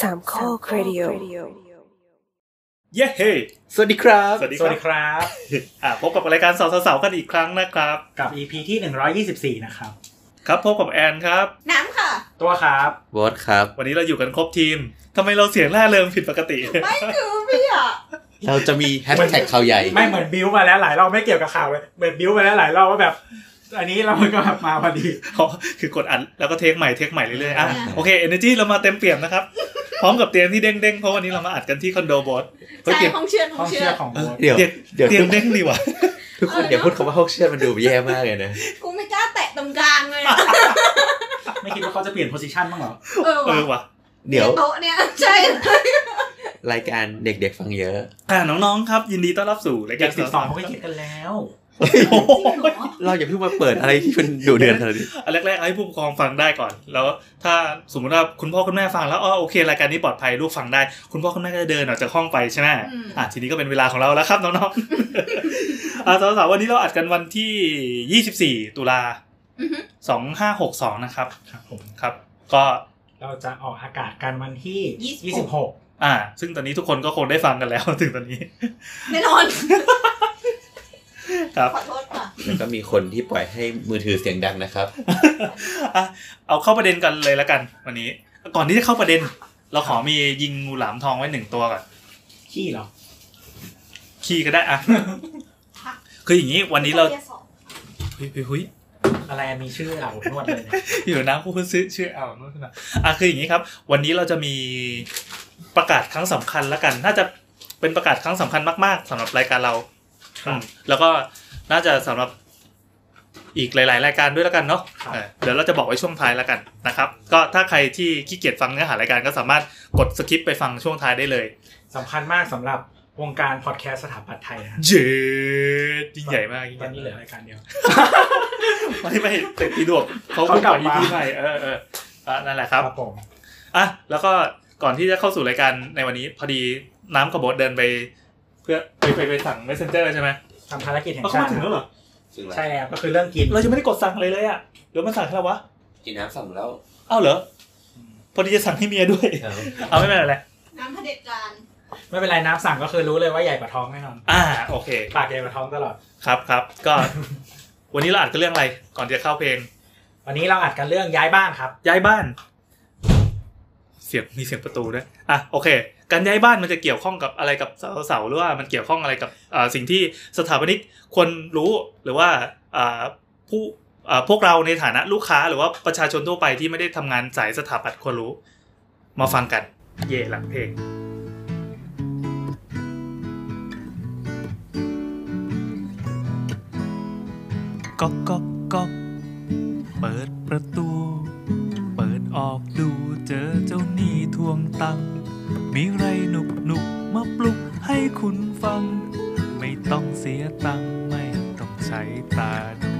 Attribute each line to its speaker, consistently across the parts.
Speaker 1: สามข้อครดิโอ
Speaker 2: เย้เฮ
Speaker 3: สวัสดีครับ
Speaker 2: สวัสดี
Speaker 4: สวัสดี
Speaker 2: ค
Speaker 4: ครับรับ
Speaker 2: อ่าพบกับรายการสาวสาวๆกันอีกครั้งนะครับ
Speaker 4: กับ EP ที่ 124 นะครับ
Speaker 2: ครับพบกับแอนครับ
Speaker 5: น้ำค่ะ
Speaker 4: ตัวครับ
Speaker 3: บอสครับ
Speaker 2: วันนี้เราอยู่กันครบทีมทำไมเราเสียงร่าเริงผิดปก ติ
Speaker 5: ไม่คือพี่อ่ะ
Speaker 3: เราจะมีแฮชแท็กข่าวใหญ่
Speaker 4: ไม่เหมือนบิวมาแล้วหลายรอบไม่เกี่ยวกับข่าวเลยเหมือนบิวมาแล้วหลายรอบว่าแบบ อันนี้เราก็แบบมาพอดี
Speaker 2: อ๋อคือกดอัดแล้วก็เทคใหม่เทคใหม่เรื่อยๆอ่ะโอเค energy เรามาเต็มเปี่ยมนะครับ พร้อมกับเตียงที่เด้งๆเพราะวันนี้เรามาอัดกันที่คอนโดบอสเฮ้ย
Speaker 5: ใช่
Speaker 2: เตียง
Speaker 5: ห้องเชื่อดห้
Speaker 4: ห้
Speaker 5: อ
Speaker 4: อง ง
Speaker 5: เชื่
Speaker 4: เชื่
Speaker 5: อ
Speaker 4: อ
Speaker 5: ด
Speaker 4: ของโบส
Speaker 3: เดี๋ยว เดี๋ยว
Speaker 2: เตียงเด้งดีว่ะ
Speaker 3: ทุกคนอย่าพูดคำว่าฮอกเชื่อมันดูแย่มากเลยนะ
Speaker 5: กูไม่กล้าแตะตรงกลางเลยอะ
Speaker 4: ไม่คิดว่าเขาจะเปลี่ยนโพสิชันบ้างเหรอ
Speaker 5: เออ
Speaker 2: เอ
Speaker 5: ว่ะ
Speaker 2: อว่ะ
Speaker 3: เดี๋ยว
Speaker 5: โต๊ะเนี่ยใช่
Speaker 3: รายการเด็กๆฟังเยอะ
Speaker 2: อ่าน้องๆครับยินดีต้อนรับสู่รายกา
Speaker 4: เด็
Speaker 2: ร
Speaker 4: กสิบส องเขาก็คิดกันแล้ว
Speaker 2: โอ้โห
Speaker 3: เราอย่าเพิ่งมาเปิดอะไรที่มันดุเดือดขนาดนี้
Speaker 2: อันแรกๆให้ผู้ปกครองฟังได้ก่อน แล้วถ้าสมมติว่าคุณพ่อคุณแม่ฟังแล้วอ๋อโอเครายการนี้ปลอดภัยลูกฟังได้ คุณพ่อคุณแม่ก็จะเดินออกจากห้องไปใช่ไหมอ่ะทีนี้ก็เป็นเวลาของเราแล้วครับน้อง ๆ อ่ะสาวๆวันนี้เราอัดกันวันที่ 24 ตุลา
Speaker 5: อือหือ
Speaker 2: สองห้าหกสองนะครับ
Speaker 4: ครับผม
Speaker 2: ครับ ก็
Speaker 4: เราจะออกอากาศกันวันที่ 26
Speaker 2: อ่า ซึ่งตอนนี้ทุกคนก็คงได้ฟังกันแล้ว ถึงตอนนี้
Speaker 5: แน่นอน
Speaker 2: ครับ
Speaker 5: ขอโทษค่ะ
Speaker 3: แล้วก็มีคนที่ปล่อยให้มือถือเสียงดังนะครับ
Speaker 2: อ่ะเอาเข้าประเด็นกันเลยละกัน วันนี้ ก่อนที่จะเข้าประเด็น เราขอมียิงงูหลามทองไว้หนึ่งตัวก่อน
Speaker 4: ขี้เหรอ
Speaker 2: ขี่ก็ได้อ่ะ คืออย่างนี้วันนี้เราหุยหุยหุย
Speaker 4: อะไรมีชื่ออาบอบนวดเลยเนี่ย
Speaker 2: อยู่นะพูดซื้อชื่อเอาโน่นนะอ่ะคืออย่างนี้ครับ วันนี้เราจะมีประกาศครั้งสำคัญละกัน น่าจะเป็นประกาศครั้งสำคัญมากๆสำหรับรายการเรา อืมแล้วก็น่าจะสำหรับอีกหลาย ๆ รายการด้วยแล้วกันเนาะเออเดี๋ยวเราจะบอกไว้ช่วงท้ายแล้วกันนะครับ ก็ถ้าใครที่ขี้เกียจฟังเนื้อหารายการก็สามารถกดสคิปไปฟังช่วงท้ายได้เลย
Speaker 4: สำคัญมากสำหรับวงการพอดแคสต์สถาปัตย์ไทยนะฮะ
Speaker 2: เจ็ดยิ่งใหญ่มากยิ่ง
Speaker 4: ต
Speaker 2: ให
Speaker 4: อน
Speaker 2: ญ่
Speaker 4: นี้เหลือรายการเดียว
Speaker 2: ไม่ไม่เต็มทีดวกเขา
Speaker 4: เขากลับมา
Speaker 2: อีพีใหม่เออเอออ่ะนั่นแหละครับ
Speaker 4: ผม
Speaker 2: อ่ะแล้วก็ก่อนที่จะเข้าสู่รายการในวันนี้ พอดีน้ำกับโบทเดินไป เพื่อไปไปไปสั่ง messenger ใช่ไหม
Speaker 4: ทำภารกิจแห่ง
Speaker 2: เขา
Speaker 4: ชา
Speaker 2: มา
Speaker 4: ติ
Speaker 2: ถึงแล้วเหรอ
Speaker 4: ใช่แล้วก็คือเรื่องกิน
Speaker 2: เรายังไม่ได้กดสั่งเลยเลยอ่ะเดี๋ยวมันสั่งให้เราวะ
Speaker 3: กินน้ำสั่งแล้ว
Speaker 2: อ้าวเหรอพอดีจะสั่งให้เมียด้วย เอาไม่เป็นไรเลย
Speaker 5: น้ำเผด็จการ
Speaker 4: ไม่เป็นไรน้ำสั่งก็คือรู้เลยว่าใหญ่กว่าท้องแน่นอน
Speaker 2: อ่า โอเค
Speaker 4: ปากใหญ่กว่าท้องตลอด
Speaker 2: ครับครับ ก็ วันนี้เราอัดกันเรื่องอะไร ก่อนจะเข้าเพลง
Speaker 4: วันนี้เราอัดกันเรื่องย้ายบ้านครับ
Speaker 2: ย้ายบ้าน เสียงมีเสียงประตูด้วย อ่ะ โอเค การย้ายบ้านมันจะเกี่ยวข้องกับอะไรกับเสาๆหรือว่ามันเกี่ยวข้องอะไรกับอ่าสิ่งที่สถาปนิกควรรู้หรือว่าอ่าผู้อ่าพวกเราในฐานะลูกค้าหรือว่าประชาชนทั่วไปที่ไม่ได้ทำงานสายสถาปัตย์ควรรู้ มาฟังกัน เย่หลังเพลง ก๊อกก๊อกก๊อกเปิดประตู เปิดออกดูเจอเจ้าหนี้ทวงตังค์มีไรหนุกหนุกมาปลุกให้คุณฟัง ไม่ต้องเสียตังค์ไม่ต้องใช้ตาดู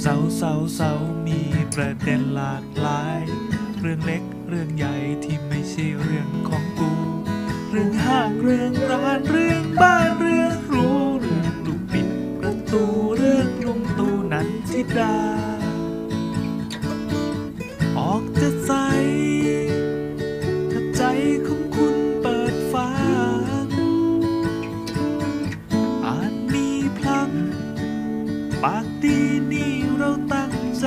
Speaker 2: เสาเสาเสามีประเด็นหลากหลาย เรื่องเล็กเรื่องใหญ่ที่ไม่ใช่เรื่องของกู เรื่องห้างเรื่องร้านเรื่องบ้านเรื่องรู้เรื่องลูกปิดประตูเรื่องลุงตูนันทิดา ออกจะใสถ้าใจของคุณเปิดฟังอาจมีพลัง ปากดีนี่เราตั้งใจ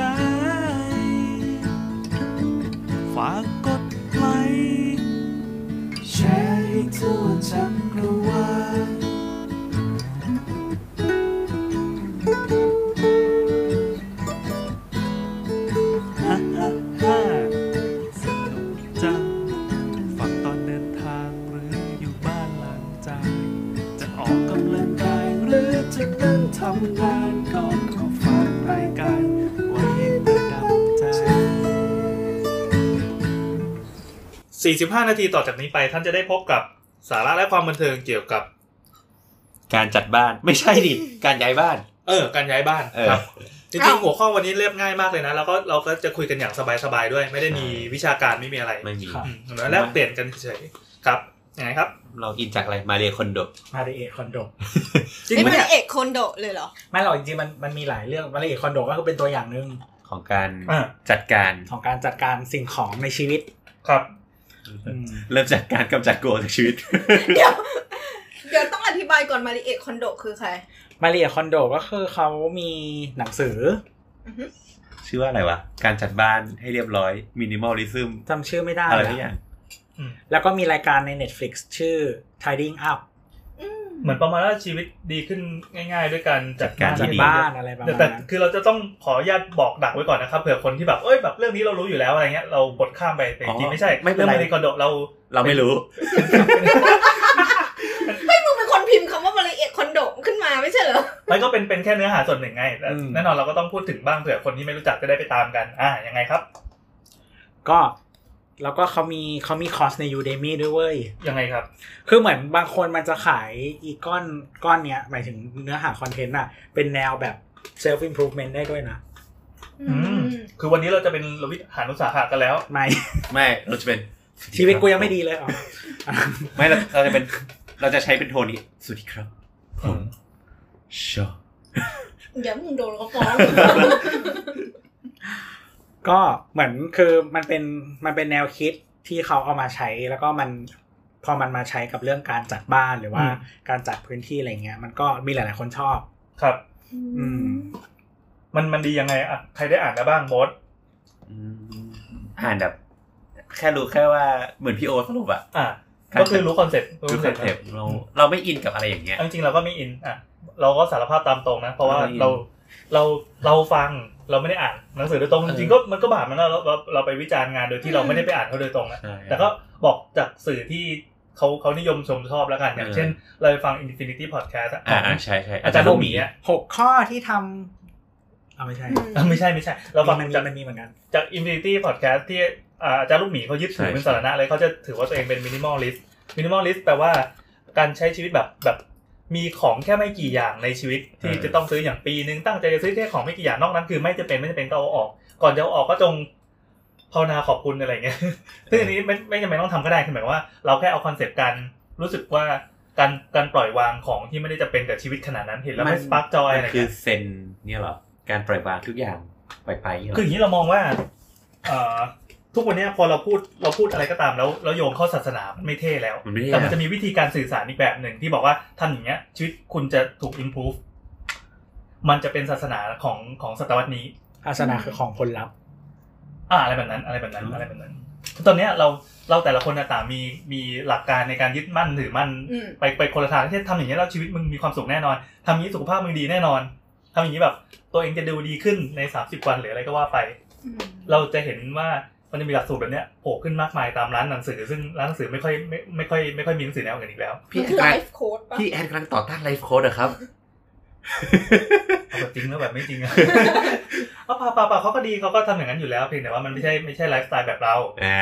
Speaker 2: ฝากกดไลค์แชร์ให้ทั่วจักรวาล ฮ่าฮ่าฮ่าสนุกจังฟังตอนเดินทางหรืออยู่บ้านหลังใจางจะออกกำลังกายหรือจะนั่งทำงานก่อนขอฝากรายการไว้ประดับใจ 45 นาทีต่อจากนี้ไปท่านจะได้พบกับสาระและความบันเทิงเกี่ยวกับ
Speaker 3: การจัดบ้านไม่ใช่ดิ การย้ายบ้าน
Speaker 2: เออ การย้ายบ้าน
Speaker 3: เออ
Speaker 2: ครับ จริงๆหัวข้อวันนี้เรียบง่ายมากเลยนะ แล้วก็เราก็จะคุยกันอย่างสบายๆด้วย ไม่ได้มีวิชาการไม่มีอะไร
Speaker 3: ไม่มี
Speaker 4: ครับ
Speaker 2: อืมเหมือนแลกเปลี่ยนกันเฉยๆครับยังไงครับ
Speaker 3: เราอินจากอะไรมาเรียคอนโด
Speaker 4: มาริเอทคอนโด
Speaker 2: จริง
Speaker 5: ไม่
Speaker 2: ไหม
Speaker 5: เป็น
Speaker 2: เนี่ย
Speaker 5: เอกโคนโดเลยเหรอ
Speaker 4: ไม่หรอกจริงๆมันมันมีหลายเรื่องมาริเอทคอนโดก็คือเป็นตัวอย่างหนึ่ง
Speaker 3: ของการ
Speaker 4: อ่า
Speaker 3: จัดการ
Speaker 4: ของการจัดการสิ่งของในชีวิต
Speaker 6: ครับ
Speaker 4: อืม
Speaker 3: เริ่มจากการกำจัดกลัวจากชีวิต
Speaker 5: เดี๋ยว เดี๋ยวต้องอธิบายก่อนมาริเอะคอนโดคือใคร
Speaker 4: มาเรียคอนโดก็คือเขามีหนังสือ
Speaker 3: ชื่อว่าอะไรวะ การจัดบ้านให้เรียบร้อยมินิมอลลิซึม
Speaker 4: จำชื่อไม่ได้
Speaker 3: อะไร
Speaker 4: แล้
Speaker 3: ทุ
Speaker 4: ว
Speaker 3: กอย่าง
Speaker 4: แล้วก็มีรายการใน Netflix ชื่อ tidying up
Speaker 5: อืม
Speaker 6: เหมือนประมาณว่าชีวิตดีขึ้นง่าย ๆ ด้วยการจัด
Speaker 3: จั
Speaker 6: การ
Speaker 3: ด
Speaker 4: จั
Speaker 3: การ
Speaker 4: ด
Speaker 6: ให้
Speaker 4: บ้านอะไรประ
Speaker 6: แต่
Speaker 4: มาณ
Speaker 6: แต่
Speaker 4: นั้น
Speaker 6: คือเราจะต้องขออนุญาตบอกดักไว้ก่อนนะครับเผื่อคนที่แบบเอ้ยแบบเรื่องนี้เรารู้อยู่แล้วอะไรเงี้ยเรากดข้ามไปแต่จริงๆไม่ใช่
Speaker 3: ไม่เป็นไร
Speaker 6: องในคอนโดเรา
Speaker 3: เราไม่รู้
Speaker 5: มึงเป็นคนพิมพ์คำว่ามาริเอะคอนโดขึ้นมาไม่ใช่เหรอ
Speaker 6: มันก็เป็นเป็นแค่เนื้อหาส่วนหนึ่งไงแต่
Speaker 3: อืม
Speaker 6: แน่นอนเราก็ต้องพูดถึงบ้างเผื่อคนที่ไม่รู้จักจะได้ไปตามกัน อ่ายังไงครับ
Speaker 4: ก็แล้วก็เขามีเขามีคอร์สใน Udemy ด้วยเว้ย
Speaker 6: ยังไงครับ
Speaker 4: คือเหมือนบางคนมันจะขายอีก้อนก้อนเนี้ย หมายถึงเนื้อหาคอนเทนต์อะเป็นแนวแบบ self improvement ได้ด้วยนะ
Speaker 6: อืม คือวันนี้เราจะเป็นลวิทย์หานุสาหะกันแล้ว
Speaker 4: ไม่
Speaker 3: ไม่เราจะเป็น
Speaker 4: ชีวิตกูยังไม่ดีเลยอ๋อ
Speaker 3: ไม่เราเราจะเป็นเราจะใช้เป็นโทนนี้สวัสดีครับผมชอ
Speaker 5: เดี๋ยวมึงโดนเขาฟ้อง
Speaker 4: ก็เหมือนคือมันเป็นมันเป็นแนวคิดที่เขาเอามาใช้แล้วก็มันพอมันมาใช้กับเรื่องการจัดบ้านหรือว่า
Speaker 6: อืม
Speaker 4: การจัดพื้นที่อะไรเงี้ย มันก็มีหลาย ๆ คนชอบ
Speaker 6: ครับ
Speaker 4: อืม
Speaker 6: มันมันดียังไงอ่ะใครได้อ่านแล้วบ้างโมด
Speaker 3: อืมอ่านแบบ แค่รู้แค่ว่าเหมือนพี่โอตสรุปอะ
Speaker 6: อ่ะก็คือรู้คอนเซ็ปต์
Speaker 3: รู้คอนเทป
Speaker 6: ต์
Speaker 3: เราเราไม่อินกับอะไรอย่างเงี้ย
Speaker 6: เอาจริงๆเราก็ไม่อินอ่ะเราก็สารภาพตามตรงนะ เพราะว่า
Speaker 3: ไม่อิน
Speaker 6: เราเราเราฟังเราไม่ได้อ่านหนังสือโดยตรง
Speaker 3: เออ
Speaker 6: จริงๆก็มันก็บาปมันนะเราเราเราไปวิจารณ์งานโดยที่เราไม่ได้ไปอ่านเขาโดยตรงนะ
Speaker 3: ใช่
Speaker 6: แต่ก็บอกจากสื่อที่เขาเขานิยมชมชอบแล้วกัน อย่าง
Speaker 3: เออ
Speaker 6: เช่น เราไปฟัง Infinity Podcast อะข
Speaker 3: อ่า
Speaker 6: อง
Speaker 3: ใช่ใช่
Speaker 6: อาจารย์โนมีอ่ะ
Speaker 4: หกข้อที่ทำเอาไม่ใช่
Speaker 6: เออไม่ใช่ไม่ใช่ เราฟัง
Speaker 4: มันมี
Speaker 6: จาก
Speaker 4: มันมีเหมือนกัน
Speaker 6: จาก Infinity Podcast ที่อ่าอาจารย์ลูกหมีเขายึดถือเป็นสารณะเลยเขาจะถือว่าตัวเองเป็น minimalist minimalist แปลว่าการใช้ชีวิตแบบแบบมีของแค่ไม่กี่อย่างในชีวิตที่จะต้องซื้ออย่างปีนึงตั้งใจจะซื้อแค่ของไม่กี่อย่างนอกนั้นคือไม่จะเป็นไม่จะเป็นก็เอาออก ก่อนจะเอาออกก็จงภาวนาขอบคุณอะไรเงี้ย ซึ่งอันนี้ไม่ไม่จำเป็นต้องทำก็ได้คือหมายความว่าเราแค่เอาคอนเซปต์การรู้สึกว่าการการปล่อยวางของที่ไม่ได้จะเป็นกับชีวิตขนาดนั้นเห็นแล้วไม่
Speaker 4: มัน
Speaker 6: สปาร์กจอย
Speaker 3: มั
Speaker 6: อะไร
Speaker 3: นคือ
Speaker 6: เงี้ย
Speaker 3: เซนเนี่ยเหรอการปล่อยวางทุกอย่างปล่อยไปเนี่ยเหร
Speaker 6: คือ
Speaker 3: อ
Speaker 6: อย่างนี้เรามองว่าเอ่อทุกวันเนี้ยพอเราพูดเราพูดอะไรก็ตามแล้วแล้วโยงเข้าศาสนามันไม่เท่แล้ว
Speaker 3: มันไม่ได้
Speaker 6: แต่มัน
Speaker 3: อะ
Speaker 6: จะมีวิธีการสื่อสารอีกแบบหนึ่งที่บอกว่าทำอย่างเงี้ย ชีวิตคุณจะถูก improve มันจะเป็นศาสนาของของศตวรรษนี้
Speaker 4: อาสนะคือของคนรับ
Speaker 6: อ่าอะไรแบบนั้นอะไรแบบนั้น
Speaker 3: อืม
Speaker 6: อะไรแบบนั้น ตอนเนี้ยเราเราแต่ละคนน่ะต่างมีมีหลักการในการยึดมั่นถือมั่น
Speaker 5: อืม
Speaker 6: ไปไปคนละทางเช่นทำอย่างนี้ยแล้วชีวิตมึงมีความสุขแน่นอนทำอย่างนี้สุขภาพมึงดีแน่นอนทำอย่างนี้แบบตัวเองจะดูดีขึ้นใน 30 วันหรืออะไรก็ว่าไป
Speaker 5: อืม
Speaker 6: เราจะเห็นว่ามันจะมีหลักสูตรแบบเนี้ยโผล่ขึ้นมากมายตามร้านหนังสือ ซึ่งร้านหนังสือไม่ค่อยไม่ไม่ค่อยไม่ค่อยมีหนังสือแนวอื่นอีกแล้ว
Speaker 5: มันคือ
Speaker 3: แอ
Speaker 5: ไล
Speaker 3: น
Speaker 5: ฟ์โค้ดปะ
Speaker 3: พี่แอนกำลังต่อต้านไลฟ์โค้ดเหรอครับ
Speaker 6: เอาแบบจริงแล้วแบบไม่จริงอะเอาปาปาปาเขาก็ดีเขาก็ทำอย่างนั้นอยู่แล้วเพียงแต่ว่ามันไม่ใช่ไม่ใช่ไลฟ์สไตล์แบบเรา
Speaker 3: อ่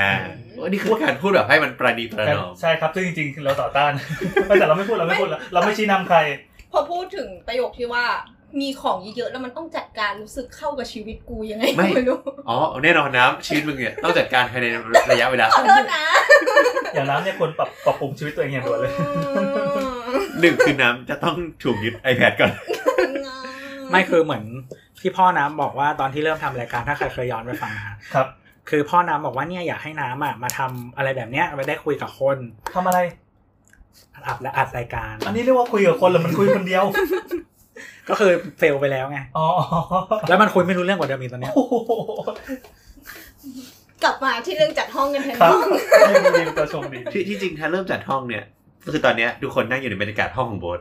Speaker 3: านี่คือการพูดแบบให้มันประนีประนอม
Speaker 6: ใช่ครับซึ่งจริงๆเราต่อต้าน แต่เราไม่พูดเราไม่พูดเราเราไม่ชี้นำใคร
Speaker 5: พอพูดถึงประโยคที่ว่ามีของเยอะๆแล้วมันต้องจัดการรู้สึกเข้ากับชีวิตกูยังไงก็
Speaker 3: ไม่
Speaker 5: ไม่รู้
Speaker 3: อ๋อแน่นอนนะชีวิตมึงเนี่ยต้องจัดการภายในระยะเวลา
Speaker 5: ขอโทษนะ
Speaker 6: อย่างน้ำเนี่ยควรปรับปรับปรุงชีวิตตัวเองอย่างด่วนเลย
Speaker 3: หนึ่งคือน้ำจะต้องถูกยึด iPad ก่อน
Speaker 4: ไม่คือเหมือนที่พ่อน้ำบอกว่าตอนที่เริ่มทำรายการถ้าใครเคยย้อนไปฟังนะฮะ
Speaker 6: ครับ
Speaker 4: คือพ่อน้ำบอกว่าเนี่ยอยากให้น้ำอ่ะมาทำอะไรแบบเนี้ยไปได้คุยกับคน
Speaker 6: ทำอะไร
Speaker 4: อัดและอัดรายการ
Speaker 6: อันนี้เรียกว่าคุยกับคนหรือมันคุยคนเดียว
Speaker 4: ก็คือเฟลไปแล้วไง
Speaker 6: อ๋อ
Speaker 4: แล้วมันคุยไม่รู้เรื่องกว่าเดิมอีกตอนเนี้ย
Speaker 6: โอ้โห
Speaker 5: กลับมาที่เรื่องจัดห้องกันเถอะ
Speaker 6: ครับ
Speaker 5: น้อง
Speaker 6: ดีๆตัวชมดี
Speaker 3: ที่ที่จริงถ้าเริ่มจัดห้องเนี่ยก็คือตอนเนี้ยทุกคนนั่งอยู่ในบรรยากาศห้องของโบส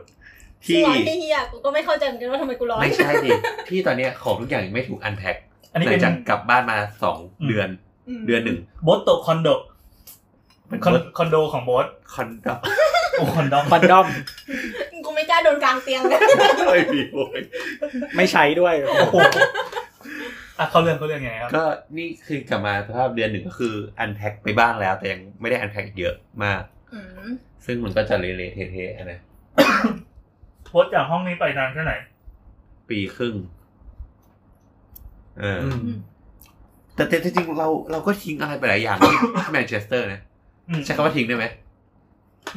Speaker 3: ที่
Speaker 5: ร้อนที่เฮียกูก็ไม่เข้าใจเหมือนกันว่าทำไมกูร้อน
Speaker 3: ไม่ใช่ดิที่ตอนเนี้ยของทุกอย่างยังไม่ถูกอันแพ็ค
Speaker 6: อันนี้
Speaker 3: หลั
Speaker 6: เป็
Speaker 3: ง
Speaker 6: น
Speaker 3: จากกลับบ้านมาสองเดือน
Speaker 5: ม
Speaker 3: เดือนหนึ่ง
Speaker 6: โบสโตคอนโด
Speaker 3: เป็น
Speaker 6: คอนคอนโดของโบส
Speaker 3: คอนโด
Speaker 6: โอ้คอนโด
Speaker 4: คอนดอม
Speaker 5: กูไม่กล้าโดนกลางเตียงเลย
Speaker 3: ไม่มีโว้ย
Speaker 4: ไม่ใช้ ด้วย
Speaker 6: โอ้โหอ่ะเขาเรื่องเขาเรื่องยังไงครับ
Speaker 3: ก็นี่คือกลับมาสภาพเดือนหนึ่งก็คืออันแพ็คไปบ้างแล้ว แต่ยังไม่ได้อันแพ็คเยอะมาก
Speaker 5: อืม
Speaker 3: ซึ่งมันก็จะเละๆเทะๆอะนะ
Speaker 6: โบสจากห้องนี้ไปนานแค่ไหน
Speaker 3: ปีครึ่งเอออ
Speaker 4: อืม
Speaker 3: แต่แต่จริงๆเราเราก็ทิ้งอะไรไปหลายอย่าง ที่ ที่แมนเชสเตอร์นะ
Speaker 6: อืม
Speaker 3: ใช้คำว่าทิ้งได้ไหม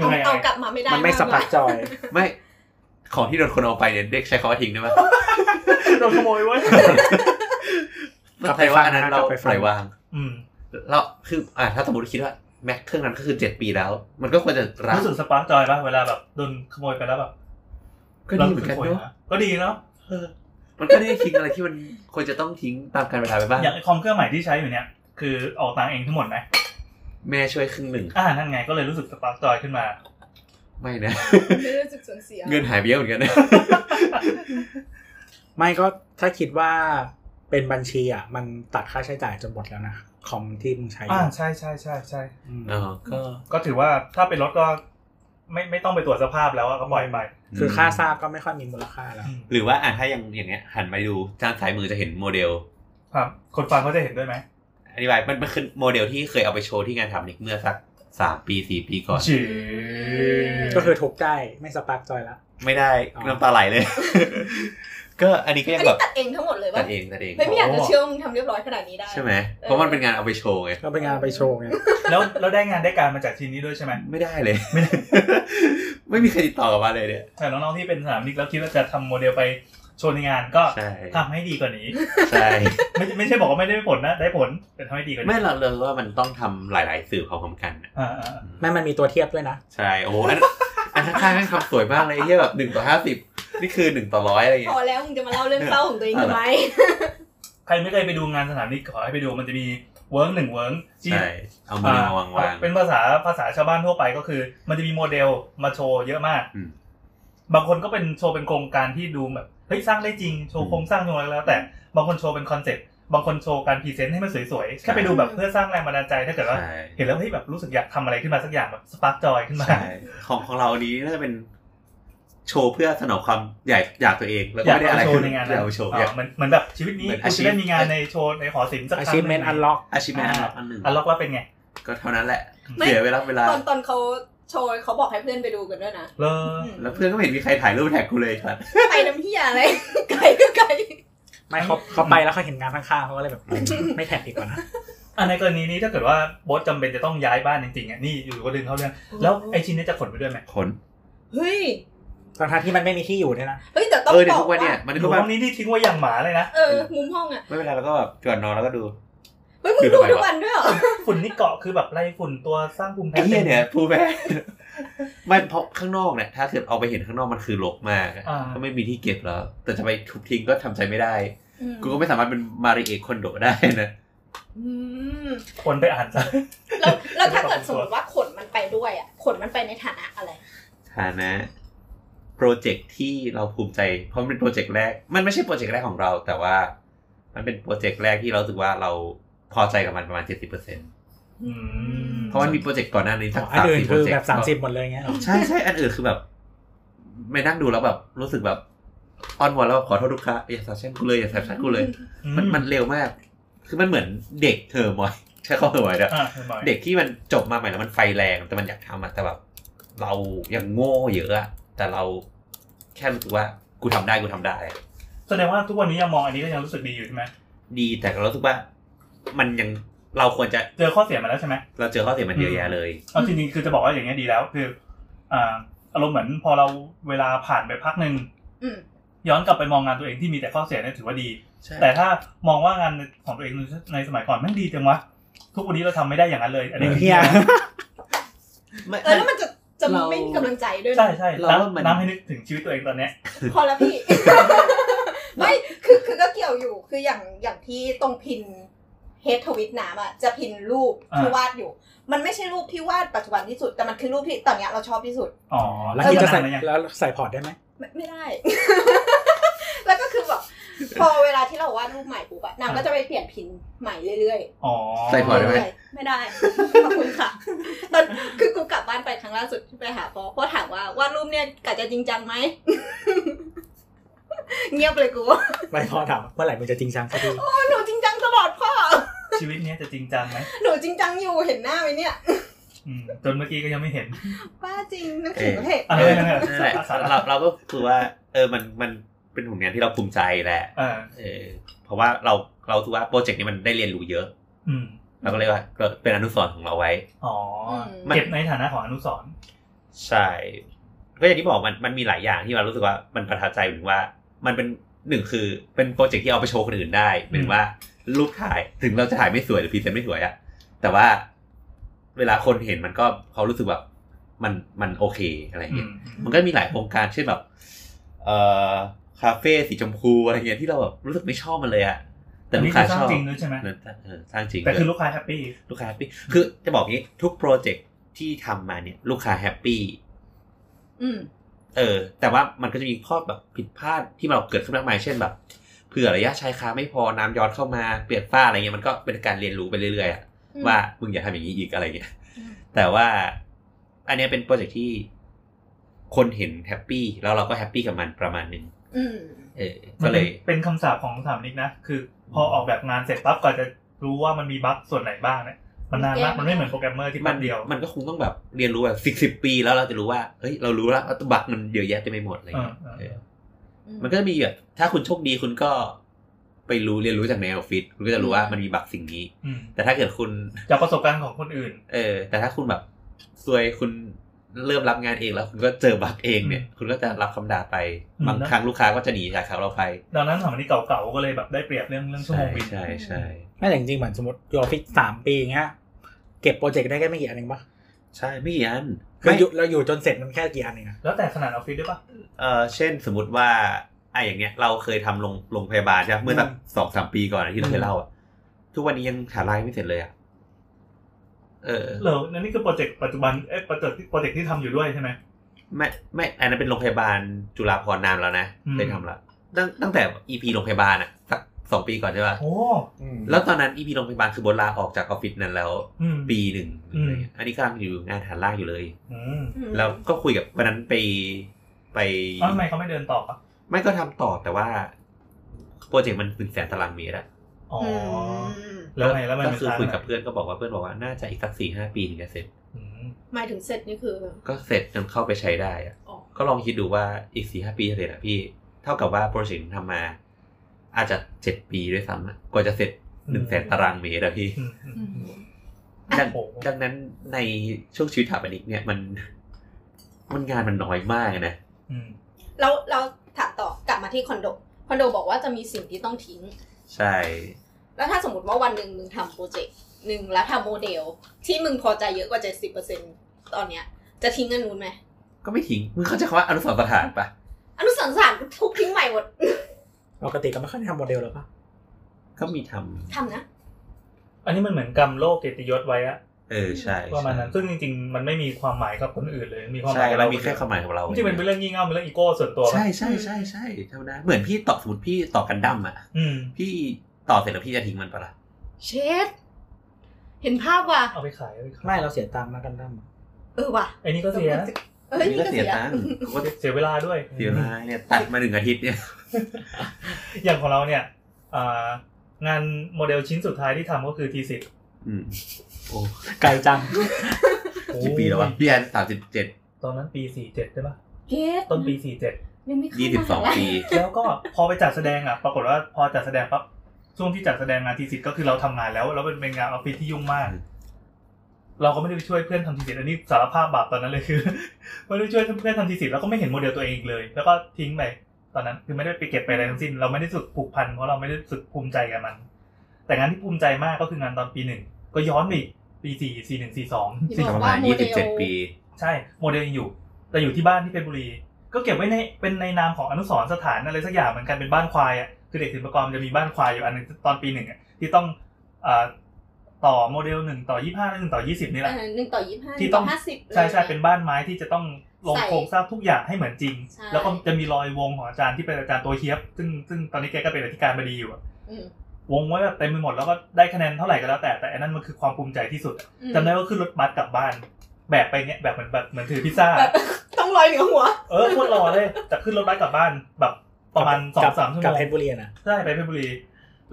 Speaker 6: ยั
Speaker 5: เอา
Speaker 6: งไง
Speaker 5: เอา
Speaker 6: ยังไง
Speaker 5: กลับมาไม่ได้
Speaker 4: มันไม่สปาร์กจอย
Speaker 3: ไม่ของ ที่โดนคนเอาไปเนี่ยเด็กใช้คำว่าทิ้งได้ไหม
Speaker 6: โดนขโมยไว้
Speaker 4: กลับ
Speaker 3: ไท
Speaker 4: ไป
Speaker 3: ย
Speaker 4: ฟั
Speaker 3: ว่าง อันนั้น
Speaker 4: นะ
Speaker 3: เรา
Speaker 4: กลับไป
Speaker 3: ป
Speaker 4: ฟัง
Speaker 3: ล่อยวาง
Speaker 6: อืม
Speaker 3: แล้วคืออ่าถ้าสมมติคิดว่าแม็กเครื่องนั้นก็คือเจ็ดปีแล้ว มันก็ควรจะรัก
Speaker 6: รู้สึกสปาร์กจอยป่ะเวลาแบบโดนขโมยไปแล้วแบบ
Speaker 3: ก็ดีเหมือนกัน
Speaker 6: ราสึ
Speaker 3: เนาะ
Speaker 6: โวยก็ดีเนาะเออ
Speaker 3: มันก็ได้ทิ้งอะไรที่มันควรจะต้องทิ้งตามการเวลาไปบ้าง
Speaker 6: อย่างไอคอมเครื่องใหม่ที่ใช้อยู่เนี่ย คือออกตังค์เองทั้งหมดไหม
Speaker 3: แม่ช่วยครึ่งหนึ่ง
Speaker 6: อ่านั่นไงก็เลยรู้สึกสปาร์กจอยขึ้นมา
Speaker 3: ไม่นะ
Speaker 5: ไม่รู้สึกสูญเสีย
Speaker 3: เงินหายไปเยอะเหมือนกันนะ
Speaker 4: ไม่ก็ถ้าคิดว่าเป็นบัญชีอ่ะ มันตัดค่าใช้จ่ายจนหมดแล้วนะคอมที่มึงใช้อ
Speaker 6: อ่า
Speaker 4: ยู่
Speaker 6: ใช่ใช่ใช่ใช่
Speaker 4: อืม
Speaker 3: อ๋อก็
Speaker 6: ก็ถือว่าถ้าเป็นรถก็ไม่ไม่ต้องไปตรวจสภาพแล้วอะก็ปล่อยไป
Speaker 4: คือค่าซากก็ไม่ค่อยมีมูลค่าแล้ว
Speaker 6: อืม
Speaker 3: หรือว่าอ่ะถ้ายังอย่างเงี้ยหันไปดูทางซ้ายมือจะเห็นโมเดล
Speaker 6: ครับ คนฟังเขาจะเห็นด้วยไหม
Speaker 3: อธิบายมันมันคือโมเดลที่เคยเอาไปโชว์ที่งานทำนิกเมื่อสักสามปีสี่ปีก่อน
Speaker 6: จี
Speaker 4: ก็คือทุบได้ไม่สปาร์กจอยละ
Speaker 3: ไม่ได้
Speaker 4: อ๋อ
Speaker 3: น้ำตาไหลเลย ก็อันนี้ก็ยั
Speaker 5: อั
Speaker 3: ง
Speaker 5: น
Speaker 3: แบ
Speaker 5: นี้
Speaker 3: บ
Speaker 5: ตัดเองทั้งหมดเลย
Speaker 3: ตั
Speaker 5: ปะ
Speaker 3: ดเองตัดเอง
Speaker 5: ไม่ไม่อยากจะเชื่อว่ามึงทำเรียบร้อยขนาดนี้ได้
Speaker 3: ใช่ไหมเพราะมันเป็นงานเอาไปโชว์ไง
Speaker 4: ก็เป็นงานไปโชว์ไง
Speaker 6: แล้วแล้วได้งานได้การมาจากทีมนี้ด้วยใช่ไหม
Speaker 3: ไม่ได้ เลย
Speaker 6: ไม่ได้
Speaker 3: ไม่มีใครติดต่อกลับมาเลยเนี่ย
Speaker 6: แต่น้องๆที่เป็นสนามนิกแล้วคิดว่าจะทำโมเดลไปโชว์ในงานก็
Speaker 3: ใช่
Speaker 6: ทำให้ดีกว่านี้
Speaker 3: ใช่
Speaker 6: ไม่ไม่ใช่บอกว่าไม่ได้ผลนะ ได้ผลแต่ทำให้ดีกว่านี้
Speaker 3: ไม่เราเลยว่ามันต้องทำหลาย ๆ สื่อพร้อมๆกันน่ะ
Speaker 6: อ่าอ่า
Speaker 4: แม่มันมีตัวเทียบด้วยนะ
Speaker 3: ใช่โอ้โหอันอันข้างๆนั่นคำสวยมากเลยไอ้เฮียแบบหนึ่งต่อห้าสิบนี่คือหนึ่งต่อร้อยอะไรอย่า
Speaker 5: พ
Speaker 3: งเงี้ย
Speaker 5: อแล้วมึงจะมาเล่าเรื่องเศร้าของตัวเองทำไม
Speaker 6: ใครไม่เคยไปดูงานสนามนิกขอให้ไปดูมันจะมีเวิร์กหนึ่งเวิร์กที่
Speaker 3: ใช่เอามือมาวางวาง
Speaker 6: เป็นภาษาภาษาชาวบ้านทั่วไปก็คือ มันจะมีโมเดลมาโชว์เยอะมาก
Speaker 3: อืม
Speaker 6: บางคนก็เป็นโชว์เป็นโครงการที่ดูแบบเฮ้ยสร้างได้จริงโชว์โครงสร้างโชว์อะไรก็แล้ว แต่บางคนโชว์เป็นคอนเซ็ปต์บางคนโชว์การพรีเซนต์ให้มันสวยๆแค่ไปดูแบบเพื่อสร้างแรงบันดาลใจถ้าเกิดว่า
Speaker 3: ใช่
Speaker 6: เห็นแล้วเฮ้ยแบบรู้สึกอยากทำอะไรขึ้นมาสักอย่างแบบสปาร์กจอยขึ้นมา
Speaker 3: ใช่ของของเรานี้น่าจะเป็นโชว์เพื่อสนองความใหญ่อยากตัวเอง แล้ว
Speaker 6: อ
Speaker 3: ก็
Speaker 6: ยาก
Speaker 3: ไม่ได้อะ
Speaker 6: เอา
Speaker 3: ไร
Speaker 6: โชว์ในงาน
Speaker 3: อยากเอาโชว์อยาก
Speaker 6: เหมือนเหมือนแบบชีวิตนี้
Speaker 3: เหมือน
Speaker 6: กูจะ
Speaker 3: achieve
Speaker 6: ได้มีงานในโชว์ในหอศิลป์สักครั้งหนึ่ง
Speaker 4: achievement unlock
Speaker 3: อาชีพแม่อัน
Speaker 6: อ่า
Speaker 3: ล็อกอันหนึ่ง
Speaker 6: อันล็อกแล้วเป็นไง
Speaker 3: ก็เท่านั้นแหละ
Speaker 5: ไม่
Speaker 3: เสียเวลาเวลา
Speaker 5: ตอนตอนเขาโชว์เขาบอกให้เพื่อนไปดูกันด้วยนะ
Speaker 6: เลย
Speaker 5: อืม
Speaker 3: แล้วเพื่อนก็ไม่เห็นมีใครถ่ายรูปแท็กกูเลยครับ
Speaker 5: ไปน้ำเหี้ยอะไร ไก่ก็ไก่
Speaker 4: ไม่เขาเขาไปแล้วเขาเห็นงานข้างๆเขาก็ เลยแบบ ไม่แท็กดีกว่านะ
Speaker 6: อันในกรณีนี้ถ้าเกิดว่าโบอสจำเป็นจะต้องย้ายบ้านจริงๆอ่ะนี่อยู่ก็ดึงเข้าเรื่องแล้วไอชิ้นนี้จะขนไปด้วยไหม
Speaker 3: ขน
Speaker 5: เฮ้ย
Speaker 4: ตอนท้ายที่มันไม่มีที่อยู่ด้วยนะ
Speaker 5: เฮ้ยแต่ต้อง
Speaker 3: เออเดี๋ย
Speaker 5: บอ
Speaker 3: วทุ
Speaker 5: ก
Speaker 3: กวั
Speaker 5: ว่า
Speaker 3: นเนี่ย มัน
Speaker 6: ห
Speaker 3: ก็
Speaker 6: นู
Speaker 3: แบบ
Speaker 6: ห้องนี้นี่ทิ้งไว้อย่างหมาเลยนะ
Speaker 5: เออ มุมห้องอ่ะ
Speaker 3: ไม่เป็นไรแล้วก็แบบก่อนนอนแล้วก็ดู
Speaker 5: เฮ้ยมึง
Speaker 3: ดู
Speaker 5: ดู
Speaker 3: ทำไมวะ
Speaker 5: ทุกวันด้วยเหรอ
Speaker 6: ฝุ่นนี่เกาะคือแบบไล่ฝุ่นตัวสร้างภูมิ
Speaker 3: ไอ้
Speaker 6: แพ้
Speaker 3: เหี้ยเนี่ยพูดแม่ ไม่เพราะข้างนอกเนี่ยถ้าเกิดเอาไปเห็นข้างนอกมันคือรกมาก
Speaker 6: อ่า
Speaker 3: ก็ไม่มีที่เก็บแล้ว แต่จะไปทุบทิ้งก็ทำใจไม่ได้
Speaker 5: อืม
Speaker 3: กูก็ไม่สามารถเป็นมาริเอะคอนโดได้นะ
Speaker 5: อืม
Speaker 6: คนไปอ่านซะ
Speaker 5: แล้วแล้วถ้าเกิดสมมติว่าขนมันไปด้วยอ่ะ ขนมันไปในฐานะอะไร
Speaker 3: ฐานะโปรเจกต์ที่เราภูมิใจ เพราะมันเป็นโปรเจกต์แรก มันไม่ใช่โปรเจกต์แรกของเรา แต่ว่า มันเป็นโปรเจกต์แรกที่เรารู้สึกว่าเราพอใจกับมันประมาณ 70%เ
Speaker 6: อืม
Speaker 3: พราะมันมีโปรเจกต์ก่อนหน้านี้สัก
Speaker 4: อัน
Speaker 3: สาม
Speaker 4: อื่น
Speaker 3: สิบโปร
Speaker 4: คือ
Speaker 3: เจกต์
Speaker 4: แบบสามสิบ30 หมดเลยเงี้ยเหรอ
Speaker 3: ใช่ใช่อันอื่นคือแบบ ไม่นั่งดูแล้วแบบ รู้สึกแบบอ้อนวอนแล้วแบบขอโทษลูกค้าอย่าสาบแช่งกูเลยอย่าสาบแช่งกูเลย มันมันเร็วมาก คือมันเหมือนเด็กเทอร์มอยใช้คำว่าเทอร์มอยเด้อ
Speaker 6: อ่ะเห็นไหม
Speaker 3: เด็กที่มันจบมาใหม่แล้วมันไฟแรง แต่มันอยากทำอะแต่แบบเรายังโง่เยอะอะแต่เราแค่รู้สึกว่ากูทำได้กูทำได้
Speaker 6: แสดงว่าทุกวันนี้ยังมองอันนี้ก็ยังรู้สึกดีอยู่ใช่ไหม
Speaker 3: ดีแต่เรารู้สึกว่า มันยังเราควรจะ
Speaker 6: เจอข้อเสียมาแล้วใช่ไหม
Speaker 3: เราเจอข้อเสียมันเยอะแยะเลย
Speaker 6: เอาจริงๆคือจะบอกว่าอย่างเงี้ยดีแล้วคืออ่าอารมณ์เหมือนพอเราเวลาผ่านไปพักหนึ่ง
Speaker 5: อืม
Speaker 6: ย้อนกลับไปมองงานตัวเองที่มีแต่ข้อเสียเนี่ยถือว่าดี
Speaker 3: ใช่
Speaker 6: แต่ถ้ามองว่างานของตัวเองในสมัยก่อนแม่งดีจังวะทุกวันนี้เราทำไม่ได้อย่างนั้นเลย อันนี้
Speaker 4: เฮีย
Speaker 3: ไม่
Speaker 5: เออแล้วมันจะจะ
Speaker 3: เรา
Speaker 5: ไม่มีกำลังใจด้วยนะ
Speaker 6: ใช่ใช่
Speaker 3: เราว่ามัน
Speaker 6: น้ำน้ำให้นึกถึงชีวิตตัวเองตอนเนี้ย
Speaker 5: พอแล้วพี่ ไม่คือคือก็เกี่ยวอยู่คืออย่างอย่างที่ตรงพินเฮดทวิตน้ำอ่ะจะพินรูปที่
Speaker 6: อ่า
Speaker 5: วาดอยู่ มันไม่ใช่รูปที่วาดปัจจุบันที่สุดแต่มันคือรูปที่ตอนเนี้ยเราชอบที่สุด
Speaker 6: อ๋อ
Speaker 4: แล้วคิดจะใส่
Speaker 6: นานยัง
Speaker 4: แล้วใส่พอร์ตได้ไหม
Speaker 5: ไม่ไม่ได้ แล้วก็คือแบบพอเวลาที่เราวาดรูปใหม่ปุ๊บอะนางก็จะไปเปลี่ยนพินใหม่เรื่อย
Speaker 6: อ๋อ
Speaker 3: ใส่
Speaker 5: ๆ
Speaker 3: พอร์ตได้ไหม
Speaker 5: เรื่ยๆไม่ได้ ขอบคุณค่ะ ตอนคือกูกลับบ้านไปครั้งล่าสุดที่ไปหาพ่อพ่อถามว่าวาดรูปเนี่ยกะจะจริงจั งไหม เงียบเลยกู ว่า
Speaker 4: ใบพอร์ตถามว่าเมื่อไหร่มึงจะจริงจังสักที
Speaker 5: หนูจริงจังตลอดพ่อ
Speaker 6: ชีวิตเนี้ยจะจริงจังไหม
Speaker 5: หนูจริงจังอยู่เห็นหน้าไหมเนี่ย
Speaker 6: อืมจนเมื่อกี้ก็ยังไม่เห็น
Speaker 5: ป้าจริงนั่นคือประเทศ
Speaker 6: เอะไรนะ
Speaker 3: นั่นแหละเราเราก็คือว่า เออมันมันเป็นผลงานที่เราภูมิใจแหละ
Speaker 6: เออ
Speaker 3: เออเพราะว่าเราเราถือว่าโปรเจกต์นี้มันได้เรียนรู้เยอะ
Speaker 6: อืม
Speaker 3: เราก็เลยว่าก็เป็นอนุสรณ์ของเราไว้
Speaker 6: อ๋ออ
Speaker 5: ม
Speaker 6: เก็บในฐานะของอนุสรณ์
Speaker 3: ใช่ ก็อย่างที่บอกมันมันมีหลายอย่างที่เรารู้สึกว่ามันประทับใจหรือว่า มันเป็นหนึ่งคือเป็นโปรเจกต์ที่เอาไปโชว์คนอื่นได้หมายถึงว่า รูปถ่าย ถึงเราจะถ่ายไม่สวยหรือพรีเซนต์ไม่สวยอะแต่ว่าเวลาคนเห็นมันก็เขารู้สึกแบบมันมันโอเคอะไร
Speaker 6: อื
Speaker 3: เงี้ย
Speaker 6: ม
Speaker 3: มันก็มีหลายโครงการเช่นแบบเอ่อคาเฟ่สีชมพูอะไรเงี้ยที่เราแบบรู้สึกไม่ชอบมันเลยอะแต่ลูกค้า
Speaker 6: อัน
Speaker 3: ช
Speaker 6: นี้อสร้าง
Speaker 3: อบ
Speaker 6: จริงด้วยใช่ไหม
Speaker 3: เออเออสร้างจริง
Speaker 6: แต่คื
Speaker 3: ด้
Speaker 6: อ
Speaker 3: วย
Speaker 6: ลูกค้าแฮปปี้
Speaker 3: ลูกค้าแฮปปี้ คือจะบอกงี้ทุกโปรเจกต์ที่ทำมาเนี่ย ลูกค้าแฮปปี้
Speaker 5: อืม
Speaker 3: เออ แต่ว่ามันก็จะมีข้อแบบผิดพลาดที่เราเกิดขึ้นมากมาย เช่นแบบ เผื่อระยะชายคาไม่พอน้ำย้อนเข้ามาเปลี่ยนฝ้าอะไรเงี้ยมันก็เป็นการเรียนรู้ไปเรื่อยๆอะว่ามึงอย่าทำอย่างนี้อีกอะไรเงี้ย
Speaker 5: อืม
Speaker 3: แต่ว่าอันเนี้ยเป็นโปรเจกต์ที่คนเห็นแฮปปี้แล้วเราก็แฮปปี้กับมันประมาณนึง
Speaker 5: อืม
Speaker 3: เออ
Speaker 6: มั
Speaker 3: ก็
Speaker 6: น
Speaker 3: เล
Speaker 6: เป็น
Speaker 3: ย
Speaker 6: เป็นคำสาปของสถามนิกนะ คือ พอออกแบบงานเสร็จปั๊บก็จะรู้ว่ามันมีบั๊กส่วนไหนบ้างเนี่ยมันนานมาก
Speaker 5: แก้ไม่
Speaker 6: มันไม่เหมือนโปรแกรมเมอร์ที่
Speaker 3: มั
Speaker 6: แป๊บเดียว
Speaker 3: มันก็คงต้องแบบเรียนรู้แบบสิบสิบปีแล้วเราจะรู้ว่าเฮ้ยเรารู้แล้วว่าบักมันเยอะแยะเต็มไปหมดอะไร
Speaker 6: เออ
Speaker 3: เงี้ย
Speaker 6: เออ
Speaker 3: เอ
Speaker 6: เอ
Speaker 3: อ
Speaker 6: อ
Speaker 5: อื
Speaker 3: มันก็จะมีแบบถ้าคุณโชคดีคุณก็ไปรู้เรียนรู้จากในออฟฟิศคุณก็จะรู้ว่ามันมีบักสิ่งนี้
Speaker 6: อืม
Speaker 3: แต่ถ้าเกิดคุณ
Speaker 6: จากประสบการณ์ของคนอื่น
Speaker 3: เออ แต่ถ้าคุณแบบซวยคุณเริ่มรับงานเองแล้ว คุณก็เจอบักเองเนี่ย คุณก็จะรับคำด่าไป
Speaker 6: อืม
Speaker 3: บางครั้งลูกค้าก็จะหนีจากเขาเราไป
Speaker 6: ดังนั้นสถามนิกเก่าๆก็เลยแบบได้เปรียบเรื่องเรื่องชั่ว
Speaker 3: ใช่
Speaker 6: โมงบิน
Speaker 3: ใช่ใช่
Speaker 4: ไม่แต่จริงๆเหมือนสมมติอยู่ออฟฟิศสามปีอย่างเงี้ยเก็บโปรเจกต์ได้แค่ไม่กี่อันเองปะ
Speaker 3: ใช่ไม่กี่อัน
Speaker 4: คือ
Speaker 3: ไม่
Speaker 4: อยู่เราอยู่จนเสร็จมันแค่กี่อันเองอะ
Speaker 6: แล้วแต่ขนาดออฟฟิศด้วยปะ
Speaker 3: เออเช่นสมมติว่าไอ้อย่างเงี้ย เราเคยทำโรงโรงพยาบาลใช่ไหมเมื่อสักสองสามปีก่อนอะที่เราเคยเล่าอะทุกวันนี้ยังหาลายไม่เสร็จเลยอะเออ
Speaker 6: เหรอนั่นนี่คือโปรเจกต์ปัจจุบันเอ๊ะโปรเจกต์ที่โปรเจกต์ที่ทำอยู่ด้วยใช่ไหม
Speaker 3: ไม่ไม่อันนั้นเป็นโรงพยาบาลจุฬาภรณ์นามแล้วนะ
Speaker 6: อืม
Speaker 3: เคยทำละตั้งตั้งแต่ EP โรงพยาบาลอะสักสองปีก่อนใช่ป่ะ
Speaker 6: โอ้
Speaker 4: แล้
Speaker 3: แล้ว วตอนนั้น EP โรงพยาบาลคือบนลาออกจากออฟฟิศนั้นแล้ว
Speaker 6: อืม
Speaker 3: ปีหนึ่ง
Speaker 6: อื
Speaker 3: อะ
Speaker 6: ม
Speaker 3: ไรเงี้ยอันนี้กำลังอยู่งานฐานล่างอยู่เลย
Speaker 6: อืม
Speaker 5: อืม
Speaker 3: แล้วก็คุยกับวันนั้นไปไป
Speaker 6: อ้าวทำไมเขาไม่เดินต่อปะ
Speaker 3: ไม่ก็ทำต่อแต่ว่า โปรเจกต์มันหนึ่งแสนตารางเมตรอะ
Speaker 6: อ๋ออ
Speaker 5: ม
Speaker 6: แล้วไงแล้วมัน
Speaker 3: ก็คือ
Speaker 6: เป็
Speaker 3: คุย
Speaker 6: น
Speaker 3: กับเพื่อนก็บอกว่าเพื่อนบอกว่าน่าจะอีกสักสี่ห้าปีถึงจะเสร็จ
Speaker 6: อืม
Speaker 5: หมายถึงเสร็จนี่คือ
Speaker 3: ก็เสร็จจนเข้าไปใช้ได้อะ
Speaker 5: อ๋อ
Speaker 3: ก็ลองคิดดูว่าอีกสี่ห้าปีเสร็จอะพี่ เท่ากับว่าโปรเจกต์ที่ทำมา อาจจะเจ็ดปีด้วยซ้ำอะกว่าจะเสร็จหนึ่งแสนตารางเมตรอะ พี่
Speaker 6: อืมอืม
Speaker 5: อื
Speaker 6: อื
Speaker 5: ม
Speaker 6: ม
Speaker 3: ดัง
Speaker 6: โอ้โห
Speaker 3: ดังนั้นในช่วงชีวิตสถาปนิกเนี่ยมัน มันงานมันน้อยมากนะ
Speaker 6: อืม
Speaker 5: แล้วเราถามต่อกลับมาที่คอนโด คอนโดบอกว่าจะมีสิ่งที่ต้องทิ้ง
Speaker 3: ใช่
Speaker 5: แล้วถ้าสมมติว่าวันหนึ่งมึงทำโปรเจกต์หนึ่งแล้วทำโมเดล ที่มึงพอใจเยอะกว่าเจ็ดสิบเปอร์เซ็นตอนเนี้ย จะทิ้งอันนู้นไหม
Speaker 3: ก็ไม่ทิ้งมึงเข้าใจคำว่าอนุสาวรณ์สถานปะ
Speaker 5: อนุสรณ์สารทุบทิ้งใหม่หมด
Speaker 4: ปกติก็ไม่ค่อยได้ทำโมเดลหรอกปะ
Speaker 3: ก็มีทำ
Speaker 5: ทำนะ
Speaker 6: อันนี้มันเหมือนกำโลกเกียรติยศไว้อะ
Speaker 3: เออใช่
Speaker 6: ประมาณนั้นซึ่งจริงๆ มันไม่มีความหมายกับคนอื่นเลย มีความห
Speaker 3: ใช่
Speaker 6: มายกับ
Speaker 3: เรา
Speaker 6: เรา
Speaker 3: มีแค่ความหมายของเรา
Speaker 6: จริงๆมันเป็นเรื่องงี่เง่าเป็นเรื่องอีโก้ส่วนตัวปะ
Speaker 3: ใช่ใช่ใช่ใช่เท่านั้นเหมือนพี่ตอบสมมติพี่ตอบกันดั้มอะ
Speaker 6: อืม
Speaker 3: พี่ต่อเสร็จแล้วพี่จะทิ้งมันปะล่ะ
Speaker 5: เชดเห็นภาพว่ะ
Speaker 6: เอาไปขายเอาไปขาย
Speaker 4: ไม่เราเสียตังค์นะกันดั้ม
Speaker 5: เออว่ะ
Speaker 6: ไอ้นี่ก็เสียนะ
Speaker 5: เอ้ยนี่ก็เสีย
Speaker 3: ตังค์กูก็
Speaker 6: เสียเวลาด้วย
Speaker 3: เสียเวลา เนี่ยตัดมาหนึ่งอาทิตย์เนี่ย
Speaker 6: อย่างของเราเนี่ยอ่างานโมเดลชิ้นสุดท้ายที่ทำก็คือ T10
Speaker 3: อืมโอ้
Speaker 4: ไกลจัง
Speaker 3: กี่ปีแล้ววะพี่แอนสามสิบเจ็ด
Speaker 6: ตอนนั้นปี 47 ได้ปะ
Speaker 5: เชด
Speaker 6: ต้นปี
Speaker 5: ยังไม่เข้า
Speaker 3: ยี่สิบสอง
Speaker 5: มา
Speaker 3: ปี
Speaker 6: 47 แล้วก็พอไปจัดแสดงอ่ะ ปรากฏว่าพอจัดแสดงปั๊บช่วงที่จัดแสดงงาน T10 ก็คือเราทำงานแล้ว แล้วมันเป็นงานออฟฟิศที่ยุ่งมาก เราก็ไม่ได้ไปช่วยเพื่อนทำทีสิทธิ์อันนี้สารภาพบาปตอนนั้นเลยคือ ไม่ได้ช่วยเพื่อนทำทีสิทธิ์แล้วก็ไม่เห็นโมเดลตัวเองอีกเลย แล้วก็ทิ้งไปตอนนั้นคือไม่ได้ไปเก็บไปอะไรทั้งสิ้น เราไม่ได้รู้สึกผูกพันเพราะเราไม่ได้รู้สึกภูมิใจกับมัน แต่งานที่ภูมิใจมากก็คืองานตอนปีหนึ่งก็ย้อนไปอีกปีสี่สี่หนึ่งสี่สอง
Speaker 5: ที่
Speaker 6: สี่
Speaker 5: บ
Speaker 3: ป
Speaker 5: อ
Speaker 3: ระ
Speaker 5: ก
Speaker 3: มา
Speaker 5: ว่า
Speaker 3: ณ
Speaker 5: โม
Speaker 3: ยี่
Speaker 5: เด
Speaker 3: สิบเจ็ด
Speaker 5: ล
Speaker 3: ปี
Speaker 6: ใช่โมเดลยังอยู่ แต่อยู่ที่บ้านที่เพชรบุรี ก็เก็บไว้ในเป็นในนามของอนุสรณ์สถานอะไรสักอย่างเหมือนกันเป็นบ้านควายอ่ะคือเด็กศิลปากรจะมีบ้านควายอยู่อันหนึงตอนปีหนึ่งอ่ะที่ต้องอ่าต่อโมเดลหนึ่งต่อยี่ห้าหนึ่งต่อยี่สิบนี่แหละ
Speaker 5: เออหนึ่งต่อยี่สิบห้าห
Speaker 6: ที่
Speaker 5: นึ่ง
Speaker 6: ต้
Speaker 5: ต่
Speaker 6: อ
Speaker 5: อง ห้าสิบ
Speaker 6: ใช่ใช่เป็นบ้านไม้ที่จะต้องลง
Speaker 5: ใส่
Speaker 6: โครงสร้างทุกอย่างให้เหมือนจริง
Speaker 5: ใช่
Speaker 6: แล้วก็จะมีรอยวงของอาจารย์ที่เป็นอาจารย์ตัวเฮียบซึ่งซึ่งตอนนี้แกก็เป็นอธิการบดีอยู่อะ
Speaker 5: อืม
Speaker 6: วงไว้แบบเต็มไปหมดแล้วก็ได้คะแนนเท่าไหร่ก็แล้วแต่แต่อันนั้นมันคือความภูมิใจที่สุด
Speaker 5: อืม
Speaker 6: จำได้ว่าขึ้นรถบัสกลับบ้าน แบบไปเนี้ยแบบเหมือนแบบเหมือนถือพิซซ่า
Speaker 5: แบบต้องลอยเหนือหัว
Speaker 6: เออโคตรรอเลยแต่ขึ้นรถบัสกลับบ้านแบบประมาณสองสามชั่ว
Speaker 4: กลับ
Speaker 6: โมง
Speaker 4: เพชรบุรีอะนะ
Speaker 6: ใช่ไปเพชรบุรี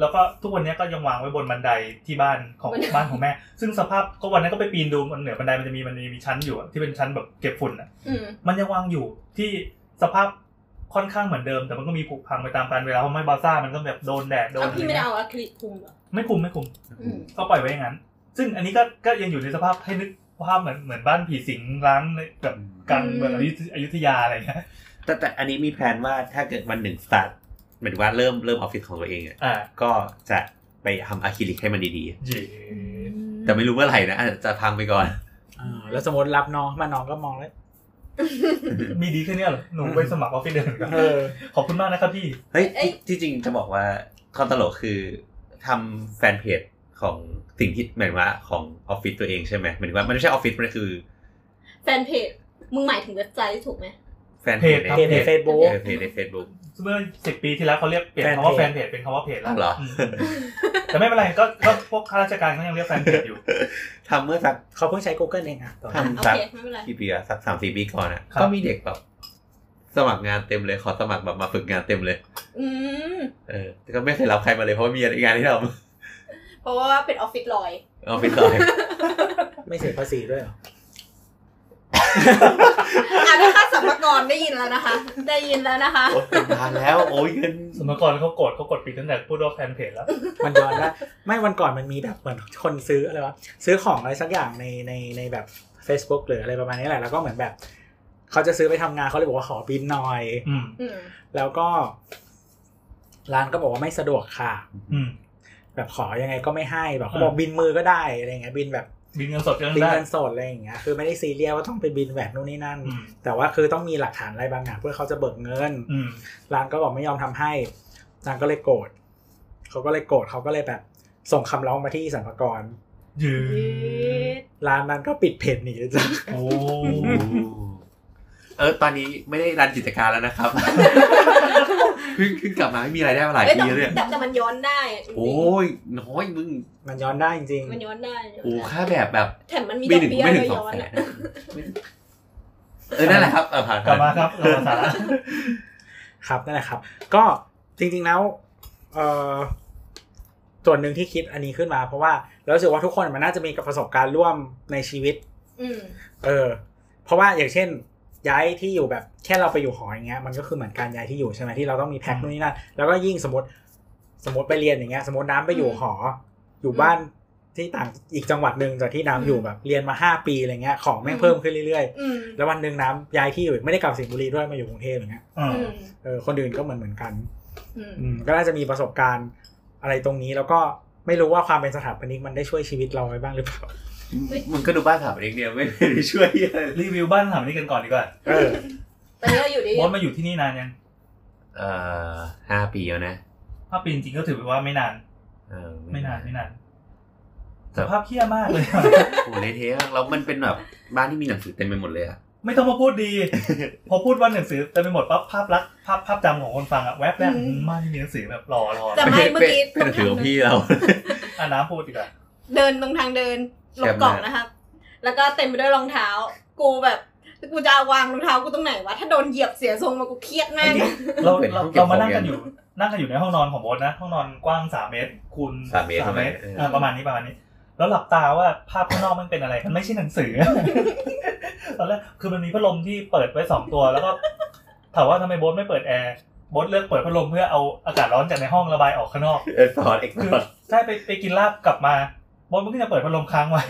Speaker 6: แล้วก็ทุกวันเนี้ยก็ยังวางไว้บนบันไดที่บ้านของ
Speaker 5: บันได
Speaker 6: บ้านของแม่ ซึ่งสภาพก็วันนั้นก็ไปปีนดูบนเหนือบันไดมันจะมีมันมีชั้นอยู่อะที่เป็นชั้นแบบเก็บฝุ่นอะ
Speaker 5: อืม
Speaker 6: มันยังวางอยู่ที่สภาพค่อนข้างเหมือนเดิม แต่มันก็มีผุพังไปตามกาลเวลาเพราะไม่บาซ่ามันก็แบบโดนแดดโดน
Speaker 5: เอา
Speaker 6: อะไร
Speaker 5: พี่ไม่ได้
Speaker 6: เงี้ย
Speaker 5: เอาอะคริลิกคุมเหรอ
Speaker 6: ไม่คุมไม่คุม
Speaker 5: อืม
Speaker 6: ก็ปล่อยไว้อย่างนั้น ซึ่งอันนี้ก็ก็ยังอยู่ในสภาพให้นึกภาพเหมือนเหมือนบ้านผีสิงร้างในแบบกัน
Speaker 5: อืม
Speaker 6: เมืองอยุธอยุธยาอะไรเงี้ย
Speaker 3: แต่แต่อันนี้มีแผนว่าถ้าเกิดวันหนึ่งสตาร์ทหมายถึงว่าเริ่มเริ่มออฟฟิศของตัวเองอะ
Speaker 6: อ่า
Speaker 3: ก็จะ ไปทำอะคริลิกให้มันดี
Speaker 6: เย่
Speaker 3: ๆ แต่ไม่รู้เมื่อไหร่นะอาจจะพังไปก่อน
Speaker 4: อ่าแล้วสมมติรับน้องมาน้องก็มองแล้ว
Speaker 6: มีดีแค่เนี้ยเหรอหนูไปสมัครออฟฟิศเดินกัน
Speaker 4: เออ
Speaker 6: ขอบคุณมากนะครับพี่
Speaker 3: เฮ้ย
Speaker 5: เอ้ย
Speaker 3: ที่จริงจะบอกว่าความตลกคือทำแฟนเพจของสิ่งที่หมายถึงว่าของออฟฟิศตัวเองใช่ไหมหมายถึงว่ามันไม่ใช่ออฟฟิศมันคือ
Speaker 5: แฟนเพจมึงหมายถึงเว็บไซต์ถูกไหม
Speaker 3: แฟนเพจ
Speaker 6: เพจครับ
Speaker 4: เพจในเฟซบุ๊ก
Speaker 3: เออเพจในเฟซบุ๊ก
Speaker 6: เมื่อสิบปีที่แล้วเขาเรียกเปลี่ยนคำว่าแฟ
Speaker 4: แฟ
Speaker 6: น
Speaker 4: น
Speaker 6: เพ
Speaker 4: เพ
Speaker 6: จ
Speaker 4: จ
Speaker 6: เป็นคำว่าเพจแล้
Speaker 3: อ้าว วเหรอ
Speaker 6: มแต่ไม่เป็นไรก็ก็พวกข้าราชการก็ยังเรียกแฟนเพจอยู่
Speaker 3: ทำเมื่อสัก
Speaker 4: เขาเพิ่งใช้ Google เองอ่ะตอนนั้น
Speaker 5: โอ
Speaker 3: ทำสัก
Speaker 5: เค ไม่เป็นไร
Speaker 3: กี่ปีอะสักสามสี่ปีก่อนอะ
Speaker 6: ครับ
Speaker 3: ก็มีเด็กแบบสมัครงานเต็มเลยขอสมัครแบบมาฝึกงานเต็มเลย
Speaker 5: อืม
Speaker 3: เออแต่ก็ไม่เคยรับใครมาเลยเพราะว่ามีงานที่ทำ
Speaker 5: เพราะว่าเป็นออฟฟิศลอย
Speaker 3: ออฟฟิศลอย
Speaker 4: ไม่เสียภาษีด้วยเหรอ
Speaker 5: อ่ะนะคะสัมภากรได้ยินแล้วนะคะ ได้ยินแล้วนะคะ
Speaker 3: โอ้ยเป็นทางแล้ว โอ้ยเงิน
Speaker 6: สมัยก่อนเขากดเขากดปิดตั้งแต่พูดว่าแฟนเพจแล้ว
Speaker 4: มันย้อนละไม่วันก่อนมันมีแบบเหมือนคนซื้ออะไรวะซื้อของอะไรสักอย่างในในในแบบ Facebook หรืออะไรประมาณนี้แหละแล้วก็เหมือนแบบเขาจะซื้อไปทำงานเขาเลยบอกว่าขอบินหน่อย
Speaker 6: อืม
Speaker 5: อืม
Speaker 4: แล้วก็ร้านก็บอกว่าไม่สะดวกค่ะ
Speaker 6: อืม
Speaker 4: แบบขอยังไงก็ไม่ให้แบบเขาบอกบินมือก็ได้อะไรเงี้ยบินแบบ
Speaker 6: บินเงินสดยัง
Speaker 4: บิน
Speaker 6: ได้
Speaker 4: เงินสดอะไรอย่างเงี้ยคือไม่ได้ซีเรียสว่าต้องไปบินแหวนนู่นนี่นั่น
Speaker 6: อืม
Speaker 4: แต่ว่าคือต้องมีหลักฐานอะไรบางอย่างเพื่อเขาจะเบิกเงิน
Speaker 6: อืม
Speaker 4: ร้านก็บอกไม่ยอมทำให้ร้านก็เลยโกรธเขาก็เลยโกรธเขาก็เลยแบบ ส่งคำร้องมาที่สรรพากร
Speaker 6: ยืด
Speaker 4: ร้านนั้นก็ปิดเพจหนี เลยจ้ะ
Speaker 6: โอ้
Speaker 3: เออ ตอนนี้ไม่ได้รันกิจการแล้ว นะครับ เพิ่งเพิ่งกลับมาไม่มีรายได้มาหลาย
Speaker 5: เอ้ย
Speaker 3: ปี
Speaker 5: แต่
Speaker 3: แล้วเนี่ย
Speaker 5: แต่แต่มันย้อนได้อ่ะจริงๆ
Speaker 3: โอ้ยน้อยมึง
Speaker 4: มันย้อนได้จริง
Speaker 5: มันย้อนได้
Speaker 3: โอ้ค่าแบบแบบ
Speaker 5: แถมมันมี
Speaker 3: ปี
Speaker 5: ดอ
Speaker 3: หนึ่
Speaker 5: ก
Speaker 3: ง
Speaker 5: เบี้ย
Speaker 3: ไม่ถึ
Speaker 5: ด้ว
Speaker 3: ง
Speaker 5: ย
Speaker 3: สอง
Speaker 5: ย้อน
Speaker 3: แสน
Speaker 5: อ่ะ
Speaker 3: เออ นั่นแหละ ครับ เออผ่าน
Speaker 6: กลับมาครับกลับมาสาระ
Speaker 4: ครับนั่นแหละครับ ก็จริง ๆแล้วเอ่อส่วนหนึ่งที่คิดอันนี้ขึ้นมา เพราะว่าเรารู้สึกว่าทุกคนมันน่าจะมีกับประสบการณ์ร่วมในชีวิต
Speaker 5: อืม
Speaker 4: เออ เพราะว่าอย่างเช่น ย้ายที่อยู่แบบแค่เราไปอยู่หออย่างเงี้ยมันก็คือเหมือนการย้ายที่อยู่ใช่ไหมที่เราต้องมีแพ็คนู่นนี่นั่นแล้วก็ยิ่งสมมติสมมติไปเรียนอย่างเงี้ย สมมติน้ำไปอยู่หอ อยู่บ้านที่ต่างอีกจังหวัดหนึ่งจากที่น้ำอยู่แบบเรียนมาห้าปีอะไรเงี้ยของแม่งเพิ่มขึ้นเรื่อยๆ
Speaker 5: อืม
Speaker 4: แล้ววันหนึ่งน้ำย้ายที่อยู่ไม่ได้กลับสิงห์บุรีด้วยมาอยู่กรุงเทพอย่างเงี้ย
Speaker 6: อืม
Speaker 5: อืม
Speaker 4: เออคนอื่นก็เหมือนเหมือนกัน
Speaker 5: อืม
Speaker 4: อืมก็น่าจะมีประสบการณ์อะไรตรงนี้แล้วก็ไม่รู้ว่าความเป็นสถาปนิกมันได้ช่วยชีวิตเราไว้บ้างหรือเปล่า
Speaker 3: มึงก็ดูบ้านสถามเองเนี่ยไม่ได้ช่วยอะไรเลย
Speaker 6: รีวิวบ้านถามนี้กันก่อนดีกว่า
Speaker 4: เออ
Speaker 5: ตอนนี้เราอยู่ที่
Speaker 6: โบอสมาอยู่ที่นี่นานยัง
Speaker 3: เออห้าปีแล้วนะ
Speaker 6: ถ้าปีจริงๆก็ถือว่าไม่นาน
Speaker 3: เออ
Speaker 6: ไม่นานไม่นาน
Speaker 3: แต่
Speaker 6: สภาพเพี้ยมากเลย
Speaker 3: โอ้เละเทะแล้วมันเป็นแบบบ้านที่มีหนังสือเต็มไปหมดเลยอะ
Speaker 6: ไม่ต้องมาพูดดี พอพูดว่าหนังสือเต็มไปหมดปั๊บภาพลักษณ์ภาพภาพจำของคนฟังอะแวบแรกอืมมาที่มีหนังสือแบบรอรอ
Speaker 5: แต่ไม่เมื่อกี้
Speaker 3: เป็นหนังสือของพี่เรา
Speaker 6: อ่ะน้ำพูดดีกว่า
Speaker 5: เดินตรงทางเดินหลบกล่องนะครับ แล้วก็เต็มไปด้วยรองเท้า กูแบบกูจะเอาวางรองเท้ากูตรงไหนวะถ้าโดนเหยียบเสียทรงมากูเครียดแน่
Speaker 6: เรา
Speaker 3: เป็น
Speaker 6: เรา
Speaker 3: ห้องเก็บ
Speaker 6: เรามานั่งกัน
Speaker 3: ของอ
Speaker 6: อ
Speaker 3: ยู่
Speaker 6: นั่งกันอยู่ในห้องนอนของโบสนะ ห้องนอนกว้างสามเมตรคูณ
Speaker 3: สามเมตร
Speaker 6: สามเมตร
Speaker 3: ใช่ไหม
Speaker 6: อ่ะประมาณนี้ประมาณนี้ แล้วหลับตาว่าภาพข้างนอกมันเป็นอะไร มันไม่ใช่หนังสือ ตอนแรกคือมันมีพัดลมที่เปิดไว้สองตัว แล้วก็ถามว่าทำไมโบสไม่เปิดแอร์โบสเลือกเปิดพัดลมเพื่อเอาอากาศร้อนจากในห้องระบายออกข้างนอก
Speaker 3: เออสอนเอก
Speaker 6: คือ
Speaker 3: สอน
Speaker 6: ใช่ไปไปกินลาบกลับมาบอสมันก็จะเปิดพัดลมค้างไว้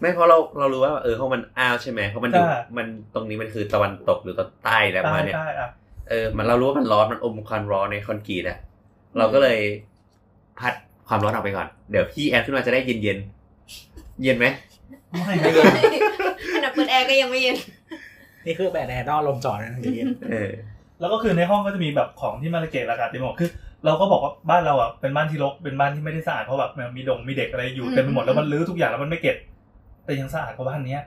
Speaker 3: ไม่เพราะเราเรารู้ว่าเออเขามันอ้าวใช่ไหมเพราะมันอยู่
Speaker 6: ใช่
Speaker 3: มันตรงนี้มันคือตะวันตกหรือตะวันใต้แล้ว
Speaker 6: ได้
Speaker 3: มาเนี่ย
Speaker 6: ได้อ่ะ
Speaker 3: เออมันเรารู้ว่ามันร้อนมันอมความร้อนในคอนกรีตอะเราก็เลยพัดความร้อนออกไปก่อนเดี๋ยวพี่แอร์ขึ้นมาจะได้เย็นเย็นๆเย็นไหม
Speaker 6: ไม่
Speaker 5: ไม่
Speaker 6: ไม่
Speaker 5: เย็นขนาดเปิดแอร์ก็ยังไม่เย็น
Speaker 4: นี่คือแบบแอร์นอกลมจอดนะอย่างเงี้ย
Speaker 3: เออ
Speaker 6: แล้วก็คือในห้องก็จะมีแบบของที่มาละเกะระกาเต็มไปหมดคือ เราก็บอกว่าบ้านเราอ่ะเป็นบ้านที่รกเป็นบ้านที่ไม่ได้สะอาดเพราะแบบมันมีดงมีเด็กอะไรอยู่เต็มไปหมดแล้วมันรื้อทุกอย่างแล้วมันไม่เก็บแต่ยังสะอาดกว่าบ้านเนี้ย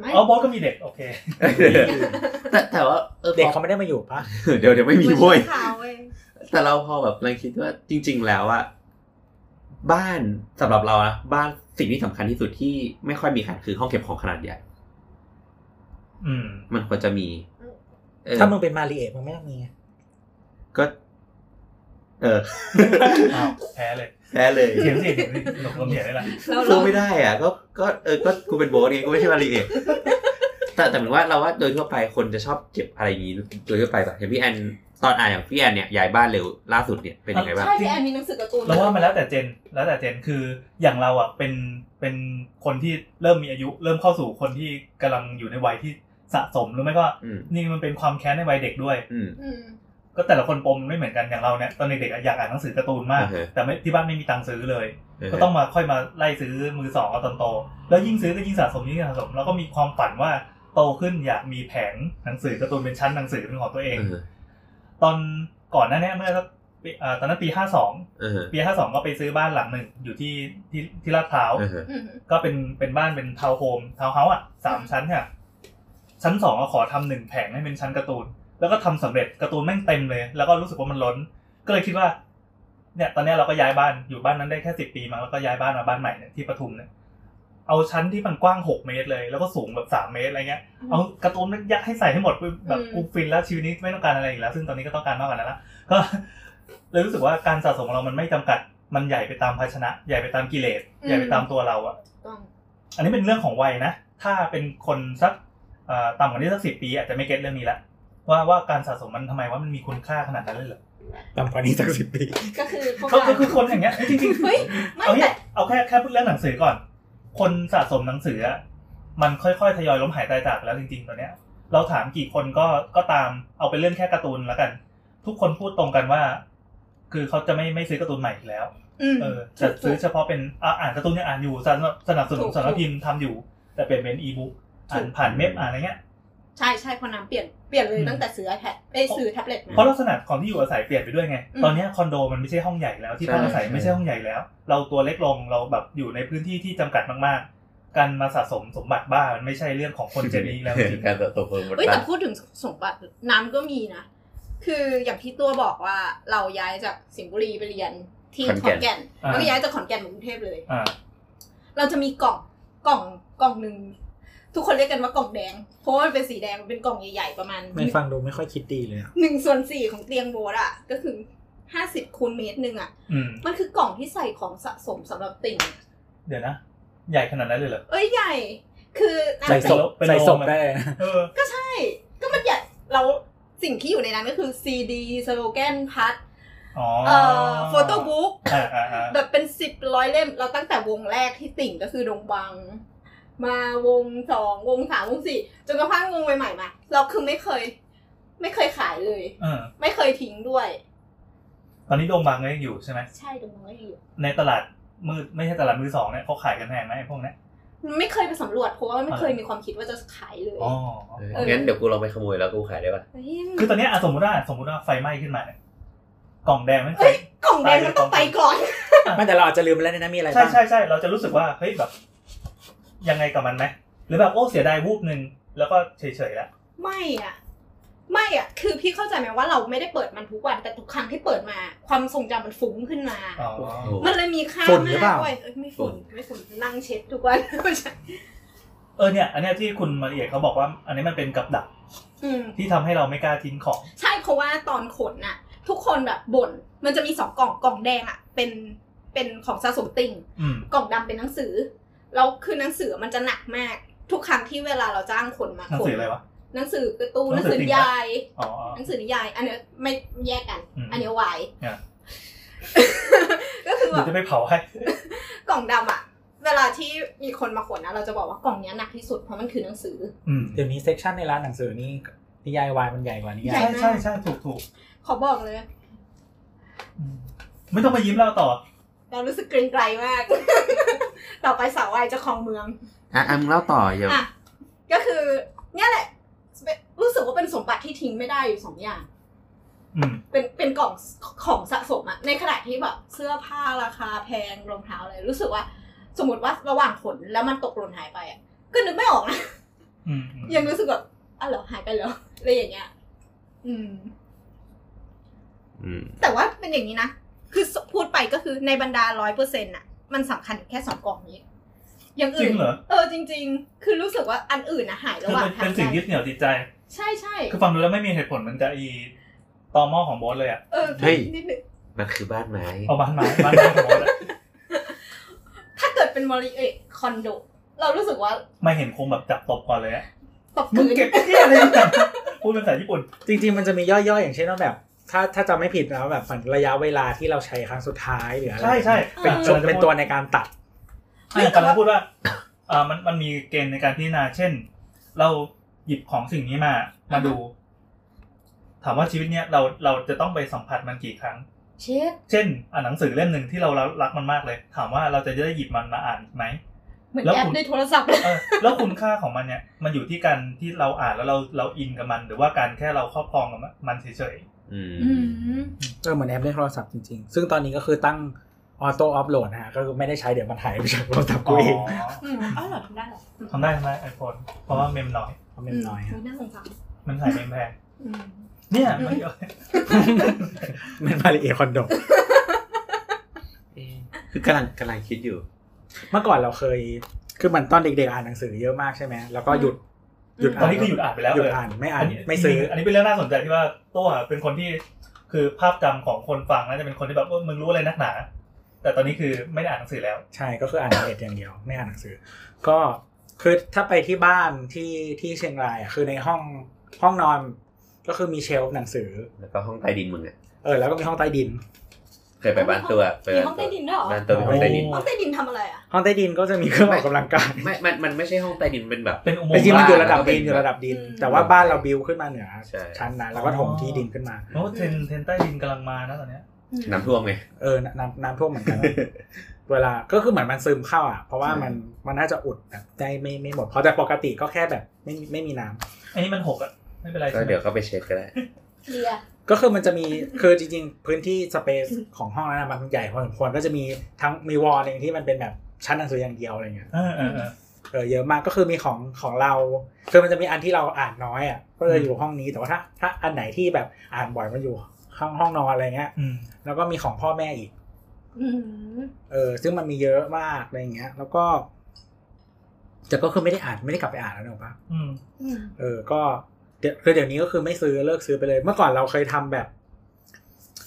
Speaker 5: ไม่
Speaker 6: อ๋อบอสก็มีเด็กโอเค
Speaker 3: แต่แต่ว่าเออพอ
Speaker 4: เด็กเขาไม่ได้มาอยู่ปะ
Speaker 3: เดี๋ยวเดี๋ยวไม่มี
Speaker 5: มัน
Speaker 3: โว้ย
Speaker 5: ชั่วคราวเว้ย
Speaker 3: แต่เราพอแบบเราคิดว่าจริง ๆ แล้วอะบ้านสำหรับเรานะบ้านสิ่งที่สำคัญที่สุดที่ไม่ค่อยมีขายคือห้องเก็บของขนาดใหญ่
Speaker 6: อืม
Speaker 3: มันควรจะมีเออ
Speaker 4: ถ้ามึงเป็นมารีเอะมึงไม่ต้องมีไง
Speaker 3: ก็ เออ
Speaker 6: อ้าวแพ้เลย
Speaker 3: แพ้เลย
Speaker 6: เถียงสิเถียงสิหลบลมเถียงได้ละ
Speaker 5: แล้วเรา
Speaker 3: สู้ไม่ได้อ่ะ ก็ก็เออก็กูเป็นโบสไงกูไม่ใช่มารีเอกแต่แต่เหมือนว่าเราว่าโดยทั่วไปคนจะชอบเก็บอะไรอย่างนี้โดยทั่วไปแบบเห็นพี่แอนตอนอ่านอย่างพี่แอนเนี่ยย้ายบ้านเร็วล่าสุดเนี่ยเป็นยังไงบ้าง
Speaker 5: ใช่พี่แอนมีหนังสือการ์ตูน
Speaker 6: เราว่ามันแล้วแต่เจนแล้วแต่เจนคืออย่างเราอ่ะเป็นเป็นคนที่เริ่มมีอายุ เริ่มเข้าสู่คนที่กำลังอยู่ในวัยที่สะสมหรือไม่ก็
Speaker 3: อืม
Speaker 6: นี่มันเป็นความแค้นในวัยเด็กด้วย
Speaker 3: อืม
Speaker 5: อืม
Speaker 6: ก็แต่ละคนปมไม่เหมือนกันอย่างเราเนี่ยตอนเด็กๆอะอยากอ่านหนังสือการ์ตูนมาก
Speaker 3: อือฮะ
Speaker 6: แต่ไม่ที่บ้านไม่มีตังค์ซื้อเลย
Speaker 3: เออ
Speaker 6: ก็ต้องมาค่อยมาไล่ซื้อมือสองเอาตอนโต แล้วยิ่งซื้อก็ยิ่งสะสมยิ่งสะสม แล้วก็มีความฝันว่าโตขึ้นอยากมีแผงหนังสือการ์ตูนเป็นชั้นหนังสือเป็นของตัวเอง
Speaker 3: เออ
Speaker 6: ตอนก่อนหน้าเนี้เมื่อสักปีอ่าตอนนั้นปีห้าสอง
Speaker 3: เออ
Speaker 6: ปีห้าสองก็ไปซื้อบ้านหลังหนึ่งอยู่ที่ที่ที่ลาดพร้าว
Speaker 3: เออ
Speaker 5: อืม
Speaker 6: ก็เป็นเป็นบ้านเป็นทาวน์โฮมทาวน์เฮาส์อ่ะสามชั้นเนี่ยชั้นสองก็ขอทำหนึ่งแผงให้เป็นชั้นการ์ตูน แล้วก็ทำสำเร็จการ์ตูนแม่งเต็มเลย แล้วก็รู้สึกว่ามันล้น ก็เลยคิดว่า เนี่ย ตอนเนี้ยเราก็ย้ายบ้านอยู่บ้านนั้นได้แค่สิบปีมั้งแล้วก็ย้ายบ้านมาบ้านใหม่เนี่ยที่ปทุมเนี่ยเอาชั้นที่มันกว้างหกเมตรเลย แล้วก็สูงแบบสามเมตรอะไรเงี้ย เอาการ์ตูนมันยัดให้ใส่ให้หมดไปแบบกูฟินแล้วชีวิตนี้ไม่ต้องการอะไรอีกแล้ว ซึ่งตอนนี้ก็ต้องการมากกว่านั้นละ ก็ เลยรู้สึกว่าการสะสมของเรามันไม่จำกัด มันใหญ่ไปตามภาชนะ ใหญ่ไปตามกิเลสใหญ่ไปตามตัวเราอะ
Speaker 5: ต้อง
Speaker 6: อันนี้เป็นเรื่องของวัยนะ ถ้าเป็นคนสักเอ่อต่ำกว่านี้สักสิปี อาจจะไม่เก็ตเรื่องนี้ละว่าว่าการสะสมมันทำไมว่ามันมีคุณค่าขนาดนั้นเลยเหรอ
Speaker 4: ต่ำกว่านี้สักสิบปี
Speaker 5: ก็คือพวก
Speaker 6: ก็
Speaker 5: เรา
Speaker 6: ก็คือคนอย่างเงี้ยจริง
Speaker 5: เฮ้ย
Speaker 6: ๆ
Speaker 5: ไม่
Speaker 6: เอา
Speaker 5: แต่
Speaker 6: เนี่ยเอาแค่แค่พูดเรื่องหนังสือก่อน คนสะสมหนังสืออะมันค่อยๆทยอยล้มหายตายจากแล้วจริงๆตอนเนี้ย เราถามกี่คนก็ก็ตามเอาเป็นเรื่องแค่การ์ตูนแล้วกัน ทุกคนพูดตรงกันว่า คือเขาจะไม่ไม่ซื้อการ์ตูนใหม่อีกแล้ว
Speaker 5: อืม
Speaker 6: เออจะซื้อเฉพาะเป็นอ่ะอ่านการ์ตูนยังอ่านอยู่สนับสนับสนุ
Speaker 5: ถู
Speaker 6: น
Speaker 5: ก
Speaker 6: สำนักพิมพ์ทำอยู่ แต่เปลี่ยนเป็นอีบุ๊กอ่าน
Speaker 5: ถูก
Speaker 6: ผ่านเว็บอ่านอะไรเงี้ย
Speaker 5: ใช่ใช่คนน้ำเปลี่ยนเปลี่ยนเลย
Speaker 6: อืม
Speaker 5: ตั้งแต่ซื้อ iPad เอ้ยซื้อแท็บเล็ตมา
Speaker 6: เพราะลักษณะของที่อยู่อาศัยเปลี่ยนไปด้วยไง
Speaker 5: อืม
Speaker 6: ตอนเนี้ยคอนโดมันไม่ใช่ห้องใหญ่แล้วที่
Speaker 3: ใช่
Speaker 6: พักอาศัย
Speaker 3: ใช่
Speaker 6: ไม่ใช่ห้องใหญ่แล้ว เราตัวเล็กลงเราแบบอยู่ในพื้นที่ที่จำกัดมากๆ การมาสะสมสมบัติบ้ามันไม่ใช่เรื่องของคนเจนนี้แล้วจริง
Speaker 3: การตกลงบน
Speaker 5: เฮ้ย
Speaker 3: บ้า
Speaker 5: แต่
Speaker 3: น
Speaker 5: พูดถึงสมบัติน้ำก็มีนะ คืออย่างที่ตัวบอกว่าเราย้ายจากสิงห์บุรีไปเรียนที่ขอนแก่นแล้วก็ย้ายจากขอนแก่นมากรุงเทพเลย
Speaker 6: อ่า
Speaker 5: เราจะมีกล่องกล่องกล่องหนึ่งทุกคนเรียกกันว่ากล่องแดง เพราะว่ามันเป็นสีแดงมันเป็นกล่องใหญ่ๆประมาณ
Speaker 4: ไม่ฟังดูไม่ค่อยคิดดีเลยอะ
Speaker 5: หนึ่งส่วนสี่ของเตียงโบสอ่ะ ก็คือห้าสิบคูณเมตรหนึ่งอ่ะ
Speaker 6: อืม
Speaker 5: มันคือกล่องที่ใส่ของสะสมสำหรับติ่ง
Speaker 6: เดี๋ยวนะ ใหญ่ขนาดนั้นเลยเหรอ
Speaker 5: เอ้ยใหญ่ คือน้ำ
Speaker 4: ใส่ศพ
Speaker 6: เป็นโล
Speaker 4: ใส่ศพ
Speaker 6: เป็นโล
Speaker 4: ได้เลยนะ
Speaker 6: เออ
Speaker 5: ก็ใช่ ก็มันใหญ่เราสิ่งที่อยู่ในนั้นก็คือซีดีสโลแกนพัด
Speaker 6: อ๋อ
Speaker 5: เอ่อโฟโต้บุ๊ก
Speaker 6: อ่าอ่าอ่า
Speaker 5: แบบเป็นสิบร้อยเล่ม เราตั้งแต่วงแรกที่ติ่งก็คือดงบัง มาวงสองวงสามวงสี่จนกระทั่งวงใหม่ๆมา เราคือไม่เคย ไม่เคยขายเลย
Speaker 6: เออ
Speaker 5: ไม่เคยทิ้งด้วย
Speaker 6: ตอนนี้โด่งบังก็ยังอยู่ใช่ไหม
Speaker 5: ใช่ดงบังก็ยังอยู่
Speaker 6: ในตลาดมืดไม่ใช่ตลาดมือสองเนี่ยเขาขายกันแพงไหมไอ้พวกเนี้ย
Speaker 5: ไม่เคยไปสำรวจเพราะว่าไม่เคยมีความคิดว่าจะขายเลย
Speaker 6: อ๋อ
Speaker 3: เอองั้นเดี๋ยวกูลองไปขโมยแล้วกูขายได้ป่ะ
Speaker 5: เฮ้ยมั
Speaker 6: คือน ตอนเนี้ยอ่ะสมมติว่าสมมติว่าไฟไหม้ขึ้นมาเนี่ยกล่องแดงไม่ไฟ
Speaker 5: กล่องแดงมันต้องไปก่อน
Speaker 4: ไม่แต่เราอาจจะลืมไปแล้วเนี่ยนะมีอะไร
Speaker 6: ใช่
Speaker 4: บ้าง
Speaker 6: ใช่ใช่เราจะรู้สึกว่าเฮ้ยแบบ ยังไงกับมันไหมหรือแบบโอ้เสียดายวูบหนึ่งแล้วก็เฉยๆละ
Speaker 5: ไม่อะไม่อะคือพี่เข้าใจไหมว่าเราไม่ได้เปิดมันทุกวันแต่ทุกครั้งที่เปิดมา ความทรงจำมันฟุ้งขึ้นมา
Speaker 6: อ๋อ
Speaker 5: มันเลยมีค่า
Speaker 4: ฝุ่นหรือเปล่า
Speaker 5: มกว้ยอ้ยไม่ฝุ่นไม่ฝุ่นนั่งเช็ดทุกวัน ไม่ใช่
Speaker 6: เออเนี่ยอันเนี้ยที่คุณมาเอียดเขาบอกว่า อันนี้มันเป็นกับดัก
Speaker 5: อืม
Speaker 6: ที่ทำให้เราไม่กล้าทิ้งของ
Speaker 5: ใช่เพราะว่าตอนขนน่ะ ทุกคนแบบบ่นมันจะมีสองกล่องกล่องแดงอะเป็นเป็นของสะสมติ่ง
Speaker 6: อืม
Speaker 5: กล่องดำเป็นหนังสือแล้วคือหนังสือมันจะหนักมาก ทุกครั้งที่เวลาเราจ้างคนมา
Speaker 6: หนัง
Speaker 5: ขน
Speaker 6: สืออะไรวะ
Speaker 5: หนังสือการ์ตูน
Speaker 6: ห
Speaker 5: ห
Speaker 6: นั
Speaker 5: นั
Speaker 6: ง
Speaker 5: งสื
Speaker 6: สือ
Speaker 5: อนิ
Speaker 6: ติ่งปะ
Speaker 5: ยาย
Speaker 6: อ๋ออ๋อ
Speaker 5: หนังสือนิยาย อันเนี้ยไม่แยกกัน
Speaker 6: อืม
Speaker 5: อันเนี้ยวาย
Speaker 6: อ่ะ
Speaker 5: ก็คือแบบ
Speaker 6: เดี๋ยวจะไปเผาให้
Speaker 5: กล่องดำอ่ะ เวลาที่มีคนมาขนนะเราจะบอกว่ากล่องเนี้ยหนักที่สุดเพราะมันคือหนังสือ
Speaker 6: อืม
Speaker 4: เดี๋ยวนี้เซกชันในร้านหนังสือนี่นิยายวายมันใหญ่กว่านิยา
Speaker 5: ญ่
Speaker 6: ใช่
Speaker 4: ย
Speaker 5: มาก
Speaker 6: ใช่ใช่ถูกถูก
Speaker 5: ขอบอกเลย
Speaker 6: อืมไม่ต้องมายิ้มเราต่อ
Speaker 5: เรารู้สึกเกรงไกรมาก ต่อไปสาววายจะครองเมือง
Speaker 3: อ่ะอ่ะมึงเล่าต่ออย่า
Speaker 5: อ่ะ ก็คือ เนี่ยแหละ รู้สึกว่าเป็นสมบัติที่ทิ้งไม่ได้อยู่สองอย่าง
Speaker 6: อืม
Speaker 5: เป็นเป็นกล่องของสะสมอะในขณะที่แบบเสื้อผ้าราคาแพงรองเท้าอะไรรู้สึกว่า สมมติว่าระหว่างขนแล้วมันตกหล่นหายไปอะก็นึกไม่ออกนะ
Speaker 6: อืมอืม
Speaker 5: ยังรู้สึกแบบอ้าวเหรอหายไปเหรออะไรอย่างเงี้ย อืม
Speaker 3: อืม
Speaker 5: แต่ว่าเป็นอย่างนี้นะ คือพูดไปก็คือในบรรดาร้อยเปอร์เซ็นต์อะมันสำคัญอยู่แค่สองกล่องนี้ อย่าง
Speaker 6: จริ
Speaker 5: อื่
Speaker 6: ง
Speaker 5: น
Speaker 6: เหรอ
Speaker 5: เออจริง ๆ คือรู้สึกว่าอันอื่นอะหาย
Speaker 6: คื
Speaker 5: ระ
Speaker 6: อ
Speaker 5: หว่าง
Speaker 6: มัน
Speaker 5: ทา
Speaker 6: เป็น
Speaker 5: ง
Speaker 6: สิ่ง
Speaker 5: ไป
Speaker 6: ยึดเหนี่ยวจิตใจ
Speaker 5: ใช่ใช่
Speaker 6: คือฟังดูแล้วไม่มีเหตุผลเหมันจะอีตอหม้อของโบสเลยอ่ะ
Speaker 5: เออนิดนึง
Speaker 3: มันคือบ้านไม้
Speaker 6: เอาบ้านไม้บ้านไม้ของโบสอะ
Speaker 5: ถ้าเกิดเป็นมอริเอะคอนโด เรารู้สึกว่า
Speaker 6: ไม่เห็นคงแบบจับตบก่อนเลยอะ
Speaker 5: ตบ
Speaker 6: มึง
Speaker 5: พื้น
Speaker 6: เก็บเที่ยอะไรเนี่ยพูดเป็นภาษาญี่ปุ่น
Speaker 4: จริง ๆ มันจะมีย่อยๆ อย่างเช่นว่าแบบ ถ้าถ้าจำไม่ผิดนะแบบเหมือนระยะเวลาที่เราใช้ครั้งสุดท้ายหรืออะไร
Speaker 6: ใช่ใช่
Speaker 4: เป็น
Speaker 5: เออ
Speaker 4: จุดเป็นตัวในการตัด
Speaker 6: ไม่กำลังพูดว่าเอ่อมันมันมีเกณฑ์ในการพิจารณา เช่น เราหยิบของสิ่งนี้มา มาดู ท ถามว่าชีวิตเนี้ยเราเราจะต้องไปสัมผัสมันกี่ครั้ง
Speaker 1: เช็ด
Speaker 6: เช่นอ่านหนังสือเล่มหนึ่งที่เรารักมันมากเลย ถามว่าเราจะได้หยิบมันมาอ่านไหม
Speaker 5: เหมือน
Speaker 6: แล้ว
Speaker 5: แอป
Speaker 6: คุณ
Speaker 5: ในโทรศัพท์เลย
Speaker 6: เออแล้วคุณค่าของมันเนี่ยมันอยู่ที่การที่เราอ่านแล้วเราเราอินกับมัน หรือว่าการแค่เราครอบครองกับมันเฉย
Speaker 3: อืม
Speaker 5: อืม
Speaker 4: ก็เหมือนแอปเล่นโทรศัพท์จริงๆ ซึ่งตอนนี้ก็คือตั้งออโต้ออฟโหลดนะฮะก็คือไม่ได้ใช้เดี๋ยวมันหายไปจากโทรศัพท์
Speaker 6: ๆ
Speaker 4: กูเอง
Speaker 5: อืมเอ้าเหรอทำได้เหรอ
Speaker 6: ทำได้ทำได้ไอโฟนเพราะว่าเมมน้อย
Speaker 4: คอมเมนต์น้อยฮะ
Speaker 5: น่าสงสาร
Speaker 6: มันขายเมมแพง
Speaker 5: อืม
Speaker 6: เนี่ยมันเยอะ
Speaker 4: เป็นมาริเอคอนโด
Speaker 3: เอ๊ะคือกำลังกำลังคิดอยู่
Speaker 4: เมื่อก่อนเราเคย คือเหมือนตอนเด็กๆอ่านหนังสือเยอะมากใช่ไหมแล้วก็หยุด
Speaker 5: อืม
Speaker 4: หยุด
Speaker 6: ตอน
Speaker 4: น
Speaker 6: นี้คือหยุดอ่านไปแล้ว
Speaker 4: หยุด
Speaker 6: เออ
Speaker 4: อ่านไม่อ่าน
Speaker 6: นี้
Speaker 4: ไม่ซื้อ
Speaker 6: นนี้เป็นเรื่องน่าสนใจที่ว่าโต้อะเป็นคนที่คือภาพจำของคนฟังน่าจะเป็นคนที่แบบว่ามึงรู้อะไรนักหนา แต่ตอนนี้คือไม่ได้อ่านหนังสือแล้ว
Speaker 4: ใช่ก็คืออ่านเน็ตอย่างเดียวไม่อ่านหนังสือ ก็คือถ้าไปที่บ้านที่ที่เชียงรายอ่ะคือในห้องห้องนอนก็คือมีเชลฟ์หนังสือ
Speaker 3: แล้วก็ห้องใต้ดินมึงอ่ะ
Speaker 4: เออแล้วก็มีห้องใต้ดิน
Speaker 3: เคยไปบ้านตัวไป
Speaker 5: มี
Speaker 3: บ้าน
Speaker 5: ห้อง
Speaker 3: ตั
Speaker 5: ใต้
Speaker 3: ว
Speaker 5: ดินด้วยเหรอ
Speaker 3: บ้านตัวมีห้องใต้ดิน
Speaker 6: โ
Speaker 5: ห้องใต้ดินทำอะไรอ่ะ
Speaker 4: ห้องใต้ดินก็จะมีเครื่องออกกำลังกาย
Speaker 3: ไม่ มัน มันไม่ใช่ห้องใต้ดินเป็นแบบ
Speaker 6: เป็นอุโมง
Speaker 4: แต่
Speaker 6: ค์
Speaker 4: จริงมันอยู่
Speaker 6: บ้า
Speaker 4: ระดับ
Speaker 3: แล้วก็เป็
Speaker 4: ดิ
Speaker 3: น
Speaker 4: นอยู่ระดับดิน
Speaker 5: อืม
Speaker 4: แต่ว่าบ้านเราบิวขึ้นมาเหนือ
Speaker 3: ใช่
Speaker 4: ชั้นนั้นแล้วก็ถมที่ดินขึ้นมา
Speaker 6: โอ้เทรนเทรนใต้ดินกำลังมานะตอนเนี้ย
Speaker 5: อืม
Speaker 3: น้ำท่วมไง
Speaker 4: เออน้ำน้ำท่วมเหมือนกัน เวลาก็คือเหมือนมันซึมเข้าอ่ะ เพราะว่า
Speaker 3: ใช่
Speaker 4: มันมันน่าจะอุดแบบได้ไม่ไม่หมด เพราะแต่ปกติก็แค่แบบไม่ไม่มีน้ำ
Speaker 6: อันนี้มันหกอ่ะ ไม่เป็นไร
Speaker 3: ก็
Speaker 6: ใช่ไหม
Speaker 3: เดี๋ยวก็ไปเช็คก็ได้
Speaker 5: เดีย
Speaker 4: ก็คือมันจะมี คือจริงๆ พื้นที่สเปซของห้องนั้นนะมันใหญ่พอสมควรก็จะมีทั้งมีวอลหนึ่งที่มันเป็นแบบชั้นหนังสืออย่างเดียวอะไรเงี้ย
Speaker 6: เออเออเออ
Speaker 4: เออเยอะมากก็คือมีของของเรา คือมันจะมีอันที่เราอ่านน้อยอ่ะก็จะอยู่ห้องนี้แต่ว่าถ้าถ้าอันไหนที่แบบอ่านบ่อยมันอยู่ห้องห้องนอนอะไรเงี้ย
Speaker 6: อืม
Speaker 4: แล้วก็มีของพ่อแม่อีก
Speaker 5: อืม
Speaker 4: เออซึ่งมันมีเยอะมากอะไรเงี้ย แล้วก็แต่ก็คือไม่ได้อ่านไม่ได้กลับไปอ่านแล้วเนอะปะ
Speaker 6: อืม
Speaker 5: อืม
Speaker 4: เออ ก็เดี๋ยวคือเดี๋ยวนี้ก็คือไม่ซื้อเลิกซื้อไปเลย เมื่อก่อนเราเคยทำแบบ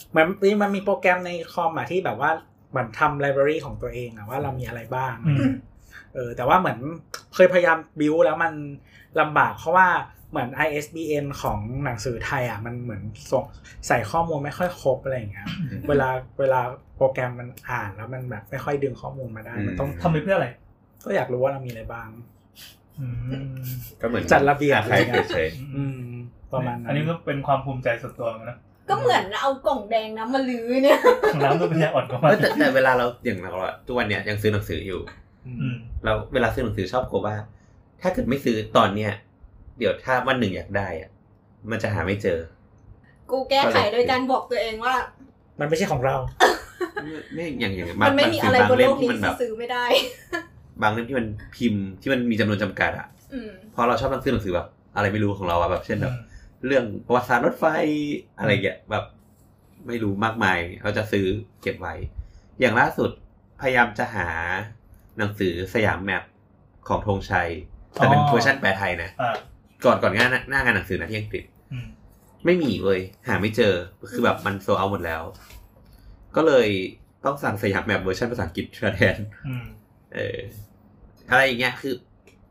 Speaker 4: เหมือนมันมีโปรแกรมในคอมอะที่แบบว่าเหมือนทำไลบรารีของตัวเองอะว่าเรามีอะไรบ้าง
Speaker 6: อืม
Speaker 4: เออ แต่ว่าเหมือนเคยพยายามบิวแล้วมันลำบากเพราะว่าเหมือน ISBN ของหนังสือไทยอะมันเหมือนส่งใส่ข้อมูลไม่ค่อยครบอะไรอย่างเงี้ย เวลาเวลาโปรแกรมมันอ่านแล้วมันแบบไม่ค่อยดึงข้อมูลมาได้ มันต้อง
Speaker 6: ทำไปเพื่ออะไร
Speaker 4: ก็อยากรู้ว่าเรามีอะไรบ้าง
Speaker 6: อืม
Speaker 3: ก็เหมือน
Speaker 4: จัดระเบียบ
Speaker 3: อาใครเฉย
Speaker 4: อืม ประมาณ
Speaker 6: อันนี้ก็เป็นความภูมิใจส่วนตัวเหมือนกันนะ
Speaker 5: ก็เหมือนเอากล่องแดงน้ำมาลื้อเนี่ย
Speaker 6: ของน้ำด้วยปัญญาอ่อนกว่า
Speaker 3: ๆ
Speaker 6: มัน
Speaker 3: เออแต่แต่เวลาเราอย่างเราอะทุกวันเนี้ยยังซื้อหนังสืออยู่
Speaker 4: อื
Speaker 6: อื
Speaker 4: ม
Speaker 6: ม
Speaker 3: เราเวลาซื้อหนังสือชอบกลัวว่า ถ้าเกิดไม่ซื้อตอนเนี้ย เดี๋ยวถ้าวันหนึ่งอยากได้อะมันจะหาไม่เจอ
Speaker 5: กูแก้ไขโดยการบอกตัวเองว่า
Speaker 4: มันไม่ใช่ของเรา
Speaker 3: ไม่อย่างอย่าง
Speaker 5: มันไม่มีอะไรบนโลกนี้
Speaker 3: มัแบ
Speaker 5: ที่
Speaker 3: บ
Speaker 5: ซื้อไม่ได้
Speaker 3: บางเล่มที่มันพิมพ์ที่มันมีจำนวนจำกัดอะ
Speaker 5: อืม
Speaker 3: เพราะเราชอบซื้อหนังสือแบบอะไรไม่รู้ของเราอะแบบ เช่นแบบ เรื่องประวัติศาสตร์รถไฟอะไรเงี้ยแบบ ไม่รู้มากมายเราจะซื้อเก็บไว้ อย่างล่าสุดพยายามจะหาหนังสือสยามแมปของธงชัย แต่เป็นเวอร์ชันแปลไทยนะ
Speaker 6: อ่า
Speaker 3: ก่อนก่อนงานหน้างานหนังสือนะที่อังกฤษ
Speaker 6: อืม
Speaker 3: ไม่มีเว้ยหาไม่เจอคือแบบมันโซเอาหมดแล้ว ก็เลยต้องสั่งสยามแมปเวอร์ชันภาษาอังกฤษแทน
Speaker 6: อืม
Speaker 3: เออ อะไรอย่างเงี้ยคือ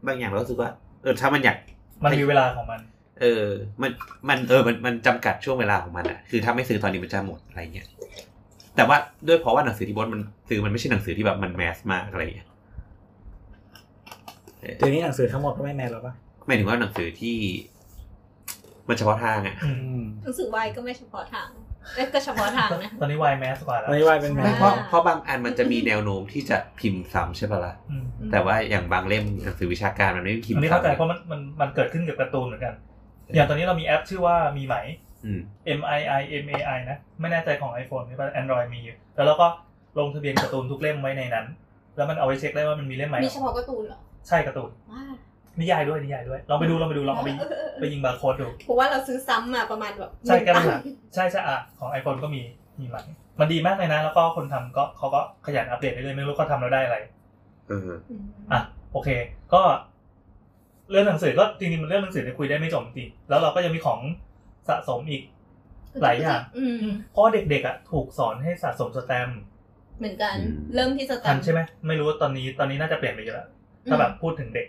Speaker 3: บางอย่างเรารู้สึกว่า เออถ้ามันอยาก
Speaker 6: มันมีเวลาของมัน
Speaker 3: เออ มัน มัน เออ มัน มันจำกัดช่วงเวลาของมันอะคือถ้าไม่ซื้อตอนนี้มันจะหมดอะไรเงี้ย แต่ว่าด้วยเพราะว่าหนังสือที่บอสมันซื้อมันไม่ใช่หนังสือที่แบบมันแมสมากอะไรเงี้ยเออ
Speaker 4: เดี๋ยวนี้หนังสือทั้งหมดก็ไม่แมนแล้วปะ
Speaker 3: หมายถึงว่าหนังสือที่ มันเฉพาะทางอะ
Speaker 6: อืม
Speaker 5: รู้สึกวายก็ไม่เฉพาะทางเอ้ยก็เฉพาะทางนะ
Speaker 6: ตอนนี้วายแมสกว่าแล้ว
Speaker 4: ไม่ว่าเป็นแม
Speaker 3: ไม่
Speaker 4: น
Speaker 3: เพราะ เพราะบางอันมันจะมีแนวโน้มที่จะพิมพ์ซ้ำใช่ปะล่ะ
Speaker 6: อืม
Speaker 3: แต่ว่าอย่างบางเล่มหนังสือวิชาการมันไม่พิม
Speaker 6: อัน
Speaker 3: พ์
Speaker 6: นี้เข้าใจเพ
Speaker 3: ซ้ำ
Speaker 6: ราะมันมันมันเกิดขึ้นกับการ์ตูนเหมือนกัน อย่างตอนนี้เรามีแอปชื่อว่ามีไหม
Speaker 3: อืม
Speaker 6: M I I M A I นะ ไม่แน่ใจของ iPhone หรือเปล่า Android มีอยู่แล้วเราก็ลงทะเบียนการ์ตูนทุกเล่มไว้ในนั้น แล้วมันเอาไว้เช็คได้ว่ามันมีเล่มไหม
Speaker 5: มีเฉพาะการ์ตูนเหรอ
Speaker 6: ใช่การ์ตูน
Speaker 5: ว้า
Speaker 6: นิยายด้วยนิยายด้วยลองไปดู ลองไปดูลองเอาไปไปยิงบาร์โค้ดดู
Speaker 5: เพราะว่าเราซื้อซ้ำมาประมาณแบบ
Speaker 6: ใช่กัน
Speaker 5: หนึ่ง
Speaker 6: หลังใช่ใช่อ่ะของ iPhone ก็มีมีไหมมันดีมากเลยนะ แล้วก็คนทำก็เขาก็ขยันอัปเดตเรื่อยๆไม่รู้เขาทำแล้วได้อะไร
Speaker 3: เออ
Speaker 5: อืม
Speaker 6: อ่ะโอเค ก็เรื่องหนังสือก็จริงๆมันเรื่องหนังสือเนี่ยคุยได้ไม่จบจริงแล้วเราก็ยังมีของสะสมอีกหลายอย่าง
Speaker 5: อืม
Speaker 6: เพราะเด็กๆอ่ะถูกสอนให้สะสมสแตมป์
Speaker 5: เหมือนกัน
Speaker 3: อืม
Speaker 5: เริ่มที่สแต
Speaker 6: ทัน
Speaker 5: มป์
Speaker 6: ใช่ไหมไม่รู้ว่าตอนนี้ตอนนี้น่าจะเปลี่ยนไปเยอะแล้วถ้าแบบพูดถึงเด็ก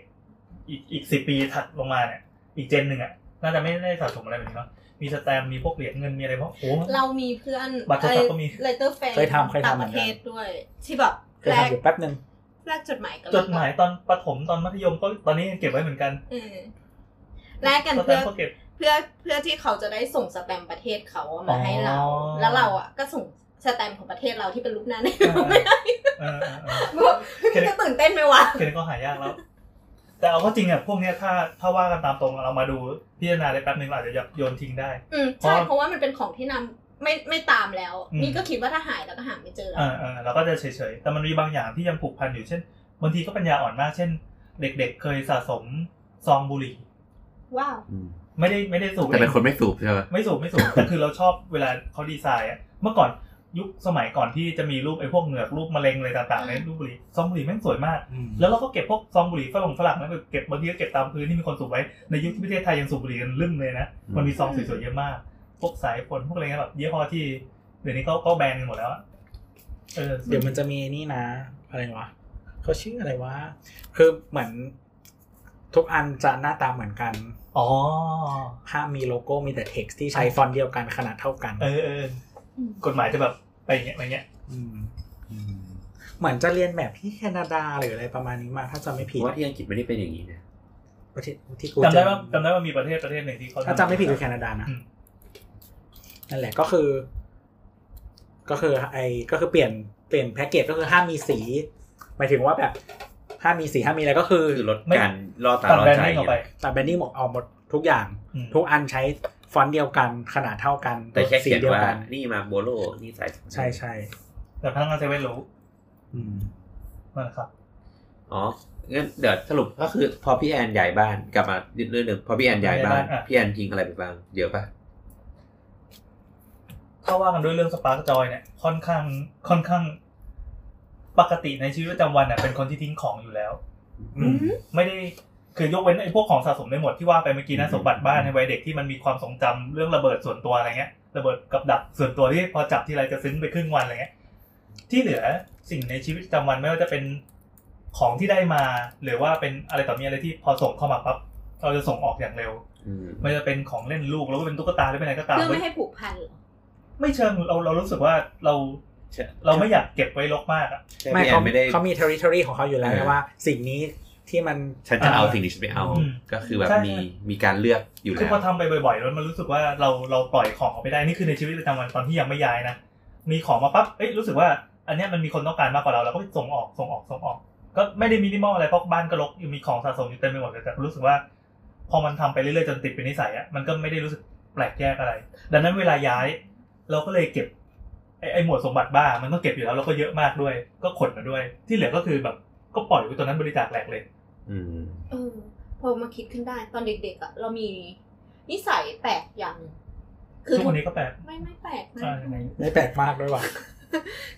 Speaker 6: อีกอีกสิปีถัดลงมาเนี่ย อีกเจนหนึ่งอ่ะน่าจะไม่ได้สะสมอะไรแบบนี้เนาะมีสแตมป์มีพวกเหรียญเงินมีอะไรพวกโอ้
Speaker 5: เรามีเพื่อน
Speaker 6: บัตรโทรศัพท์ก็มี
Speaker 5: เลเตอร์แฟน
Speaker 4: เคยทำเคยทำ
Speaker 5: ต่างป
Speaker 4: เหมื
Speaker 5: ระ
Speaker 4: อ
Speaker 5: เท
Speaker 4: นกัน
Speaker 5: ศด้วย ที่แบบ
Speaker 4: เคย
Speaker 5: แลก
Speaker 4: ทำอยู่แป๊บหนึ่ง
Speaker 5: แลกจดหมายกัน
Speaker 6: จดหมายตอนประถมตอนมัธยมก็ตอนนี้ยังเก็บไว้เหมือนกัน
Speaker 5: อืมแลกกัน
Speaker 6: สแต
Speaker 5: เพื่
Speaker 6: ม
Speaker 5: อ
Speaker 6: ป์ก็เก็บ
Speaker 5: เพื่อเพื่อที่เขาจะได้ส่งสแตมป์ประเทศเขาอะมาให้เรา
Speaker 6: อ๋อ
Speaker 5: แล้วเราอ่ะก็ส่งสแตมป์ของประเทศเราที่เป็นรูปหน้าเนี่ย
Speaker 6: เออเออเออ
Speaker 5: มันจะตื่นเต้นไหมวะ
Speaker 6: แค่นี้ก็หายากแล้ว แต่เอาก็จริงอ่ะพวกเนี้ยถ้าถ้าว่ากันตามตรงเรามาดูพิจารณาได้แป๊บนึงเราอาจจะโยนทิ้งได้
Speaker 5: อืมใช่
Speaker 6: เพราะ
Speaker 5: เพราะว่ามันเป็นของที่นำไม่ไม่ตามแล้ว
Speaker 6: อืม
Speaker 5: นี่ก็คิดว่าถ้าหายแล้วก็หาไม่เจอแล้ว
Speaker 6: เอ่าอ่าเราก็จะเฉยๆ แต่มันมีบางอย่างที่ยังผูกพันอยู่เช่นบางทีก็ปัญญาอ่อนมาก เช่น เด็กๆ เคยสะสมซองบุหรี่
Speaker 5: ว้าว
Speaker 3: อืม
Speaker 6: ไม่ได้ไม่ได้สูบ
Speaker 3: แต่เป็น
Speaker 6: อง
Speaker 3: คนไม่สูบใช่ไหม
Speaker 6: ไม่สูบไม่สูบแต่คือเราชอบเวลาเขาดีไซน์อ่ะเมื่อก่อนยุคสมัยก่อนที่จะมีรูปไอ้พวกเหงือกรูปมะเร็งอะไรต่างๆในรูปบุหรี่ซองบุหรี่แม่งสวยมาก แล้วเราก็เก็บพวกซองบุหรี่ฝรั่งฝรั่งนะเก็บบางทีก็เก็บตามพื้นที่มีคนสูบไว้ในยุคที่ประเทศไทยยังสูบบุหรี่กันลืมเลยนะ มันมีซองสวยๆเยอะมาก พวกสายฝนพวกอะไรเงี้ยแบบยี่ห้อที่เดี๋ยวนี้เขาก็แบนกันหมดแล้วอะเออ
Speaker 4: เดี๋ยวมันจะมีนี่นะ อะไรวะเขาชื่ออะไรวะคือเหมือนทุกอันจะหน้าตาเหมือนกัน
Speaker 6: อ๋อ
Speaker 4: ห้ามมีโลโก้มีแต่เท็กซ์ที่ใช้ฟอนต์เดียวกันขนาดเท่ากัน
Speaker 6: เออเออ กฎหมายจะแบบไปอย่างเงี้ยไปอย่างเงี้ย
Speaker 4: มเหมือนจะเรียนแบบที่แคนาดาหรืออะไรประมาณนี้มา ถ้าจำไม่
Speaker 3: ผ
Speaker 4: ผิด
Speaker 3: ว่าที่อังกฤษไม่ได้เป็นอย่างนี้นะ
Speaker 4: ประเทศที่กู
Speaker 6: จำได้
Speaker 4: เอ
Speaker 6: ว่าจำได้ว่ามีประเทศประเทศหนึ่งที่เขา
Speaker 4: ถ้าจำไม่ผิดคือแคนาดานะ
Speaker 6: อืม
Speaker 4: นั่นแหละก็คือ ก็คือไอ้ก็คือเปลี่ยนเปลี่ยนแพ็กเกจก็คือห้ามมีสีหมายถึงว่าแบบห้ามมีสีห้ามมีอะไรก็คือ
Speaker 3: คือลดการล่อตา
Speaker 6: ตัด
Speaker 3: ล่อ
Speaker 6: แบรน
Speaker 3: ใจ
Speaker 6: ด์ไม่ออกไป
Speaker 4: ตัดแบนดิ้งออกออกหมดทุกอย่าง
Speaker 6: อืม
Speaker 4: ทุกอันใช้ฟอนต์เดียวกันขนาดเท่ากัน
Speaker 3: แต่แค่เขียน
Speaker 4: สีดี
Speaker 3: ว่า
Speaker 4: กั
Speaker 3: นี่มาโบโลนี่สาย
Speaker 4: ใช่ใช่
Speaker 6: แต่พนักงานเซเว่นรู้
Speaker 4: อืม
Speaker 6: นั่นแหละครับ
Speaker 3: อ๋องั้นเดี๋ยวสรุปก็คือพอพี่แอนย้ายบ้านกลับมาเรื่องหนึ่งพอพี่แอนย้ายบ้าน
Speaker 6: ย้ายบ้านอ่ะ
Speaker 3: พี่แอนทิ้งอะไรไปบ้างเยอะปะ
Speaker 6: ถ้าว่ากันด้วยเรื่องสปาร์กจอยเนี่ยค่อนข้างค่อนข้าง ปกติในชีวิตประจำวันเน่ะเป็นคนที่ทิ้งของอยู่แล้ว
Speaker 4: อืม
Speaker 6: ไม่ได้คือยกเว้นไอ้พวกของสะสมในหมวดที่ว่าไปเมื่อกี้นะสมบัติบ้านในวัยเด็กที่มันมีความทรงจำเรื่องระเบิดส่วนตัวอะไรเงี้ยระเบิดกับดักส่วนตัวที่พอจับทีไรจะซึ้งไปครึ่งวันอะไรเงี้ยที่เหลือสิ่งในชีวิตประจำวันไม่ว่าจะเป็นของที่ได้มา หรือว่าเป็นอะไรต่อมีอะไรที่พอส่งเข้ามาปั๊บเราจะส่งออกอย่างเร็ว
Speaker 3: อืม
Speaker 6: ไม่ว่าจะเป็นของเล่นลูกแล้วก็เป็นตุ๊กตาหรือเป็นอะไรก็ตาม
Speaker 5: เพื่อ
Speaker 6: เว้
Speaker 5: ไม่
Speaker 6: ย
Speaker 5: ให้ผูกพันเหรอ
Speaker 6: ไม่เชิงเราเรารู้สึกว่าเรา
Speaker 3: ใช่
Speaker 6: เราไม่อยากเก็บไว้รกมากอ่ะ
Speaker 3: ใช่
Speaker 4: ไม่
Speaker 3: พี่แอ
Speaker 4: เขา
Speaker 3: นไม่ได้
Speaker 4: เขามี territory ของเขาอยู่แล้ว
Speaker 3: เออ
Speaker 4: ว่า สิ่งนี้ที่มัน
Speaker 3: ฉันจะเอา
Speaker 6: อ่า
Speaker 3: สิ่งนี้ฉันไม่เอา
Speaker 6: อืม
Speaker 3: ก็คือแบบ
Speaker 6: ใช่
Speaker 3: มี
Speaker 6: ใช่
Speaker 3: มีการเลือกอยู่
Speaker 6: คือ
Speaker 3: แล้
Speaker 6: พอ
Speaker 3: ว
Speaker 6: ทำไปบ่อยๆแล้วมันรู้สึกว่าเราเราปล่อยของออกไปได้นี่คือในชีวิตประจำวันตอนที่ยังไม่ย้ายนะมีของมาปั๊บเอ้ยรู้สึกว่า อันเนี้ยมันมีคนต้องการมากกว่าเราเราก็ส่งออกส่งออกส่งออก ก็ไม่ได้มินิมอลอะไรเพราะบ้านก็รกยังมีของสะสมอยู่เต็มไปหมดเลยแต่รู้สึกว่า พอมันทำไปเรื่อยๆจนติดเป็นนิสัยอ่ะมันก็ไม่ได้รู้สึกแปลกแยกอะไร ดังนั้นเวลาย้าย เราก็เลยเก็บไอ้ไอ้หมวดสมบัติบ้ามันก็เก็บอยู่แล้วแล้วก็เยอะมากด้วย ก็ขนมาด้วย ที่เหลือก็คือแบบก็ปล่อยไว้ตัวนั้นบริจาคแหลกเลย
Speaker 3: อืม
Speaker 5: เออพอมาคิดขึ้นได้ตอนเด็กๆอะเรามีนิสัยแปลกอย่างหนึ่งคือ
Speaker 6: ทุกวันนี้ก็แปลก
Speaker 5: ไม่ไม่แปลกไม่
Speaker 6: อ่ายังไง
Speaker 4: ไม่แปลกมากด้วยว่ะ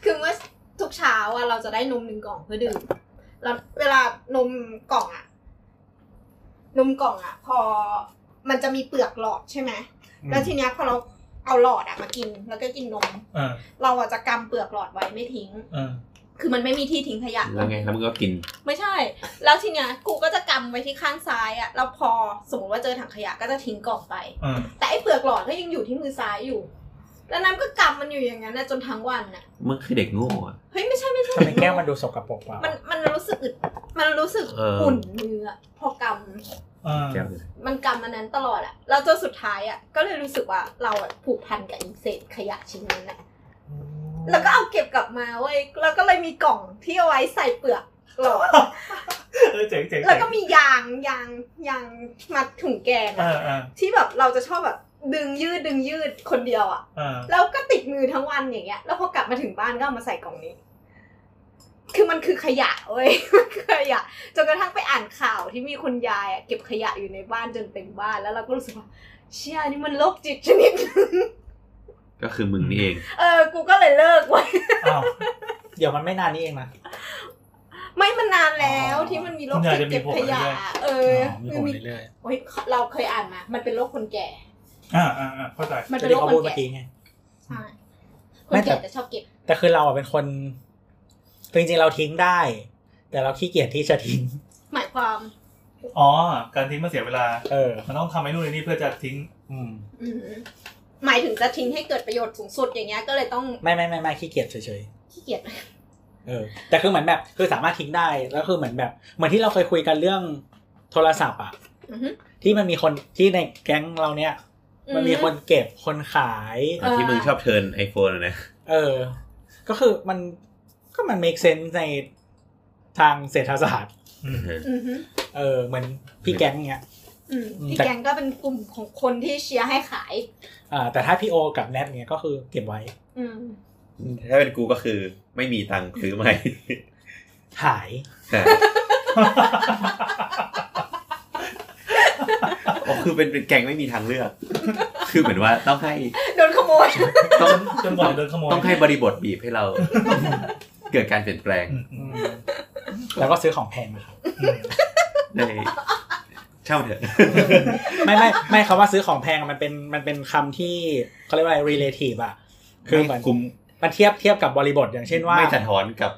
Speaker 5: คือว่าทุกเช้าอะเราจะได้นมหนึ่งกล่องเพื่อดื่มแล้วเวลานมกล่องอะนมกล่องอะพอมันจะมีเปลือกหลอดใช่ไหมแล้วทีเนี้ยพอเราเอาหลอดอะมากิน แล้วก็กินนม
Speaker 6: เออ
Speaker 5: เราอะจะกำเปลือกหลอดไว้ไม่ทิ้ง
Speaker 6: เออ
Speaker 5: คือมันไม่มีที่ทิ้งขยะ
Speaker 3: แล้วไงแล้วมึงก็กิน
Speaker 5: ไม่ใช่ แล้วทีเนี้ยกูก็จะกำไว้ที่ข้างซ้ายอะแล้วพอสมมติว่าเจอถังขยะก็จะทิ้งกล่องไป
Speaker 6: เออ
Speaker 5: แต่ไอ้เปลือกหลอดก็ยังอยู่ที่มือซ้ายอยู่ แล้วน้ำก็กำมันอยู่อย่างนั้นนะจนทั้งวันน่ะ
Speaker 3: มึงคือเด็กโง่อะ
Speaker 5: เฮ้ยไม่ใช่ไม่ใช่
Speaker 4: ทำไมแก้วมันดูสกปรกว่ะ
Speaker 5: มันมันรู้สึกอึด มันรู้สึก
Speaker 3: เอออุ่
Speaker 5: อุ่นมืออะพอก
Speaker 6: เออ
Speaker 3: แก้วเลย
Speaker 5: ำมันกำมันนั้นตลอดอะแล้วจนสุดท้ายอะก็เลยรู้สึกว่าเราอะผูกพันกับอินเศษขยะชิ้นนั้นอะแล้วก็เอาเก็บกลับมาเว้ย แล้วก็เลยมีกล่องที่เอาไว้ใส่เปลือกหลอด
Speaker 6: เออเจ๋งเจ๋ง
Speaker 5: แล้ว
Speaker 6: เจ๋ง
Speaker 5: ก็มียางยางยางมัดถุงแกง
Speaker 6: เอ
Speaker 5: อะ
Speaker 6: อเออ
Speaker 5: ที่แบบเราจะชอบแบบดึงยืดดึงยืดคนเดียวอะ
Speaker 6: เออ
Speaker 5: แล้วก็ติดมือทั้งวันอย่างเงี้ย แล้วพอกลับมาถึงบ้านก็เอามาใส่กล่องนี้ คือมันคือขยะเว้ย มันคือขยะจนกระทั่งไปอ่านข่าวที่มีคุณยายอะเก็บขยะอยู่ในบ้านจนเต็มบ้านแล้วเราก็รู้สึกว่าเชี่ยนี่มันโรคจิตชนิด หนึ่ง
Speaker 3: ก็คือมึงนี่เอง
Speaker 5: เออกูก็เลยเลิกไว้ย
Speaker 6: อ้าว
Speaker 4: เดี๋ยวมันไม่นานนี้เองนะ
Speaker 5: ไม่มันนานแล้วที่มันมีโรคจิตเก็บขยะอะเออมันมีโอ๊ยเราเคยอ่านมา มันเป็นโรคคนแก่
Speaker 6: อ่าอ่าอ่าเข้าใจ
Speaker 5: มัน
Speaker 4: จะ
Speaker 5: เป็น
Speaker 4: ได้
Speaker 5: โรค
Speaker 4: ข้อ
Speaker 5: ค
Speaker 4: มูล
Speaker 5: น
Speaker 4: เมื่อ
Speaker 5: แก่
Speaker 4: กี้ไง
Speaker 5: ใช่ค
Speaker 4: ไม่
Speaker 5: น
Speaker 4: แต่
Speaker 5: แก่จะชอบเก็บ
Speaker 4: แต่คือเราอะเป็นคนจริงๆเราทิ้งได้ แต่เราขี้เกียจที่จะทิ้ง
Speaker 5: หมายความ
Speaker 6: อ๋อ การทิ้งมันเสียเวลา
Speaker 4: เออ
Speaker 6: มันต้องทำไอ้นู่นไอ้นี่เพื่อจะทิ้ง
Speaker 4: อืม
Speaker 5: อืมหมายถึงจะทิ้งให้เกิดประโยชน์สูงสุดอย่างเงี้ยก็เลยต้อง
Speaker 4: ไม่ไม่ไม่ไม่ขี้เกียจเฉย
Speaker 5: ขี้เกียจ
Speaker 4: ๆเออ แต่คือเหมือนแบบคือสามารถทิ้งได้แล้วคือเหมือนแบบเหมือนที่เราเคยคุยกันเรื่องโทรศัพท์อ่ะ
Speaker 5: อือฮึ
Speaker 4: ที่มันมีคนที่ในแก๊งเราเนี่ย มันมีคนเก็บคนขาย
Speaker 3: อ่ะที่มึงชอบเทิร์นไอโฟนนะ
Speaker 4: เออ ก็คือมันก็มัน make sense ในทางเศรษฐศาสตร์
Speaker 5: อือฮึ
Speaker 4: เออ เหมือนพี่แก๊งเนี้ย
Speaker 5: อืม
Speaker 4: อืม
Speaker 5: พี่
Speaker 4: แต่
Speaker 5: แกงก็เป็นกลุ่มของคนที่เชียร์ให้ขาย
Speaker 4: อ่าแต่ถ้าพี่โอกับแนทเนี้ยก็คือเก็บไว้
Speaker 5: อืม
Speaker 3: ถ้าเป็นกูก็คือไม่มีตังค์ซื้อใหม่
Speaker 4: หาย
Speaker 3: โอ้คือเป็นเป็นแกงไม่มีทางเลือก คือเหมือนว่าต้องให้
Speaker 5: โดนขโมย
Speaker 3: ต้อง
Speaker 6: จนกว่าโดนขโมย
Speaker 3: ต้องให้บริบทบีบให้เรา เกิดการเปลี่ยนแปลง
Speaker 4: แล้วก็ซื้อของแพงมาครับ
Speaker 3: ในช่างมันเถอะ
Speaker 4: ไม่ไม่ไม่คำว่าซื้อของแพงอะมันเป็นมันเป็นคำที่เขาเรียกว่าอะไร relative อ่ะ คือเหมือน
Speaker 3: คุ้ม
Speaker 4: มันเทียบเทียบกับบริบทอย่างเช่นว่า
Speaker 3: ไม่สะท้อนกับ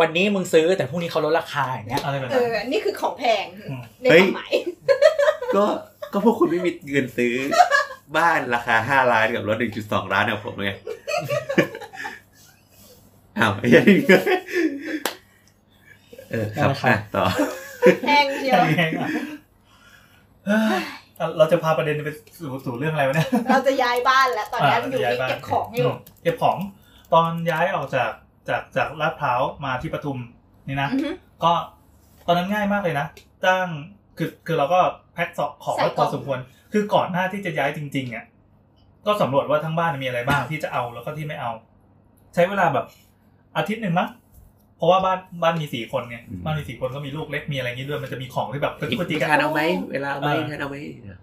Speaker 4: วันนี้มึงซื้อแต่พรุ่งนี้เขาลดราคาอย่างเงี้ย
Speaker 6: อะไรแบบ
Speaker 5: เอ
Speaker 6: นั้น
Speaker 5: อ นี่คือของแพง
Speaker 6: อืม
Speaker 5: ในความหมาย
Speaker 3: ก็ก็พวกคุณไม่มีเงินซื้อ บ้านราคาห้าล้านกับรถหนึ่งจุดสองล้านเอาผมไง อ้าวไอ้เหี้ยเออครับ
Speaker 4: นะครับ
Speaker 3: อ่ะต่อ
Speaker 5: แพงเชียว
Speaker 6: แพงอ่ะเฮ้ยเราจะพาประเด็นไปสู่สู่เรื่องอะไรวะเนี่ย
Speaker 5: เราจะย้ายบ้านแล้ว ตอนนี้
Speaker 6: ะ
Speaker 5: มันอยู่
Speaker 6: า
Speaker 5: ที่
Speaker 6: บ้าน
Speaker 5: เก็บของอยู่
Speaker 6: มเก็บของ ตอนย้ายออกจากจากจากลาดพร้าวมาที่ปทุมนี่นะ
Speaker 5: อือฮึ
Speaker 6: ก็ตอนนั้นง่ายมากเลยนะจ้างคือคือเราก็แพ็คสอกของ
Speaker 5: ใส่
Speaker 6: ไว้
Speaker 5: ก
Speaker 6: พ
Speaker 5: ล่
Speaker 6: อ
Speaker 5: อง
Speaker 6: สมควร คือก่อนหน้าที่จะย้ายจริงๆอ่ะก็สำรวจว่าทั้งบ้านมีอะไรบ้างที่จะเอาแล้วก็ที่ไม่เอา ใช้เวลาแบบอาทิตย์หนึ่งมั้งเพราะว่าบ้านบ้านมีสี่คนไง
Speaker 3: อืม
Speaker 6: บ้านมีสี่คนก็มีลูกเล็กมีอะไรอย่างงี้ด้วยมันจะมีของที่แบบเป็น
Speaker 3: อีก
Speaker 6: กุฏิ
Speaker 3: อีก
Speaker 6: กั
Speaker 3: ทาน
Speaker 6: น
Speaker 3: เอาไหมเวลาเอาไหม
Speaker 6: เออ
Speaker 3: ทานเอาไหม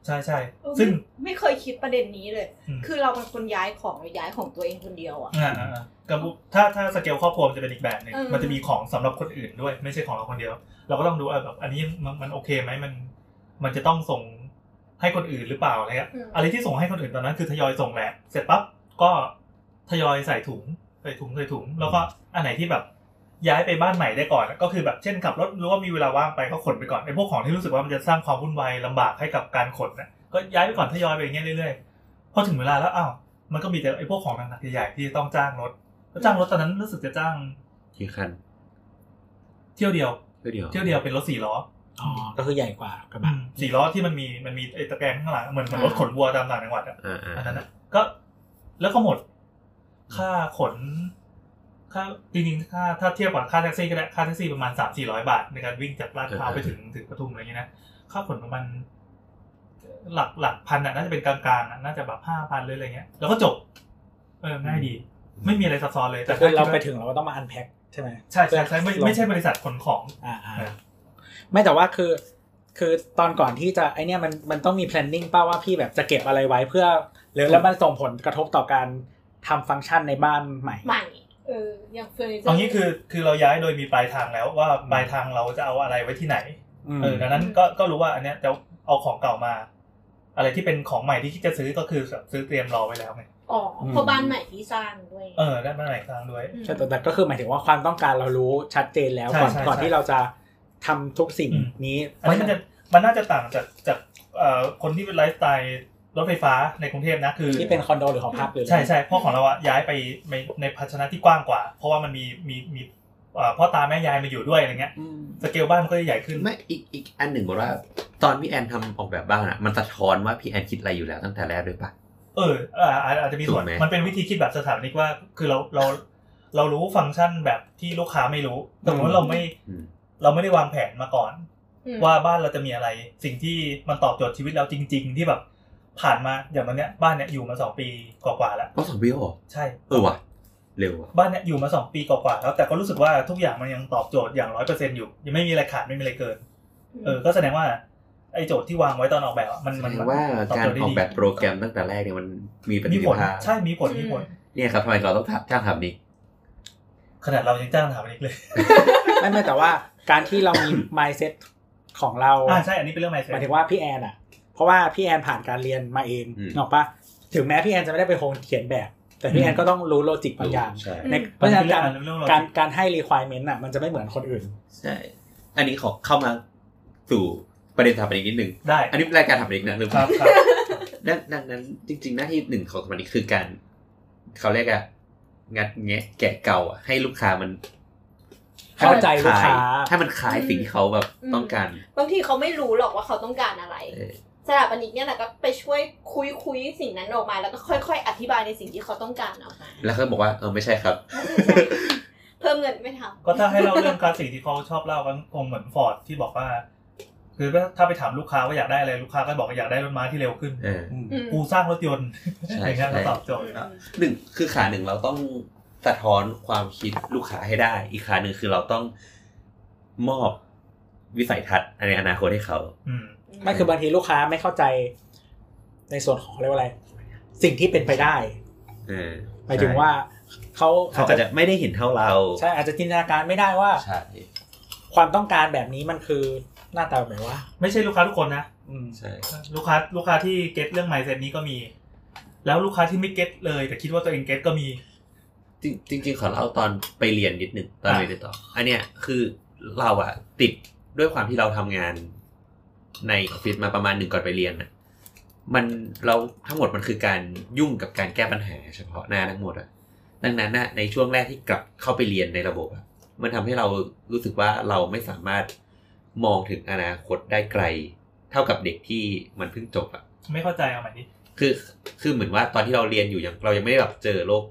Speaker 6: ใช่ใช่
Speaker 5: เออ
Speaker 6: ซึ่ง
Speaker 5: ไม่ไม่เคยคิดประเด็นนี้เลย
Speaker 6: อืม
Speaker 5: คือเราเป็นคนย้ายของย้ายของตัวเองคนเดียวอ่ะ
Speaker 6: อ่าอ่าอ่ากับบุถ้าถ้าสเกลครอบครัวมันจะเป็นอีกแบบหนึ่ง
Speaker 5: เออ
Speaker 6: มันจะมีของสำหรับคนอื่นด้วย ไม่ใช่ของเราคนเดียว เราก็ต้องดูว่าแบบ อันนี้มันมันโอเคไหมมัน มันจะต้องส่งให้คนอื่นหรือเปล่าอะไรเงี้ย
Speaker 5: อืม
Speaker 6: อะไรที่ส่งให้คนอื่นตอนนั้นคือทยอยส่งแหละเสร็จปั๊บก็ทยอยใส่ถุงใส่ถุงใส่ถุง แล้วก็อันไหนที่แบบย้ายไปบ้านใหม่ได้ก่อน ก็คือแบบเช่นขับรถหรือว่ามีเวลาว่างไปก็ขนไปก่อนไอ้พวกของที่รู้สึกว่ามันจะสร้างความวุ่นวายลำบากให้กับการขนนะก็ย้ายไปก่อนทยอยไปอย่างเงี้ยเรื่อยๆพอถึงเวลาแล้วอ้าวมันก็มีแต่ไอ้พวกของหนักๆใหญ่ๆที่ต้องจ้างรถแล้วจ้างรถตอนนั้นรู้สึกจะจ้าง
Speaker 3: กี่คัน
Speaker 6: เที่ยวเดียว
Speaker 3: เที่ยวเดียว
Speaker 6: เที่ยวเดียวเป็นรถสี่ล้อ
Speaker 4: อ๋อ ก็คือใหญ่กว่ากระบะ
Speaker 6: สี่ล้อที่มันมีมันมีไอ้ตะแกรงข้างหลังเหมือนเหมือนรถขนวัวตามต่างจังหวัดอ่ะ
Speaker 3: อ่าอ่า
Speaker 6: อันนั้นอะก็แล้วก็หมด ค่าขน ค่าจริงๆค่าถ้าเทียบกับค่าแท็กซี่ก็ได้ค่าแท็กซี่ประมาณสามสี่ร้อยบาท ในการวิ่งจากลาดพร้าวไปถึงถึงปทุมอะไรเงี้ยนะค่าขนประมาณหลักหลักพันอ่ะน่าจะเป็นกลางๆอะน่าจะแบบห้าพันเลยอะไรเงี้ย แล้วก็จบ เออง่ายดี ไม่มีอะไรซับซ้อนเลย
Speaker 4: แต่คือเราไปถึงเราก็ต้องมา unpack ใช่ไหม
Speaker 6: ใช่ใช่ใช่ไม่ไม่ใช่บริษัทขนของ
Speaker 4: อ่าอ่าไม่แต่ว่าคือ คือตอนก่อนที่จะไอเนี้ยมันมันต้องมี planning เป้าว่าพี่แบบจะเก็บอะไรไว้เพื่อหรือแล้วมันส่งผลกระทบต่อการทำฟังก์ชันในบ้านใหม่
Speaker 5: ใหม่เอออย่างเฟอร์นิเจอร์
Speaker 6: เอางี้คือคือเราย้ายโดยมีปลายทางแล้วว่าปลายทางเราจะเอาอะไรไว้ที่ไหน
Speaker 4: อืม
Speaker 6: เออดังนั้นก็ก็รู้ว่าอันเนี้ยจะเอาของเก่ามา อะไรที่เป็นของใหม่ที่คิดจะซื้อก็คือแบบซื้อเตรียมรอไว้แล้วไง
Speaker 5: อ๋อเพราะบ้านใหม่ที่สร้างด้วย
Speaker 6: เออได้มาหลายครั้งด้วย
Speaker 5: ม
Speaker 4: ใช่แต่แต่ก็คือหมายถึงว่าความต้องการเรารู้ชัดเจนแล้วก่อน
Speaker 6: ใช่ใช่
Speaker 4: ก่อน
Speaker 6: ใช่
Speaker 4: ที่เราจะทำทุกสิ่ง
Speaker 6: อืม
Speaker 4: นี้
Speaker 6: อันนี้มันจะมันน่าจะต่างจากจากเอ่อคนที่เป็นไลฟ์สไตล์รถไฟฟ้าในกรุงเทพนะคือ
Speaker 4: ที่เป็นคอนโดหรือหอพักหรืออะไร
Speaker 6: ใช่ใช่เพ่อของเราอะย้ายไปในในภาชนะที่กว้างกว่า เพราะว่ามันมีมีมีเอ่อพ่อตาแม่ยายมาอยู่ด้วยอะไรเงี้ย
Speaker 3: อืม
Speaker 6: สเกลบ้านมันก็จะใหญ่ขึ้น
Speaker 3: ไม่อีกอีกอันหนึ่งบอกว่า ตอนพี่แอนทำออกแบบบ้านอ่ะ มันสะท้อนว่าพี่แอนคิดอะไรอยู่แล้วตั้งแต่แรกด้วยปะ
Speaker 6: เออเอ่ออาจอาจจะมีส่วน
Speaker 3: ถูกไหม
Speaker 6: มันเป็นวิธีคิดแบบสถาปนิกว่าคือเราเราเรารู้ฟังก์ชันแบบที่ลูกค้าไม่รู้แต่ว่าเราไม่
Speaker 3: อืม
Speaker 6: เราไม่ได้วางแผนมาก่อน
Speaker 5: อืม
Speaker 6: ว่าบ้านเราจะมีอะไร สิ่งที่มันตอบโจทย์ชีวิตเราจริง ๆ ที่แบบผ่านมาอย่างวันเนี้ยบ้านเนี้ยอยู่มาสองปีกว่าๆแล้ว
Speaker 3: ก็สองปีแล้วเหรอ
Speaker 6: ใช่
Speaker 3: เออว่ะ เร็วว่ะ
Speaker 6: บ้านเนี้ยอยู่มาสองปีกว่าๆแล้วแต่ก็รู้สึกว่าทุกอย่างมันยังตอบโจทย์อย่างร้อยเปอร์เซ็นต์อยู่ ยังไม่มีอะไรขาดไม่มีอะไรเกินเออก็แสดงว่าไอ้โจทย์ที่วางไว้ตอนออกแบบอะมัน
Speaker 3: แส
Speaker 6: มัน
Speaker 3: ดง
Speaker 6: มัน
Speaker 3: ว่า
Speaker 6: ตอบ
Speaker 3: การ
Speaker 6: โจทย์ได้
Speaker 3: ออก
Speaker 6: ดี
Speaker 3: แบบโปรแกรมตั้งแต่แรกเนี่ยมันมีประสิ
Speaker 6: มี
Speaker 3: ทธิ
Speaker 6: ผล
Speaker 3: ภาพ
Speaker 6: ใช่มีผลมีผล
Speaker 3: เนี่ยครับทำไมเราต้องจ้างทำนี้
Speaker 6: ขนาดเรายังจ้างถามอันนี้เลย
Speaker 4: ไม่ไม่แต่ว่าการที่เรามี mindset ของเรา
Speaker 6: อ่าใช่อันนี้เป็นเรื่องไม่
Speaker 4: หมาย
Speaker 6: ใช่
Speaker 4: ถึงว่าพี่แอนอ่ะ เพราะว่าพี่แอนผ่านการเรียนมาเอง
Speaker 3: อืม
Speaker 4: นกออกปะถึงแม้พี่แอนจะไม่ได้ไปโฮงเขียนแบบ แต่พี่แอนก็ต้องรู้โลจิกบางอย่าง
Speaker 3: ใช่
Speaker 5: อืม
Speaker 4: ในเพราะฉะนั้น
Speaker 6: เรื่
Speaker 4: กา
Speaker 6: อง
Speaker 4: ร
Speaker 6: อันนั้นเรื่องเรา
Speaker 4: การการให้ requirement อ่ะมันจะไม่เหมือนคนอื่น
Speaker 3: ใช่ อันนี้ขอเข้ามาสู่ประเด็นสถาปนิกนิดนึง
Speaker 6: ได้
Speaker 3: อันนี้รายการสถาปนิกนะหรือ
Speaker 6: ครับครับ
Speaker 3: ดังดังนั้นจริง ๆ หน้าที่หนึ่งของสถาปนิกคือการ เขาเรียกอะงัดแงะแกะเก่าอะให้ลูกค้ามัน
Speaker 4: เข้าใจลูกค้า
Speaker 3: ให้มันขายสิ่งที่เขาแบบต้องการ
Speaker 5: บางทีเขาไม่รู้หรอกว่าเขาต้องการอะไร
Speaker 3: เออ
Speaker 5: สถาปนิกเนี่ยแหละก็ไปช่วยคุยคุยๆสิ่งนั้นออกมา แล้วก็ค่อย ๆ อธิบายในสิ่งที่เขาต้องการออกมา
Speaker 3: แล้วเขาบอกว่าเออไม่ใช่ครับ
Speaker 5: เพิ่มเงินไม่ทำ
Speaker 6: ก็ถ้าให้เล่าเรื่องคลาสสิกที่เขาชอบเล่ากันคงเหมือนฟอร์ดที่บอกว่า คือถ้าไปถามลูกค้าว่าอยากได้อะไรลูกค้าก็บอกว่าอยากได้รถม้าที่เร็วขึ้น
Speaker 3: เออ
Speaker 5: อืม
Speaker 6: กูสร้างรถยนต์
Speaker 3: ใช่
Speaker 6: อย่างเงี้ยก็ตอบโจทย์
Speaker 5: อืม
Speaker 3: หนึ่งคือขาหนึ่งเราต้องสะท้อนความคิดลูกค้าให้ได้ อีกขาหนึ่งคือเราต้องมอบวิสัยทัศน์ในอนาคตให้เขา
Speaker 6: อืม
Speaker 4: ไม่คือบางทีลูกค้าไม่เข้าใจ ในส่วนของเรียกว่าอะไร สิ่งที่เป็นไปได้
Speaker 3: เออ
Speaker 4: หมายถึงว่าเขา
Speaker 3: เขาอาจจะไม่ได้เห็นเท่าเรา
Speaker 4: ใช่อาจจะจินตนาการไม่ได้ว่า
Speaker 3: ใช่
Speaker 4: ความต้องการแบบนี้มันคือหน้าตาแบบไหนวะ
Speaker 6: ไม่ใช่ลูกค้าทุกคนนะ
Speaker 4: อืม
Speaker 3: ใช่
Speaker 6: ลูกค้าลูกค้าที่เก็ตเรื่องไมเซ็ตนี้ก็มี แล้วลูกค้าที่ไม่เก็ตเลย แต่คิดว่าตัวเองเก็ตก็มี
Speaker 3: จริงจริง ๆ ขอเล่าตอนไปเรียนนิดหนึ่งตอน
Speaker 6: อ่ะ
Speaker 3: ไปเรียนต่อ อันเนี้ยคือเราอะติดด้วยความที่เราทำงานในออฟฟิศมาประมาณหนึ่งก่อนไปเรียนน่ะมันเราทั้งหมดมันคือการยุ่งกับการแก้ปัญหาเฉพาะหน้าทั้งหมดอะดังนั้นนะในช่วงแรกที่กลับเข้าไปเรียนในระบบอะมันทำให้เรารู้สึกว่าเราไม่สามารถมองถึงอนาคตได้ไกล เท่ากับเด็กที่มันเพิ่งจบอะ
Speaker 6: ไม่เข้าใจเอาใหม่ดิ
Speaker 3: คือคือเหมือนว่าตอนที่เราเรียนอยู่ยังเรายังไม่ได้แบบเจอโลก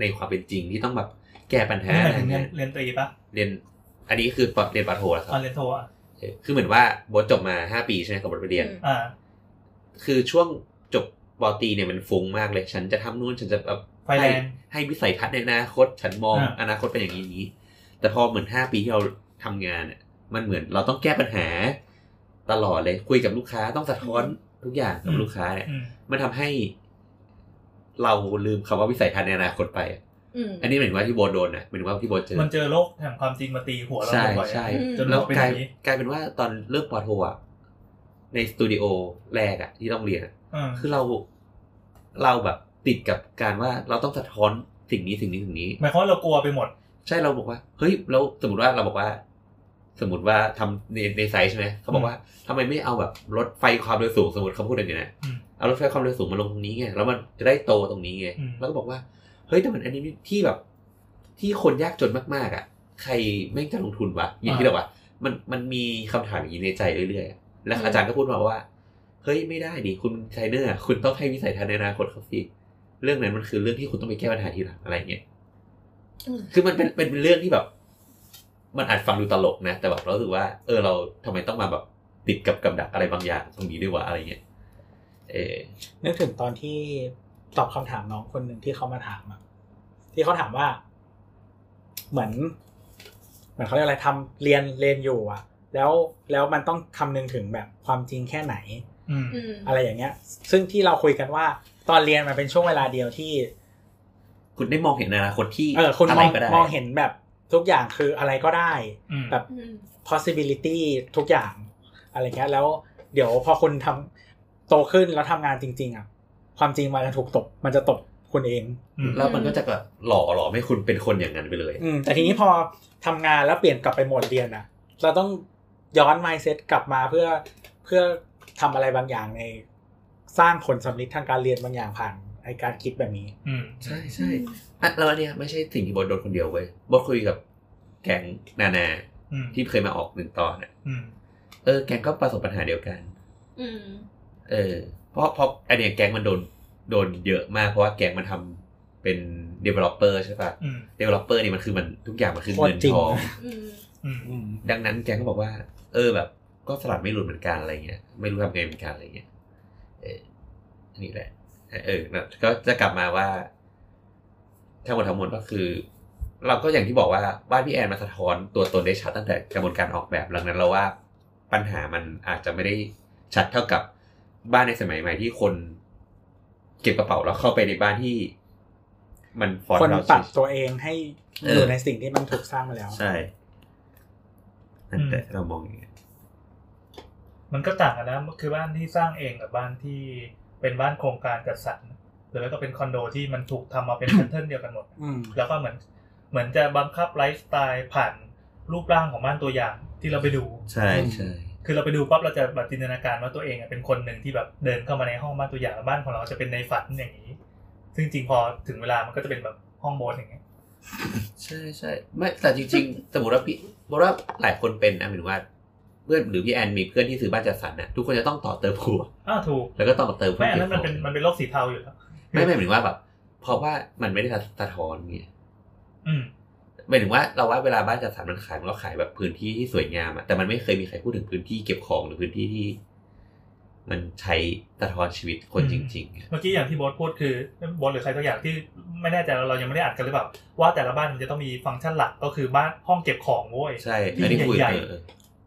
Speaker 3: ในความเป็นจริงที่ต้องแบบแก้ปัญหา
Speaker 6: นี่หมาย
Speaker 3: อะไร
Speaker 6: ถึงเรียน
Speaker 3: เงี้ย
Speaker 6: เรียนตรีปะ
Speaker 3: เรียนอันนี้คือปเรียนปาโทแล้วครั
Speaker 6: อ๋อบ เรียนโทอ่ะ
Speaker 3: เออคือเหมือนว่าโบทจบมาห้าปีใช่ไหมกับบทไปเรียน
Speaker 5: อืม
Speaker 6: อ่า
Speaker 3: คือช่วงจบปอตรีเนี่ยมันฟุ้งมากเลย ฉันจะทำนู่นฉันจะแบบ
Speaker 6: ไฟ
Speaker 3: ให้
Speaker 6: แรง
Speaker 3: ให้วิสัยทัศน์ในอนาคตฉันมอง
Speaker 6: อ่า
Speaker 3: อนาคตเป็นอย่างนี้อย่างนี้ แต่พอเหมือนห้าปีที่เราทำงานอ่ะมันเหมือนเราต้องแก้ปัญหา ตลอดเลยคุยกับลูกค้าต้องสะท้อนทุกอย่างกับลูกค้าเนี่ย
Speaker 6: อืม
Speaker 3: มันทำให้เราลืมคำว่าวิสัยทัศน์ในอนาคตไปอะ
Speaker 5: อืม
Speaker 3: อันนี้หมายถึงว่าที่โบทโดนนะหมายถึงว่าที่โบทเจอ
Speaker 6: มันเจอโลกแห่งความจริงมาตีหัวเรา
Speaker 3: ใช่
Speaker 6: บ่อยๆอะ
Speaker 3: ใช่
Speaker 6: จน
Speaker 3: แล้
Speaker 6: เรา
Speaker 3: ว
Speaker 6: เป็น
Speaker 3: ก
Speaker 6: อ
Speaker 3: ลาย
Speaker 6: ย่างนี้
Speaker 3: กลายเป็นว่าตอนเริ่มปอโทอะในสตูดิโอแรกอะที่ต้องเรียนอะ
Speaker 6: อืม
Speaker 3: คือเราเราแบบติดกับการว่าเราต้องสะท้อนสิ่งนี้สิ่งนี้สิ่งนี้
Speaker 6: หมายความว่าเรากลัวไปหมด
Speaker 3: ใช่เราบอกว่า เฮ้ยเราสมมติว่าเราบอกว่า สมมติว่าทำในในไซต์ใช่ไหมเขาบอกว่าทำไมไม่เอาแบบรถไฟความเร็วสูงสมมติเขาพูดอย่างนี้นะ
Speaker 6: อืม
Speaker 3: เอารถไฟความเร็วสูงมาลงตรงนี้ไง แล้วมันจะได้โตตรงนี้ไง
Speaker 6: อืม
Speaker 3: แล้วก็บอกว่า เฮ้ยแต่มันอันนี้ที่แบบ ที่คนยากจนมากๆ อ่ะ ใครแม่งจะลงทุนวะอย่างที่เราวะมันมันมีคำถามอย่างนี้ในใจเรื่อยๆอะแล้วอาจารย์ก็พูดมาว่า เฮ้ยไม่ได้ดิคุณเป็นไซเนอร์อะคุณต้องให้วิสัยทัศน์ในอนาคตเขาสิเรื่องนั้นมันคือเรื่องที่คุณต้องไปแก้ปัญหาทีหลังอะไรเงี้ย
Speaker 5: อืม
Speaker 3: คือมันเป็นเป็นเป็นเรื่องที่แบบ มันอาจฟังดูตลกนะ แต่แบบเรารู้สึกว่า เออเราทำไมต้องมาแบบติดกับกับดักอะไรบางอย่างตรงนี้ด้วยวะอะไรเงี้ยเออ
Speaker 4: นึกถึงตอนที่ตอบคำถามน้องคนหนึ่งที่เขามาถามอะที่เขาถามว่า เหมือน เหมือนเขาเรียกอะไรทำเรียนเรียนอยู่อะแล้วแล้วมันต้องคำนึงถึงแบบความจริงแค่ไหน
Speaker 6: อืม
Speaker 5: อืม
Speaker 4: อะไรอย่างเงี้ย ซึ่งที่เราคุยกันว่า ตอนเรียนมันเป็นช่วงเวลาเดียวที่
Speaker 3: คุณได้มองเห็นอนาคตที่
Speaker 4: เออคุณ
Speaker 3: ะ
Speaker 4: ม
Speaker 3: ไร
Speaker 4: อง
Speaker 3: ก็ได้
Speaker 4: มองเห็นแบบทุกอย่างคืออะไรก็ได้
Speaker 6: อืม
Speaker 4: แบบ
Speaker 5: อืม
Speaker 4: possibility ทุกอย่าง อะไรเงี้ยแล้วเดี๋ยวพอคุณทำโตขึ้นแล้วทำงานจริง ๆอ่ะความจริงมันจะถูกตบมันจะตบคุณเอง
Speaker 6: อืม
Speaker 3: แล้วมันก็จะแบบหล่อหล่อให้คุณเป็นคนอย่างนั้นไปเลย
Speaker 4: อืมแต่ทีนี้พอทำงานแล้วเปลี่ยนกลับไปโหมดเรียนอ่ะ เราต้องย้อน mindset กลับมาเพื่อเพื่อทำอะไรบางอย่างในสร้างผลสำลิดทางการเรียนบางอย่างผ่านไอการคิดแบบนี้
Speaker 6: อืม
Speaker 3: ใช่ใช่อ่ะแล้วอันเนี้ยไม่ใช่สิ่งที่โบทโดนคนเดียวเว้ยโบทคุยกับแก๊งนานา
Speaker 6: อืม
Speaker 3: ที่เคยมาออกหนึ่งตอนน่ะ
Speaker 6: อืม
Speaker 3: เออแก๊งก็ประสบปัญหาเดียวกัน
Speaker 5: อืม
Speaker 3: เออ เพราะเพราะอันเนี้ยแก๊งมันโดนโดนเยอะมากเพราะว่าแก๊งมันทำเป็น developer ใช่ปะ
Speaker 6: อืม
Speaker 3: developer เนี่ยมันคือมันทุกอย่างมันคือ
Speaker 4: โคตร
Speaker 3: เงิน
Speaker 4: จริง
Speaker 3: ทอง
Speaker 5: อืม
Speaker 6: อืม
Speaker 4: อืม
Speaker 3: ดังนั้นแกก็บอกว่า เออแบบ ก็สลัดไม่หลุดเหมือนกันอะไรเงี้ย ไม่รู้ทำไงเหมือนกันอะไรเงี้ยเอออันนี้แหละ เออนะก็จะกลับมาว่าทั้งหมดทั้งมวลก็คือ เราก็อย่างที่บอกว่าบ้านพี่แอนมาสะท้อนตัวตนได้ชัดตั้งแต่กระบวนการออกแบบดังนั้นเราว่าปัญหามันอาจจะไม่ได้ชัดเท่ากับบ้านในสมัยใหม่ที่คน เก็บกระเป๋าแล้วเข้าไปในบ้านที่ มันฟอน
Speaker 4: คน
Speaker 3: ต์เราชิ
Speaker 4: ปรับ
Speaker 3: ด
Speaker 4: ตัวเองให้
Speaker 3: เออ
Speaker 4: อ
Speaker 3: อ
Speaker 4: ยู่ในสิ่งที่มันถูกสร้างมาแล้ว
Speaker 3: ใช่นั่นแต่เรามองอย่างเงี้ย
Speaker 6: มันก็ต่างกันนะคือบ้านที่สร้างเองกับบ้านที่เป็นบ้านโครงการจัดสรรหรือแล้วก็เป็นคอนโดที่มันถูกทำมาเป็น แพทเทิร์นเดียวกันหมด
Speaker 4: อืม
Speaker 6: แล้วก็เหมือนเหมือนจะบังคับไลฟ์สไตล์ผ่านรูปร่างของบ้านตัวอย่างที่เราไปดู
Speaker 3: ใช่
Speaker 4: อืม
Speaker 3: ใช่
Speaker 6: คือเราไปดูปั๊บเราจะแบบจินตนาการว่าตัวเองอะเป็นคนหนึ่งที่แบบเดินเข้ามาในห้องบ้านตัวอย่างแล้วบ้านของเราจะเป็นในฝันอย่างนี้ ซึ่งจริงพอถึงเวลามันก็จะเป็นแบบห้องโบสอย่างเงี้ย
Speaker 3: ใช่ใช่ไม่แต่จริง ๆ สมมติว่าพี่สมมติว่าหลายคนเป็นนะหมายถึงว่าเพื่อนหรือพี่แอนมีเพื่อนที่ซื้อบ้านจัดสรรนะทุกคนจะต้องต่อเติมครัว
Speaker 6: อ้าวถูก
Speaker 3: แล้วก็ต้องเติมครัว
Speaker 6: ไม่อันนั้นมันเป็นมันเป็นโรคสีเทาอยู่แล้ว
Speaker 3: ไม่ไม่หมายถึงว่าแบบเพราะว่ามันไม่ได้สะท้อนเงี้ย
Speaker 6: อืม
Speaker 3: หมายถึงว่าเราว่าเวลาบ้านจัดสรรมันขายมันก็ขายแบบพื้นที่ที่สวยงามอะแต่มันไม่เคยมีใครพูดถึงพื้นที่เก็บของหรือพื้นที่ที่ มันใช้สะท้อนชีวิตคน
Speaker 6: อืม
Speaker 3: จริงๆอะ
Speaker 6: เมื่อกี้อย่างที่โบอสพูดคือโบอสหรือใครสักอย่างที่ไม่แน่ใจว่าเรายังไม่ได้อัดกันหรือเปล่า ว่าแต่ละบ้านมันจะต้องมีฟังก์ชันหลักก็คือบ้านห้องเก็บของโว้ย
Speaker 3: ใช่อันนี้คุย
Speaker 6: ใหญ่
Speaker 3: เออเออ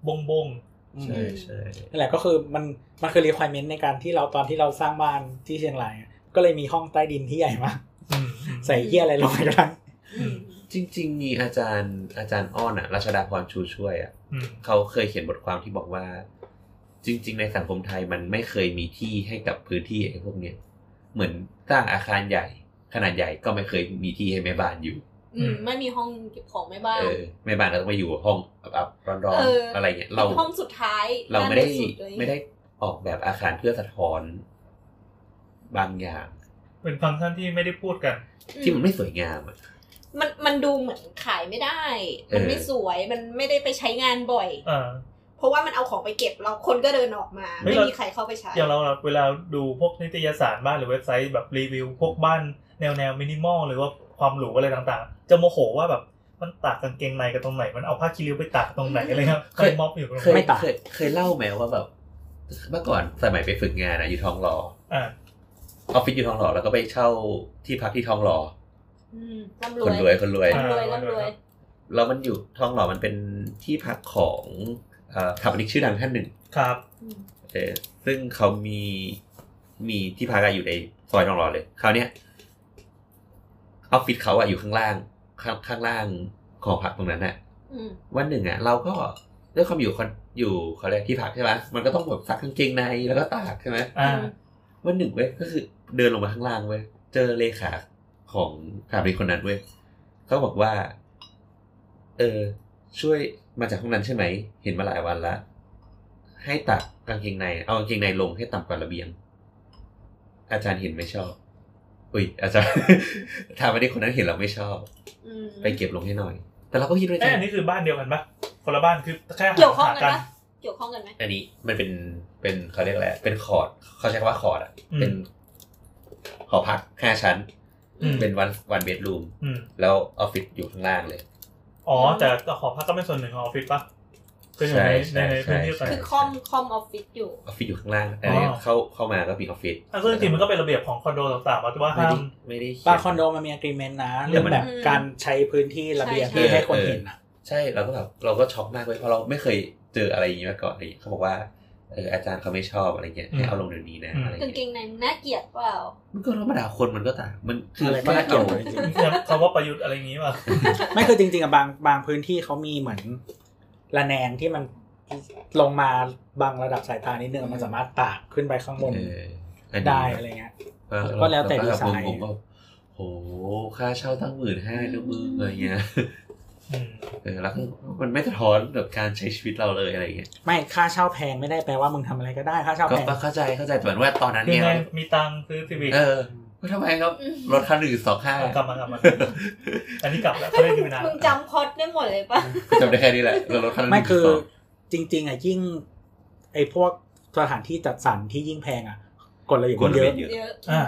Speaker 3: บ
Speaker 6: งบง
Speaker 4: อืม
Speaker 3: ใช่ใช่
Speaker 4: นั่นแหละก็คือมันมันคือ requirement ในการที่เราตอนที่เราสร้างบ้านที่เชียงรายอะก็เลยมีห้องใต้ดินที่ใหญ่มาก
Speaker 6: ๆอืมอืม
Speaker 4: ใส่เหี้ยอะไรลงไปก็ได้
Speaker 6: อืม
Speaker 3: จริง ๆ มีอาจารย์อาจารย์อ้อนอะรัชดาพรชูช่วยอะ
Speaker 6: อืม
Speaker 3: เขาเคยเขียนบทความที่บอกว่า จริง ๆ ในสังคมไทยมันไม่เคยมีที่ให้กับพื้นที่ไอ้พวกเนี้ยเหมือนสร้างอาคารใหญ่ ขนาดใหญ่ก็ไม่เคยมีที่ให้แม่บ้านอยู่
Speaker 1: อืมไม่มีห้องเก็บของแม่บ้าน
Speaker 3: เออแม่บ้านก็ต้องไปอยู่ห้องอับๆร้อนๆอะไรเงี้ยเรา
Speaker 1: เป็นห้องสุดท้าย
Speaker 3: เราไม่ได้
Speaker 1: บ้นสุดเลย
Speaker 3: ไม่ได้ออกแบบอาคารเพื่อสะท้อนบางอย่าง
Speaker 6: เป็นฟังก์ชันที่ไม่ได้พูดกัน
Speaker 1: อื
Speaker 3: ที่มันไม่สวยงามอะ
Speaker 1: มันมันดูเหมือนขายไม่ได้
Speaker 3: เออ
Speaker 1: มันไม่สวยมันไม่ได้ไปใช้งานบ่อย
Speaker 6: เอ่อ
Speaker 5: เพราะว่ามันเอาของไปเก็บเราคนก็เดินออกมา
Speaker 6: เฮ้ย
Speaker 5: ไม่
Speaker 6: เรามี
Speaker 5: มีใครเข้าไปใช้
Speaker 6: อย่างเราเวลาดูพวกนิตยสารบ้านหรือเว็บไซต์แบบรีวิวพวกบ้านแนวแนวมินิมอลหรือว่าความหรูอะไรต่างๆ จะโมโหว่าแบบมันตากกางเกงในกับตรงไหน มันเอาผ้าคีริ้วไปตากตรงไหนอะไร ครับ
Speaker 3: เคย
Speaker 6: ไปม็อบอยู่ตรง
Speaker 3: เค
Speaker 6: ไห
Speaker 3: ย
Speaker 6: น
Speaker 4: ไม่ต่าง
Speaker 3: เคยเคยเล่าไหมว่าแบบเมื่อก่อนสมัยไปฝึกงานอะอยู่ทองหล่อ
Speaker 6: อ่า
Speaker 3: ออฟฟิศอยู่ทองหล่อแล้วก็ไปเช่าที่พักที่ทองหล่อ
Speaker 1: อืมร่ำร
Speaker 3: คนรว
Speaker 1: วย ย
Speaker 3: คนรวย
Speaker 1: ร่ำรวยร่ำรวย
Speaker 3: แล้วมันอยู่ทองหล่อมันเป็นที่พักของเอ่อสถาปนิกชื่อดังท่านหนึ่ง
Speaker 6: ครับ
Speaker 1: อืม
Speaker 3: เออซึ่งเขามีมีที่พักอะอยู่ในซอยทองหล่อเลย คราวเนี้ยออฟฟิศเขาอะอยู่ข้างล่างข้างข้างล่างของพักตรงนั้นอะ
Speaker 1: อืม
Speaker 3: วันหนึ่งอะเราก็ด้วยความอยู่คอนอยู่เขาเรียกที่พักใช่ไหมมันก็ต้องแบบซักกางเกงในแล้วก็ตากใช่ไหม
Speaker 6: อ่า
Speaker 3: วันหนึ่งเว้ยก็คือเดินลงมาข้างล่างเว้ยเจอเลขาของสถาปนิกคนนั้นเว้ยเขาบอกว่า เออ ช่วยมาจากห้องนั้นใช่ไหม เห็นมาหลายวันละให้ตักกางเกงใน เอากางเกงในลงให้ต่ำกว่าระเบียง อาจารย์เห็นไม่ชอบ อุ้ย อาจารย์ ถามวันนี้คนนั้นเห็นเราไม่ชอบ
Speaker 1: อืม
Speaker 3: ไปเก็บลงให้หน่อย แต่เราก็คิดด้วย
Speaker 6: เอ้ย
Speaker 3: กั
Speaker 6: อัน
Speaker 3: น
Speaker 6: นี้คือบ้านเดียวกันปะคนละบ้านคือแค่
Speaker 1: เกี่ยวข้องกัน
Speaker 6: หา
Speaker 1: ปะ เกี่ยวข้องกันไหม
Speaker 3: อันนี้มันเป็นเป็นเขาเรียกอะไรเป็นคอร์ดเขาใช้คำว่าคอร์ดอ่ะ
Speaker 6: อืม
Speaker 3: เป็นหอพักห้าชั้น
Speaker 6: อืม
Speaker 3: เป็นวันวันเบดรูม
Speaker 6: อืม
Speaker 3: แล้วออฟฟิศอยู่ข้างล่างเลย
Speaker 6: อ๋อ แต่หอพักก็เป็นส่วนหนึ่งของออฟฟิศปะก็อยู่ใน
Speaker 3: ใช่
Speaker 6: ในใน
Speaker 3: ใช่
Speaker 6: พื้นที่
Speaker 3: ใช่
Speaker 6: ไป
Speaker 1: คือคอมคอมออฟฟิศอยู่
Speaker 3: ออฟฟิศอยู่ข้างล่างอันนี้
Speaker 6: อ๋อ
Speaker 3: เข้าเข้ามาก็มีออฟฟิศ
Speaker 6: อ่ะซึ่งจริงๆมันก็เป็นระเบียบของคอนโดต่างๆว่าว่า
Speaker 3: ไม่
Speaker 6: ห้า
Speaker 3: ได้
Speaker 6: ม
Speaker 3: ไม่ได้เขีย
Speaker 4: บางคอนโดมันมี agreement นะเรื่องแบบ
Speaker 1: อืม
Speaker 4: การใช้พื้นที่ระเบียง
Speaker 3: ใช่
Speaker 4: ที่ให้คน
Speaker 3: เออ
Speaker 4: เห็นอะ
Speaker 3: ใช่เราก็แบบเราก็ช็อกมากเลยเพราะเราไม่เคยเจออะไรอย่างนี้มาก่อนอะไรอย่างเลยเขาบอกว่าเอออาจารย์เขาไม่ชอบอะไรเงี้ย
Speaker 6: อืม
Speaker 3: ให้เอาลงเดี๋ยวนี้นะ
Speaker 6: อืม
Speaker 3: อะไร
Speaker 1: กางเก
Speaker 3: เงี้ย
Speaker 1: งในน่าเกลียดเปล่า
Speaker 3: มันก็ธรรมดาคนมันก็ต่างมันคือ
Speaker 4: อะไรก็
Speaker 3: บ้าน
Speaker 4: เกี่ย
Speaker 3: เรา
Speaker 4: วกับจริง
Speaker 6: คำว่าประยุทธ์อะไรอย่างงี้ป่ะ
Speaker 4: ๆไม่คือจริงๆอะบางบางพื้นที่เขามีเหมือนระแนงที่มันลงมาบางระดับสายตานิดนึงมันสามารถตากขึ้นไปข้างบน
Speaker 3: เอออันนี้
Speaker 4: ได้อะไรเงี้ย ก็แล้วแต่ดีไซน์
Speaker 3: ผมก็โหค่าเช่าตั้งหมื่นห้าแล้วมึงอะไรเงี้ย
Speaker 6: อืม
Speaker 3: เออแล้วก็มันไม่สะท้อนแบบการใช้ชีวิตเราเลยอะไรเงี้ย
Speaker 4: ไม่ค่าเช่าแพงไม่ได้แปลว่ามึงทำอะไรก็ได้ค่าเช่า
Speaker 3: ก็
Speaker 4: แพง
Speaker 3: ก็เข้าใจเข้าใจแต่เหมือนว่าตอนนั้น
Speaker 6: คือ
Speaker 3: เนี่ย
Speaker 6: ไงมีตังค์ซื้อซีวิก
Speaker 3: เออว่าทำไมครับ
Speaker 1: อืม
Speaker 3: รถคันหนึ่งสองห้า
Speaker 6: อ่ะกลับมากลับมาอันนี้กลับแล้วเขาได้ดูนาน
Speaker 1: มึงจำพล็อดได้หมดเลยปะ
Speaker 3: จำได้แค่นี้แหละเราลดคันละ
Speaker 4: ไม่คือ
Speaker 3: หนึ่งจุดสง
Speaker 4: จริง ๆอ่ะยิ่ง ไอ้พวกสถานที่จัดสรรที่ยิ่งแพงอ่ะกฎระเบียบมันเยอะ
Speaker 1: เยอะอืม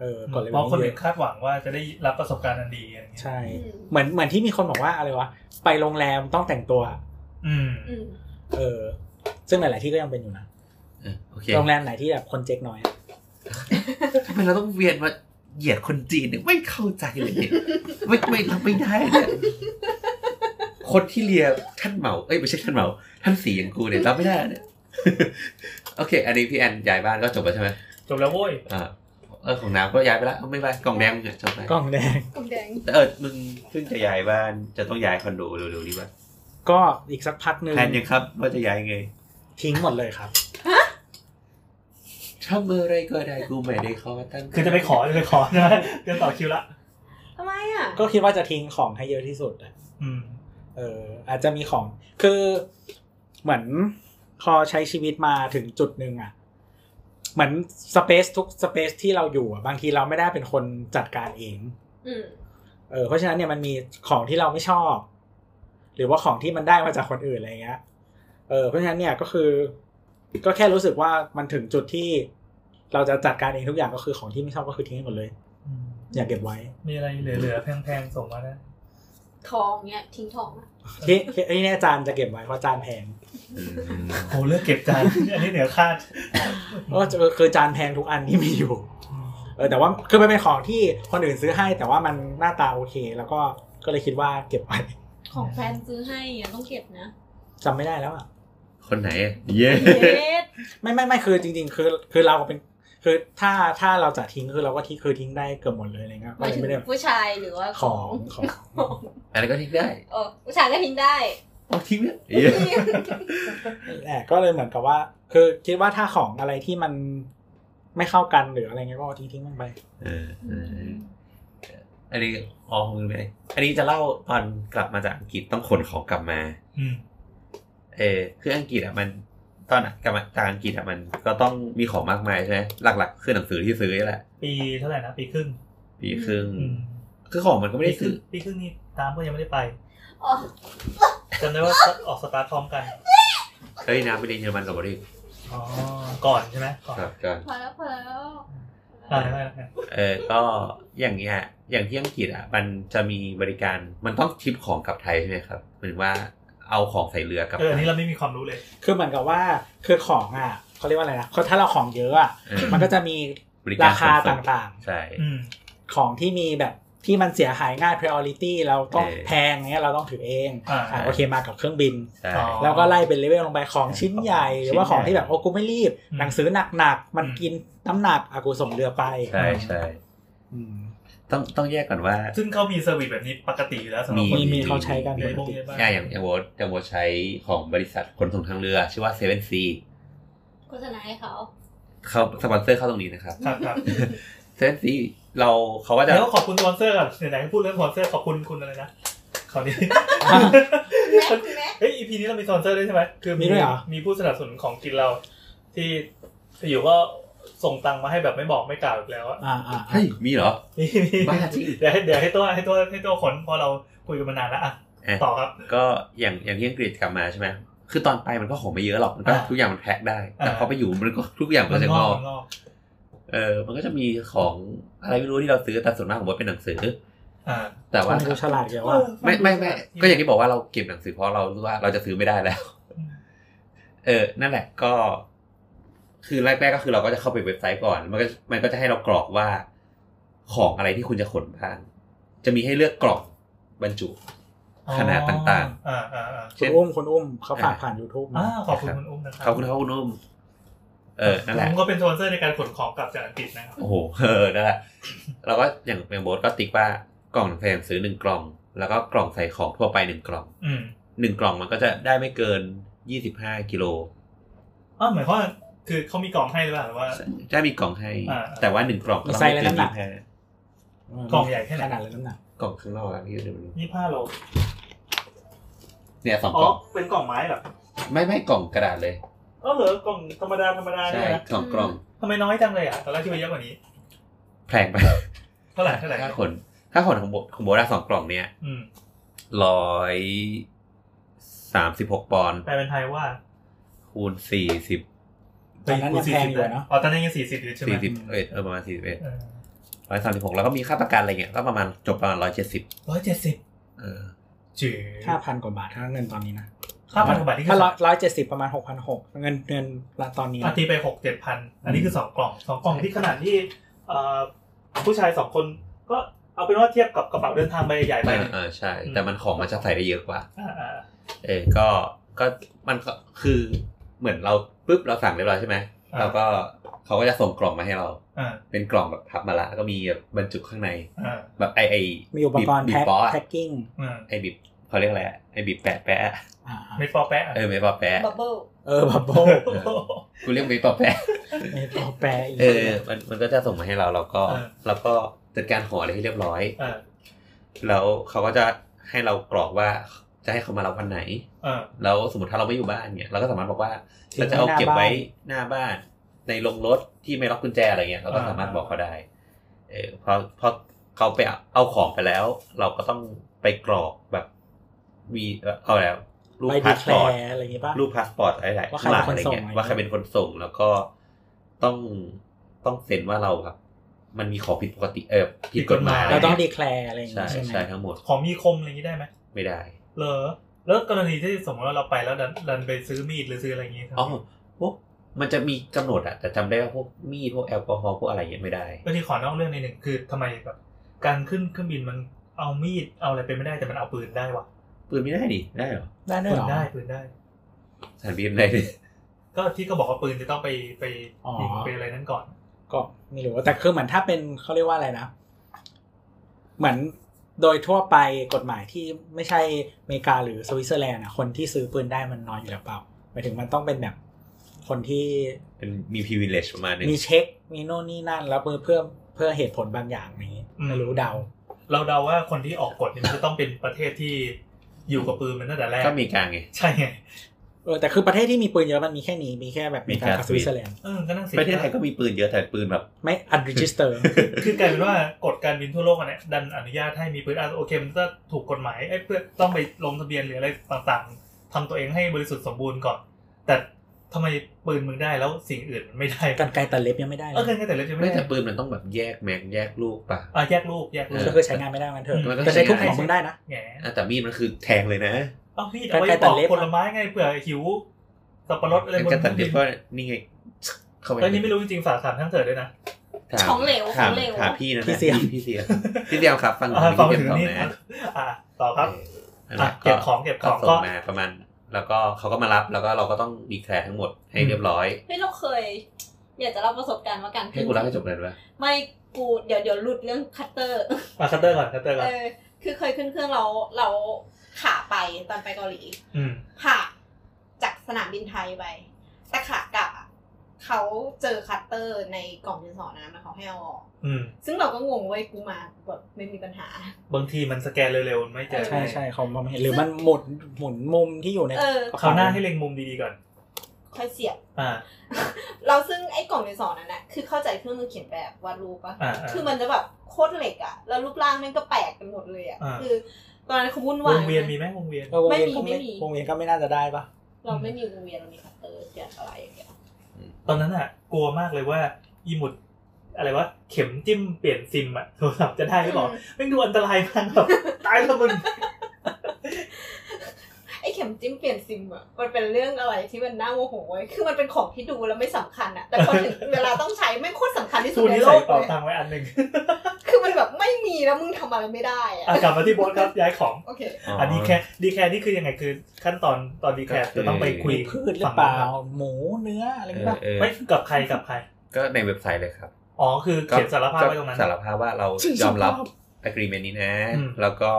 Speaker 4: เออกฎระเบียบ
Speaker 6: เพราะค
Speaker 4: มั
Speaker 6: น
Speaker 4: นเย
Speaker 6: อื่
Speaker 4: อะ
Speaker 6: นคาดหวังว่าจะได้รับประสบการณ์อันดีอะไรอย่างเงี้ย
Speaker 4: ใช่
Speaker 1: อืม
Speaker 4: เหมือนเหมือนที่มีคนบอกว่าอะไรวะไปโรงแรมต้องแต่งตัว
Speaker 6: อืม
Speaker 1: อืม
Speaker 4: เออ ซึ่งหลาย ๆ ที่ก็ยังเป็นอยู่นะ
Speaker 3: เออโอเค
Speaker 4: โรงแรมไหนที่แบบคนเจ๊กน้อยอะ
Speaker 3: ทำไมเราต้องเวียนมาเหยียดคนจีนเนี่ยไม่เข้าใจเลยเนี่ยไม่ไม่รับไม่ได้เนี่ยคนที่เลียท่านเหมาเอ้ยไม่ใช่ท่านเหมา ท่านสีอย่างกูเนี่ยรับไม่ได้เนี่ย โอเค อันนี้พี่แอนย้ายบ้านก็จบแล้วใช่ไหม
Speaker 6: จบแล้วโว้ย
Speaker 3: อ่าเออของน้ำก็ย้ายไปแล้วเอาไม่ไปกล่องแดงเนี่ยจบไป
Speaker 4: กล้องแดง
Speaker 5: กลุ่มแดง
Speaker 3: แต่เออมึงเพิ่งจะย้ายบ้านจะต้องย้ายคอนโดเร็วๆนี้ป่ะ
Speaker 4: ก็อีกสักพักหนึ่ง
Speaker 3: แพนยังครับ ว่าจะย้ายไง
Speaker 4: ทิ้งหมดเลยครับ
Speaker 3: ทำอะไรก็ได้กูไม่ได้ขอตั้ง
Speaker 6: คือจะไปขอจะไปขอใช่ไหม เดี๋ยวต่อคิวละ
Speaker 1: ทำไมอ่ะ
Speaker 4: ก็คิดว่าจะทิ้งของให้เยอะที่สุดอะ
Speaker 6: อืม
Speaker 4: เอออาจจะมีของคือเหมือนพอใช้ชีวิตมาถึงจุดหนึ่งอะเหมือนสเปซทุกสเปซที่เราอยู่อะบางทีเราไม่ได้เป็นคนจัดการเอง
Speaker 1: อืม
Speaker 4: เอ เออเพราะฉะนั้นเนี่ยมันมีของที่เราไม่ชอบ หรือว่าของที่มันได้มาจากคนอื่นอะไรเงี้ยเออเพราะฉะนั้นเนี่ยก็คือ ก็แค่รู้สึกว่ามันถึงจุดที่ เราจะจัดการเองทุกอย่างก็คือของที่ไม่ชอบก็คือทิ้งให้หมดเลย
Speaker 6: อืม
Speaker 4: อย่าเก็บไว้
Speaker 6: มีอะไรเหลือๆแพงๆส่งมาได้
Speaker 1: ทองเนี้ยทิ้งทองอะ
Speaker 4: ที่ที่เนี่ยจานจะเก็บไว้เพราะจานแพง
Speaker 3: อืม
Speaker 6: โหเลือกเก็บจาน อันนี้เหนือคาด
Speaker 4: ก็คือจานแพงทุกอันที่มีอยู่ เออแต่ว่าคือมันเป็นของที่คนอื่นซื้อให้ แต่ว่ามันหน้าตาโอเค แล้วก็ก็เลยคิดว่าเก็บไว้
Speaker 1: ของแฟนซื้อให้อะต้องเก็บนะ
Speaker 4: จำไม่ได้แล้วอ่ะ
Speaker 3: คนไหน เย้
Speaker 1: เย็ด
Speaker 4: ไม่ไม่ไม่คือจริง ๆ คือคือเราเป็นคือถ้าถ้าเราจะทิ้งคือเราก็ทิ้งคือทิ้งได้เกือบหมดเลยอะไรเงี้ย
Speaker 1: ห
Speaker 4: ก็
Speaker 1: มาย
Speaker 4: เลย
Speaker 1: ถึง
Speaker 4: ไม่ได้
Speaker 1: ผู้ชายหรือว่า
Speaker 4: ข
Speaker 1: ข
Speaker 4: อ
Speaker 1: อง ง
Speaker 4: ของ
Speaker 3: อันนั้นก็ทิ้งได้
Speaker 1: เออผู้ชายก็ทิ้งได้
Speaker 3: เอาทิ้งเลยเย้
Speaker 4: แอบก็เลยเหมือนกับว่า คือคิดว่าถ้าของอะไรที่มันไม่เข้ากันหรืออะไรเงี้ยก็ทิ้งทิ้งมันไป
Speaker 3: เออเอออันนี้อ๋อของมือไปไหนอันนี้จะเล่าตอนกลับมาจากอังกฤษต้องขนของกลับมา
Speaker 6: อืม
Speaker 3: เออคืออังกฤษอ่ะมันตอนกลับมาจากอังกฤษอ่ะมันก็ต้องมีของมากมายใช่ไหมหลัก ๆ คือหนังสือที่ซื้อนี่แหละ
Speaker 6: ปีเท่าไหร่นะ ปีครึ่ง
Speaker 3: ปีครึ่ง
Speaker 6: อืม
Speaker 3: คือของมันก็ไม่ได้
Speaker 6: ปีค
Speaker 3: ซื้
Speaker 6: รึ่
Speaker 3: อง
Speaker 6: ปีครึ่งนี่ตามก็ยังไม่ได้ไป
Speaker 1: อ๋อ
Speaker 6: จำได้ว่าออกสตาร์ทพร้อมกัน
Speaker 3: เฮ้ยน้ำไปเรียนเยอรมันกับเราดิ
Speaker 6: อ๋อ ก่อนใช่ไหมก่อน
Speaker 3: ครับกัน
Speaker 1: พอแล้วพอแล้ว
Speaker 6: อ่าได้ได้
Speaker 3: เออก็อย่างเงี้ยอย่างที่อังกฤษอ่ะมันจะมีบริการมันต้องทิปของกลับไทยใช่ไหมครับหมายถึงว่าเอาของใส่เรือกลับ
Speaker 6: เอออัน
Speaker 3: ไทย
Speaker 6: นี้เราไม่มีความรู้เลย
Speaker 4: คือเหมือนกับว่าคือของอ่ะเขาเรียกว่าอะไรนะคือถ้าเราของเยอะอ่ะ
Speaker 3: เออ
Speaker 4: มันก็จะมี
Speaker 3: บริการ
Speaker 4: ราคา
Speaker 3: ขน
Speaker 4: ต
Speaker 3: ส่ง่
Speaker 4: างๆ
Speaker 3: ใช่
Speaker 6: อืม
Speaker 4: ของที่มีแบบที่มันเสียหายง่าย priority เราต้อง
Speaker 3: เออ
Speaker 4: แพงเงี้ยเราต้องถือเอง
Speaker 6: อ่า
Speaker 4: อ่ะโอเคมากับเครื่องบิน
Speaker 3: ใช่
Speaker 6: อ๋อ
Speaker 4: แล้วก็ไล่เป็นเลเวลลงไปของชิ้นใหญ่ หรือว่าของ
Speaker 3: ชิ้นใหญ่
Speaker 4: ที่แบบโอ้กูไม่รีบ
Speaker 6: อืม
Speaker 4: หนังสือหนักๆ มันกินน้ำหนักอากูส่งเรือไป
Speaker 3: ใช่ใช่
Speaker 4: อืม
Speaker 3: ต้องต้องแยกก่อนว่า
Speaker 6: ซึ่งเขามีเซอร์วิสแบบนี้ปกติอยู่แล้วสำหรับค
Speaker 4: มี
Speaker 6: น
Speaker 4: มี
Speaker 3: มี
Speaker 4: เขาใช้กัน
Speaker 6: ใน
Speaker 4: ปก
Speaker 6: พวก
Speaker 4: ติ
Speaker 6: นี้บ้าง
Speaker 3: ง่ายอย่างอย่างโวตอย่างโวตใช้ของบริษัทขนส่งทางเรือ ชื่อว่าเซเว่นซี
Speaker 1: โฆษณาให้เขา
Speaker 3: เขาสปอนเซอร์เข้าตรงนี้นะครับ
Speaker 6: ครับครับ
Speaker 3: เซเว่นซีเราเขาก็จะ
Speaker 6: แล้วขอบคุณสปอนเซอร์ก่อนไหนๆพูดเรื่องสปอนเซอร์ขอบคุณคุณอะไรนะคราวนี้
Speaker 5: แม็กซ์แม็กซ์
Speaker 6: เฮ้ย EP นี้เรามีสปอนเซอร์ด้วยใช่ไหมคือ
Speaker 4: มีด้วยเหรอ
Speaker 6: มีผู้สนับสนุนของกินเรา ที่อยู่ก็ส่งตังค์มาให้แบบไม่บอกไม่กล่าวอีกแล้วอะ
Speaker 4: อ่าอ่า
Speaker 3: เฮ้ย มีเหรอ
Speaker 6: มีมี
Speaker 3: บ้าจริง
Speaker 6: เดี๋ยวให้เดี๋ยวให้ตัวให้ตัวให้ตัวขนเพอเราคุยกันมานานแล้วอะ
Speaker 3: เอ๊ะ
Speaker 6: ต่อครับ
Speaker 3: ก็อย่างอย่างที่อังกฤษกลับมาใช่ไหมคือตอนไปมันก็ของไม่เยอะหรอกมันก็
Speaker 6: อ่า
Speaker 3: ทุกอย่างมันแพ็คได้ แต่
Speaker 6: อ่า
Speaker 3: พอไปอยู่มันก็ทุกอย่างมันจะงอก
Speaker 6: งอก
Speaker 3: เออ มันก็จะมีของอะไรไม่รู้ที่เราซื้อแต่ส่วนมากผมว่าเป็นหนังสือ
Speaker 6: อ่า
Speaker 3: แต่
Speaker 4: ค
Speaker 3: ว่าน
Speaker 4: กูฉลาดเกี่ยวว่า
Speaker 3: ไม่ไม่ไม่ก็อย่างที่บอกว่าเราเก็บหนังสือเพราะเรารู้ว่าเราจะซื้อไม่ได้แล้ว
Speaker 6: อืม
Speaker 3: เออ นั่นแหละก็ คือแรกๆก็คือเราก็จะเข้าไปเว็บไซต์ก่อน มันก็มันก็จะให้เรากรอกว่าของอะไรที่คุณจะขนบ้างจะมีให้เลือกกล่องบรรจุ ขนาดต่าง
Speaker 6: ๆอ่าอ่าอ่า
Speaker 4: คุณอุ้มคุณอุ้มเขาฝากผ่าน YouTube มา
Speaker 6: อ่าขอบคุณคุณอุ้มนะครับ
Speaker 3: ขอบคุณครับคุณนุ่มเออนั่นแห
Speaker 6: ผ
Speaker 3: ละ
Speaker 6: มก็เป็นสปอนเซอร์ในการขนของกลับจากอังกฤษนะครับ
Speaker 3: โอ้โห เออ นั่นแหละ เราก็อย่างเป็นโบสก็ติ๊กว่ากล่องใส่หนังสือหนึ่งกล่อง แล้วก็กล่องใส่ของทั่วไปหนึ่งกล่อง
Speaker 6: อืม
Speaker 3: หนึ่งกล่องมันก็จะได้ไม่เกินยี่สิบห้ากิโล
Speaker 6: อ๋อหมายความว่าคือเขามีกล่องให้หรือเปล่าหรือว่า
Speaker 3: จะมีกล่องให้
Speaker 6: อ่า
Speaker 3: แต่ว่าหนึ่งกล่องก็ต้อง
Speaker 4: ไซส์
Speaker 3: ไม่
Speaker 4: และ
Speaker 3: เกิน
Speaker 4: น้ำหนั
Speaker 3: ยี่
Speaker 4: ก
Speaker 3: สิบห้าก
Speaker 6: ล่องใหญ่แค่ไหน
Speaker 4: ขนาดและน้ำหนัก
Speaker 3: กล่องข้างนอกอันนี้เดี๋ยวดู
Speaker 6: ยี่ห้าโล
Speaker 3: เนี่ยสองก
Speaker 6: อ๋อ
Speaker 3: ล่อง
Speaker 6: เป็นกล่องไม้เหรอ
Speaker 3: ไม่ไม่กล่องกระดาษเลย
Speaker 6: อ๋อเหรอกล่องธรรมดาธรรมดาเนี่
Speaker 3: ใช่
Speaker 6: ยนะ
Speaker 3: กล่องกล่อง
Speaker 6: ทำไมน้อยจังเลยอ่ะตอนแรกคิดว่าเยอะกว่านี้
Speaker 3: แพงไป
Speaker 6: เท่าไหร่เท่าไหร่
Speaker 3: ถ้าขนถ้าขนของโบสของโบสได้สองกล่องเนี่ย
Speaker 6: อืม
Speaker 3: ร้อยสามสิบหกปอนด์
Speaker 6: แปลเป็นไทยว่า
Speaker 3: คูณสี่สิบ
Speaker 4: ตอนนั้นยังแพงอยู่นะ
Speaker 6: อ๋อตอนนั้นยังสี่สิบอยู่ใช่ไหม
Speaker 3: สี่สิบเอ็ดเออประมาณสี่สิบเอ็ด
Speaker 6: เออ
Speaker 3: ร้อยสามสิบหกแล้วก็มีค่าประกันอะไรเงี้ยก็ประมาณจบประมาณร้อยเจ็ดสิบ
Speaker 6: ร้อยเจ็ดสิบ
Speaker 3: เออ
Speaker 6: จืด
Speaker 4: 5,000 กว่าบาทเท่านั้นเงินตอนนี้นะ
Speaker 6: ค่าพันธบัตรนี่คื
Speaker 4: ถ้า
Speaker 6: อ
Speaker 4: ร้อยร้อยเจ็ดสิบประมาณหกพันหกเงินเงินตอนนี้
Speaker 6: อ่ะตีไปหกเจ็ดพันอันนี้คือสองกล่องสองกล่องที่ขนาดที่เอ่อผู้ชายสองคนก็เอาเป็นว่าเทียบกับกระเป๋าเดินทางใบใหญ่ใบ
Speaker 3: เออ
Speaker 6: หนึ่ง
Speaker 3: เออใช่
Speaker 6: อืม
Speaker 3: แต่มันของมันจะใส่ได้เยอะกว่า
Speaker 6: อ่าอ่า
Speaker 3: เออก็ก็มันก็คือเหมือนเราปุ๊บเราสั่งเรียบร้อยใช่ไหมเราก็เขาก็จะส่งกล่องมาให้เรา
Speaker 6: อ่า
Speaker 3: เป็นกล่องแบบพับมาละแล้วก็มีแบบบรรจุข้างใน
Speaker 6: อ่า
Speaker 3: แบบไอไอ
Speaker 4: มีอุปกรณ์
Speaker 3: บีบบีบ
Speaker 4: แพ็ค
Speaker 3: ป๊ออะ
Speaker 4: แพ็คกิ้ง
Speaker 6: อ่า
Speaker 3: ไอบีบเขาเรียกอะไรอะไอบีบแปะแปะอะ
Speaker 4: อ่า
Speaker 6: ไม่ปอแปะอ่ะ
Speaker 3: เออไม่ปอแปะ
Speaker 1: บับเบิ้ล
Speaker 4: เออบับโบ
Speaker 6: โอ้โห
Speaker 3: กูเรียกไม่ปอแปะ
Speaker 4: ไม่ต้องแปลอีก
Speaker 3: เออมันมันก็จะส่งมาให้เราแล้วก็
Speaker 6: เออ
Speaker 3: แล้วก็จัดการห่ออะไรให้เรียบร้อย
Speaker 6: อ่า
Speaker 3: แล้วเขาก็จะให้เรากรอกว่าจะให้เขามารับวันไหน
Speaker 6: อ่า
Speaker 3: แล้วสมมติถ้าเราไม่อยู่บ้านเนี่ยเราก็สามารถบอกว่าเราจะเอาเก็บไว้หน้าบ้านในโรงรถที่ไม่ล็อกกุญแจอะไรเงี้ยเราก็สามารถบอกเขาได้ เออพอพอ เขาไปเอาของไปแล้ว เราก็ต้องไปกรอกแบบมีเอาแล้วรูป
Speaker 4: ไป
Speaker 3: พา
Speaker 4: ดี
Speaker 3: ส
Speaker 4: แค
Speaker 3: ป
Speaker 4: ล
Speaker 3: อร์ต
Speaker 4: ร์อะไรอย่างงี้ป่ะ
Speaker 3: รูปพาสปอร์ตอะไรหลาย
Speaker 4: ว่าใคร
Speaker 3: ข้างหลัง
Speaker 4: เป็นคน
Speaker 3: อะไรเงี้ย
Speaker 4: ส่ง
Speaker 3: ว่าใครเป็นคนส่งแล้วก็ต้องต้องเซ็นว่าเราครับ มันมีของผิดปกติเออผิดกฎหมาย
Speaker 4: เราต้อง
Speaker 3: ะไ
Speaker 4: ดีแคลร์อะไรอย่าง
Speaker 3: ใช่
Speaker 4: งี้ใช่ไหม
Speaker 3: ใช่ทั้งหมด
Speaker 6: ของมีคมอะไรอย่างนี้ได้ไหม
Speaker 3: ไม่ได้
Speaker 6: เหรอแล้วกรณีที่สมมติว่าเราไปแล้วดันดันไปซื้อมีดหรือซื้ออะไรอย่างนี้
Speaker 3: อ๋อพวกมันจะมีกำหนดอะแต่จำได้ว่าพวกมีดพวกแอลกอฮอล์พวกอะไรเงี้ยไม่ได้
Speaker 6: บางทีขอนอกเรื่องนิดหนึ่งคือทำไมแบบการขึ้นเครื่องบินมันเอามีดเอาอะไรไปไม่ได้แต่มันเอาปืนได้วะ
Speaker 3: ปืนไม่ได้ดิได้เหรอ
Speaker 4: ได้เน
Speaker 6: ปืน
Speaker 4: อะ
Speaker 6: ได้ปืนได้
Speaker 3: สถานบินได้ดิ
Speaker 6: ก็ที่ก็บอกว่าปืนจะต้องไปไปยิงไปอะไรนั้นก่อน
Speaker 4: ก็ไม่รู้แต่คือเหมือนถ้าเป็นเขาเรียกว่าอะไรนะ เหมือนโดยทั่วไปกฎหมายที่ไม่ใช่อเมริกาหรือสวิตเซอร์แลนด์อะคนที่ซื้อปืนได้มันน้อยอยู่แล้วเปล่าหมายถึงมันต้องเป็นแบบ คนที่
Speaker 3: เป็นมีพ i วิเลชประมาณนึง
Speaker 4: มีเช็คมีโน่นนี่นั่น แล้วเพื่อเพื่อเพื่อเหตุผลบางอย่างนี้
Speaker 6: อืม
Speaker 4: ไม่รู้เดา
Speaker 6: เราเดาว่าคนที่ออกกฎนี่มันจะต้องเป็นประเทศที่อยู่กับปืนมันตั้งแต่แรก
Speaker 3: ก็อเมริกาไง
Speaker 6: ใช่ไง
Speaker 4: เออแต่คือประเทศที่มีปืนเยอะมันมีแค่นี้ มีแค่แบบอเมริกากับสวิตเซอร์แลนด์
Speaker 6: เออก็นั่งเสีย
Speaker 3: ประเทศไทยก็มีปืนเยอะแต่ปืนแบบ
Speaker 4: ไม่อันรีจิสเต อร์
Speaker 6: คือกลายเป็นว่ากฎการบินทั่วโลกอันเนี้ยดันอนุญาตให้มีปืนอ่ะโอเคมันก็ถูกกฎหมายไอ้ยเพื่อต้องไปลงทะเบียนหรืออะไรต่างๆทำตัวเองให้บริสุทธิ์สมบูรณ์ก่อน แต่ทำไมปืนมึงได้แล้วสิ่งอื่นมันไม่ได้
Speaker 4: กันไกลตัดเล็บยังไม่ได้เล
Speaker 6: เออย แค่แต่เล็กจะ
Speaker 3: ไม่
Speaker 6: ไม่ได้
Speaker 3: แต่ปืนมันต้องแบบแยกแม็กแยกลูกป่ะ
Speaker 6: อ่ะแยกลูกแยกลูก
Speaker 4: ก็คือใช้งานไม่ได้มันเถอะ
Speaker 3: มันก็
Speaker 4: แต่ใช้ทุก
Speaker 3: ใช้
Speaker 4: ข
Speaker 3: งาน
Speaker 4: องมึงได้นะ
Speaker 6: แหม
Speaker 3: อ่ะแต่มีดมันคือแทงเลยนะ
Speaker 6: เอามีดเอาไว้
Speaker 4: กรรไกร
Speaker 6: ป
Speaker 4: ตั
Speaker 6: อ
Speaker 4: ด
Speaker 6: ก
Speaker 4: เล็บ
Speaker 6: ผลไม้ไงเผื่อหิวสับปะรดอะไรบ
Speaker 3: มัน
Speaker 6: น
Speaker 3: ก็ตัดเล็บก็นี่ไงเข้าไป
Speaker 6: เออนี่ไม่รู้จริงๆฝากถามทั้งเถิดด้วยนะ
Speaker 3: ถาม
Speaker 1: ของเหลว
Speaker 3: ถา
Speaker 1: ข
Speaker 3: ม
Speaker 1: องเหลว
Speaker 3: ถามพี่นะ
Speaker 4: พี่เสี่ยม
Speaker 3: พี่เสียมพี่เสียมครับ ฟัง
Speaker 6: อ่าฟัง
Speaker 3: พี่เสีย
Speaker 6: ถึ
Speaker 3: มต่
Speaker 6: ง
Speaker 3: อ
Speaker 6: นี่
Speaker 3: นะ
Speaker 6: อ่ะต่อครับ
Speaker 3: เออนั่นแหละ
Speaker 6: อ่ะเก็บของเก็บของ
Speaker 3: ส่
Speaker 6: ก็
Speaker 3: งมาประมาณ แล้วก็เขาก็มารับแล้วก็เราก็ต้องดีแคลร์ทั้งหมดให้เรียบร้อย
Speaker 1: เฮ้ยเราเคย อยากจะเล่าประสบการณ์ว่าการ
Speaker 3: ให้กูรับให้จบเลยด้วย
Speaker 1: ไม่กูเดี๋ยวเดี๋ยวหลุดเรื่องคัตเตอร์
Speaker 6: มาคัตเตอร์ก่อนคัตเตอร์ก่อน
Speaker 5: เออคือเคยขึ้นเครื่องเราเราขาไปตอนไปเกาหลี
Speaker 6: อืม
Speaker 5: ผ่านจากสนามบินไทยไปแต่ขากลับอะเขาเจอคัตเตอร์ในกล่องดินสอน้ำนะเขาให้เอาออก
Speaker 6: อืม
Speaker 5: ซึ่งเราก็งงเว้ยกูมาแบบไม่มีปัญหา
Speaker 6: บางทีมันสแกนเร็วๆ ไม่เจอ
Speaker 4: ใช่ใช่เขามองไม่เห็นหรือมันหมุนหมุนมุมที่อยู่ใน
Speaker 5: เออ
Speaker 4: กระเป๋
Speaker 6: เขาวหน้าให้เล็งมุมดีๆก่อน
Speaker 5: ค่อยเสียบ
Speaker 6: อ่า
Speaker 5: เราซึ่งไอ้กล่องดินสอนั้นอะคือเข้าใจเครื่องมือเขียนแบบวาดรูปปะ
Speaker 6: อ่าอ่า
Speaker 5: คือมันจะแบบโคตรเหล็กอะแล้วรูปร่างแมันก็แปลกกันหมดเลยอะ
Speaker 6: อ่า
Speaker 5: คือตอนนั้นเขาวุ่น
Speaker 6: ว
Speaker 5: วาย
Speaker 6: งเวียนมีไหมวงเวียน
Speaker 4: เออวงเวียนก็
Speaker 5: ไม่มีไม่มี
Speaker 4: วงเวียนก็ไม่น่าจะได้ปะ
Speaker 5: เราไม่มีวงเวียนเรามีคัตเตอร์เสียบอะไรอย่างเงี้ย
Speaker 6: ตอนนั้นอ่ะ กลัวมากเลยว่าอีหมุด อะไรวะ เข็มจิ้มเปลี่ยนซิมอ่ะโท รศัพท์จะได้หรือเปล่าแม่งดูอันตรายมากแบบตายแล้วมึง
Speaker 5: ไอ้เข็มจิ้มเปลี่ยนซิมอะมันเป็นเรื่องอะไรที่มันน่าโมโหเว้ยคือมันเป็นของที่ดูแล้วไม่สำคัญอะแต่พอถึง เวลาต้องใช้แม่งโคตรสำคัญที่สุ
Speaker 6: ทู
Speaker 5: ดใน
Speaker 6: นี้
Speaker 5: โล
Speaker 6: ใส่
Speaker 5: ก
Speaker 6: เป๋า
Speaker 5: เลย
Speaker 6: ตังค์ไว้อันหนึ่ง
Speaker 5: คือมันแบบไม่มีแล้วมึงทำอะไรไม่ได้อะ
Speaker 6: อ่ะกลับมาที่โบอสครับย้ายของ
Speaker 5: โอเค
Speaker 6: อันนี้แค่ดีแคร์นี่คือยังไงคือขั้นตอนตอนดีแคร์จะต้องไปคุย
Speaker 4: มีพืชหรือเปล่า หมูเนื้ออะไร
Speaker 3: เอ
Speaker 4: อ
Speaker 3: อ
Speaker 4: ย่างงี้ปะ
Speaker 3: เออ
Speaker 6: ไม่กับใครกับใคร
Speaker 3: ก็ในเว็บไซต์เลยครับ
Speaker 6: อ๋อคือเขียนสารภาพไว้ตรงนั้น
Speaker 3: ก็สารภาพว่าเรายอมรับ agreement นี้นะ
Speaker 6: อืม
Speaker 3: แล้วก็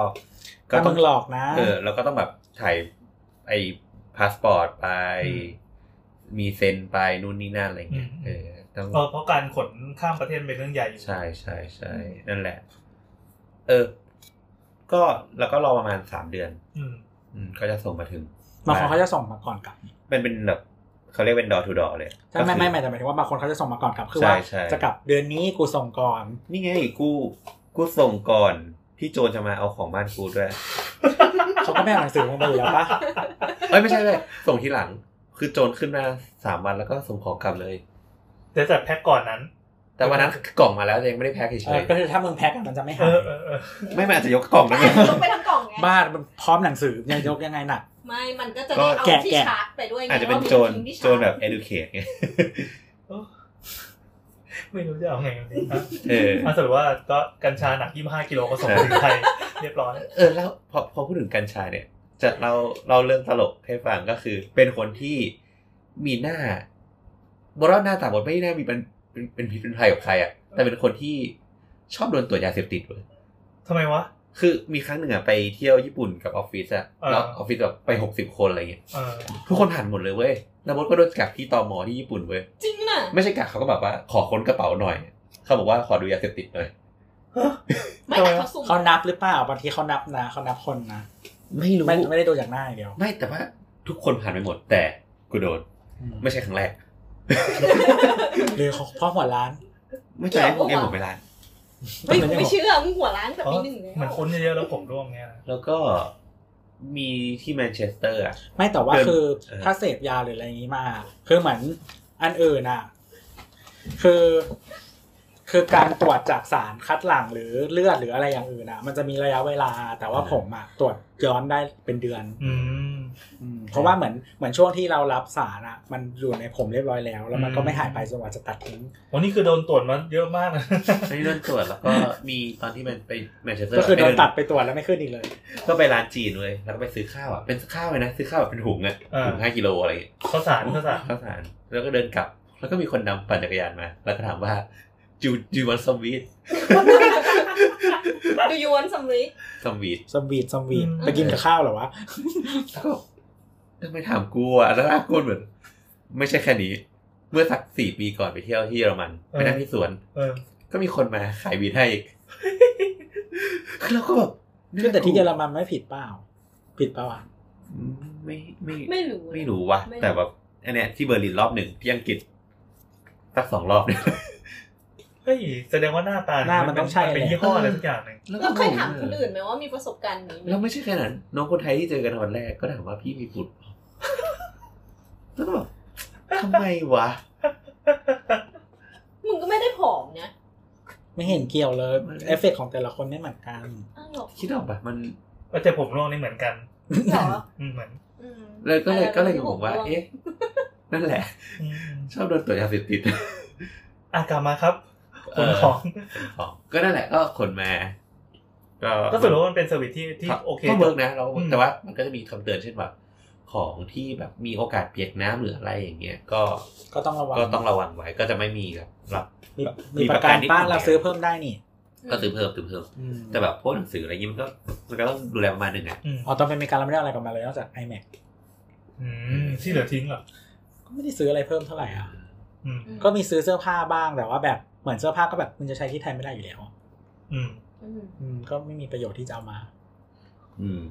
Speaker 3: ก็
Speaker 4: ถ้า
Speaker 3: ต้อ
Speaker 4: มึ
Speaker 3: ง
Speaker 4: งหลอกนะ
Speaker 3: เออแล้วก็ต้องแบบถ่ายไอ้พาสปอร์ตไป มีเซ็นไปนู่นนี่นั่นอะไรเงี้ยเออต้อง
Speaker 6: เออเพราะการขนข้ามประเทศเป็นเรื่องใหญ่อยู่
Speaker 3: ใช่ใช่ใช่นั่นแหละ เออ ก็แล้วก็รอประมาณสามเดือน
Speaker 6: อืม
Speaker 3: อืมก็จะส่งมาถึง
Speaker 4: บางคนเขาจะส่งมาก่อนกลับ
Speaker 3: มันเป็นแบบเขาเรียกเป็นดอทูดอเลย
Speaker 4: ใช่
Speaker 3: ก็คื
Speaker 4: ไม่
Speaker 3: อ
Speaker 4: ไม่ไม่แต่หมายถึงว่าบางคนเขาจะส่งมาก่อนกลับคือ
Speaker 3: ใช่
Speaker 4: ว่า
Speaker 3: ใช่
Speaker 4: จะกลับเดือนนี้กูส่งก่อน
Speaker 3: นี่ไงกูกูส่งก่อนพี่โจจะมาเอาของบ้านกูด้วย
Speaker 4: เขาก็ไม่เอาหนังสือมึงมาอยู่แล้วปะ
Speaker 3: เอ้ยไม่ใช่เลยส่งทีหลัง คือโจรขึ้นมาสามวันแล้วก็ส่งของกลับเลย
Speaker 6: แต่แต่แพ็กก่อนนั้น
Speaker 3: แต่วันนั้นกล่องมาแล้วแต่ยังไม่ได้แพ็ค
Speaker 4: เอ
Speaker 3: เฉ
Speaker 4: อย ก็คือถ้ามึงแพ็คอะมันจะไม่
Speaker 6: เอ
Speaker 4: หาย
Speaker 6: อเออเออ
Speaker 3: ๆไม่มันอาจจะยกก ล่องนะเนี่ย
Speaker 5: ลงไปทั้งกล่องไง
Speaker 4: บ้านมันพร้อมหนังสือยังยกยังไงหนัก
Speaker 1: ไม่มันก็จะได้เอา
Speaker 4: แกะ
Speaker 1: ที่
Speaker 4: แกะ
Speaker 1: ชาร์จไปด้วยไง
Speaker 3: อาจจะเป็น
Speaker 1: ว่ามี
Speaker 3: โจร
Speaker 1: ทิ้งที่ชา
Speaker 3: โจรแบบ educate ไง
Speaker 6: ไม่รู้จะเอาไงดีนะ
Speaker 3: เออ
Speaker 6: อ่ะสรุปว่าก็กัญชาหนัก 25 กิโลก็ส่งถึงไทยเรียบร้อย
Speaker 3: เออแล้วพอพอพูดถึงกัญชาเนี่ย จะเราเราเรื่องตลกให้ฟังก็คือ เป็นคนที่มีหน้าบรอดหน้าตาบอดไม่ได้มีเป็นเป็นเป็นพิษเป็นภัยกับใครอ่ะแต่เป็นคนที่ชอบโดนตรวจยาเสพติดเว้ย
Speaker 6: ทำไมวะ
Speaker 3: คือมีครั้งหนึ่งอ่ะไปเที่ยวญี่ปุ่นกับออฟฟิศอ่ะ
Speaker 6: เออ
Speaker 3: แล้วออฟฟิศแบบไปหกสิบคนอะไรเงี้ย
Speaker 6: เออ
Speaker 3: ทุกคนผ่านหมดเลยเว้ยแล้วมดก็โดนกักที่ตมที่ญี่ปุ่นเว้ย
Speaker 1: จริงน่ะ
Speaker 3: ไม่ใช่กักเขาก็แบบว่าขอค้นกระเป๋าหน่อยเขาบอกว่าขอดูยาเสพติดหน่อย
Speaker 1: ไม่แต่เขาสุ่ม
Speaker 4: เขานับหรือเปล่าบางทีเขานับนะเขานับคนนะ
Speaker 3: ไม่รู้
Speaker 4: ไม่ไม่ได้ดูจากหน้าอย่างเดียว
Speaker 3: ไม่แต่ว่าทุกคนผ่านไปหมด แต่กูโดน
Speaker 4: อืม
Speaker 3: ไม่ใช่ครั้งแรก
Speaker 4: หรือเขาเพ่อหัวร้าน
Speaker 3: ไม่ใช่ผมเองผมไปร้าน
Speaker 1: เฮ้ยกูไม่เชื่อมึงหัวร้านแต่ปีหนึ่ง
Speaker 6: เหมื
Speaker 1: แล้
Speaker 6: อน
Speaker 1: ว
Speaker 6: คนเยอะๆแล้วผมร่วงเงี้ยนะ
Speaker 3: แล้วก็มีที่แมนเชสเตอร์อ่ะ
Speaker 4: ไม่แต่ว่า
Speaker 3: เดิน
Speaker 4: คือ
Speaker 3: เออ
Speaker 4: ถ้าเสพยาหรืออะไรอย่างนี้มา คือเหมือนอันอื่นอ่ะ คือ คือการตรวจจากสารคัดหลั่งหรือเลือดหรืออะไรอย่างอื่นอ่ะ มันจะมีระยะเวลา แต่ว่าผมอ่ะตรวจย้อนได้เป็นเดือน
Speaker 6: อืม
Speaker 4: อืมเพราะว่าเหมือนเหมือนช่วงที่เรารับสารอ่ะ มันอยู่ในผมเรียบร้อยแล้ว แล้วมันก็ไม่หายไปจนกว่าจะตัดทิ้ง
Speaker 6: วันนี้คือโดนตรวจมาเยอะมากนะ
Speaker 3: ไม่เลื่อนตรวจแล้วก็มีตอนที่แมนไปแมนเชสเตอร์
Speaker 4: ก็คือโด
Speaker 3: ไป
Speaker 4: นตัดไปตรวจแล้วไม่ขึ้นอีกเลย
Speaker 3: ก็ไปร้านจีนเลยแล้วก็ไปซื้อข้าวอ่ะเป็นข้าวเลยนะซื้อข้าวแบบเป็นถุงอ่ะ
Speaker 6: อ่า
Speaker 3: ถุงห้ากิโลอะไรอย่างเงี้ย
Speaker 6: ข้าวสารข้าวสาร
Speaker 3: ข้าวสารแล้วก็เดินกลับ แล้วก็มีคนนำปั่นจักรยานมา แล้วก็ถามว่าจูจูวันซอมวีด
Speaker 1: ดูยวนสำลิด
Speaker 3: ซอมวีด
Speaker 4: สวีทสวีทไปกินกับข้าวเหรอวะ
Speaker 3: แล้วก็ทำไมถามกูอ่ะแล้วอากูเหมือน ไม่ใช่แค่นี้ เมื่อสักสี่ปีก่อนไปเที่ยวที่เยอรมันไปนั่งที่สวน
Speaker 6: เออ
Speaker 3: ก็มีคนมาขายวีดให้อีก คือเราก็แบบ
Speaker 4: คือแต่ที่เยอรมันไม่ผิดเปล่า ผิดเปล่าอ่ะ
Speaker 3: ไม่ไม่
Speaker 1: ไม่รู้
Speaker 3: ไม่รู้ว่ะ
Speaker 1: ไม่รู้
Speaker 3: แต่แบบอันเนี้ยที่เบอร์ลินรอบหนึ่งที่อังกฤษสักสองรอบเนี่ย
Speaker 6: เฮ้ยแสดงว่าหน้าตา
Speaker 4: หน้ามันต้องใช่
Speaker 6: เป็นยี่ห้ออะไรสักอย่างหนึ่ง
Speaker 1: เราเคยถามคนอื่นไหมว่ามีประสบการณ์นี้ไหม
Speaker 3: แล้วไม่ใช่แค่นั้นน้องคนไทยที่เจอกันวันแรกก็ถามว่าพี่มีบุตรเปล่าแล้วก็แบบทำไมวะ
Speaker 1: มึงก็ไม่ได้ผอมเนี่ย
Speaker 4: ไม่เห็นเกี่ยวเลย
Speaker 3: มัน
Speaker 4: เอฟเฟกต์ของแต่ละคนไม่เหมือนกัน
Speaker 1: อ้าวเหรอ
Speaker 3: คิดออกปะมัน
Speaker 6: ก็แต่ผมร่วงนี่เหมือนกัน
Speaker 1: เหรอ
Speaker 6: อืมเหมือน
Speaker 1: อืม
Speaker 3: เลยก็เลย
Speaker 1: เออ
Speaker 3: ก็เลย
Speaker 1: แล้ว
Speaker 3: งงว่า
Speaker 1: ผมร่วง
Speaker 3: เอ๊ะ นั่นแหละ
Speaker 6: อืม
Speaker 3: ชอบโดนตรวจยาเสพติด
Speaker 6: อ่ะกลับมาครับ
Speaker 3: เ
Speaker 6: ผลของ
Speaker 3: ของก็นั่นแหละก็ขนมาก็
Speaker 6: ก็สรุปว่ามันเป็นเซอร์วิสที่ที่
Speaker 3: รับ
Speaker 6: โอเค
Speaker 3: ก็เวิร์กนะเราก็เวิร์ก
Speaker 6: อืม
Speaker 3: แต่ว่ามันก็จะมีคำเตือนเช่นแบบของที่แบบมีโอกาสเปียกน้ำหรืออะไรอย่างเงี้ย ก็
Speaker 4: ก็ต้องระวัง
Speaker 3: ก็ต้องระวังไว้ก็จะไม่มีครับรับ
Speaker 4: มี
Speaker 3: มี
Speaker 4: มี
Speaker 3: ป
Speaker 4: ประ ระ
Speaker 3: กั
Speaker 4: กัน นป้า
Speaker 3: นิดหน่อย
Speaker 4: เราซื้อเพิ่มได้นี่
Speaker 3: ก็ซื้อเพิ่มซื้อเพิ่มแต่แบบพวกหนังสืออะไรเงี้ยมันก็มันก็ต้องดูแลประมาณหนึ่งอ่ะ
Speaker 6: อืม
Speaker 4: อ๋อตอนเป็นอเมริกันเราไม่ได้เอาอะไรกลับมาเลยนอกจาก iMac
Speaker 6: อืมที่เหลือทิ้งเหรอ
Speaker 4: ก็ไม่ได้ซื้ออะไรเพิ่มเท่าไหร่อ่ะ
Speaker 6: อืม
Speaker 4: ก็มีซื้อเสื้อผ้าบ้างแต่ว่าแบบเหมือนเสื้อผ้าก็แบบมันจะใช้ที่ไทยไม่ได้อยู่แล้ว
Speaker 6: อืม
Speaker 1: อืม
Speaker 4: อืมก็ไม่มีประโยชน์ที่จะเอามา
Speaker 3: อืม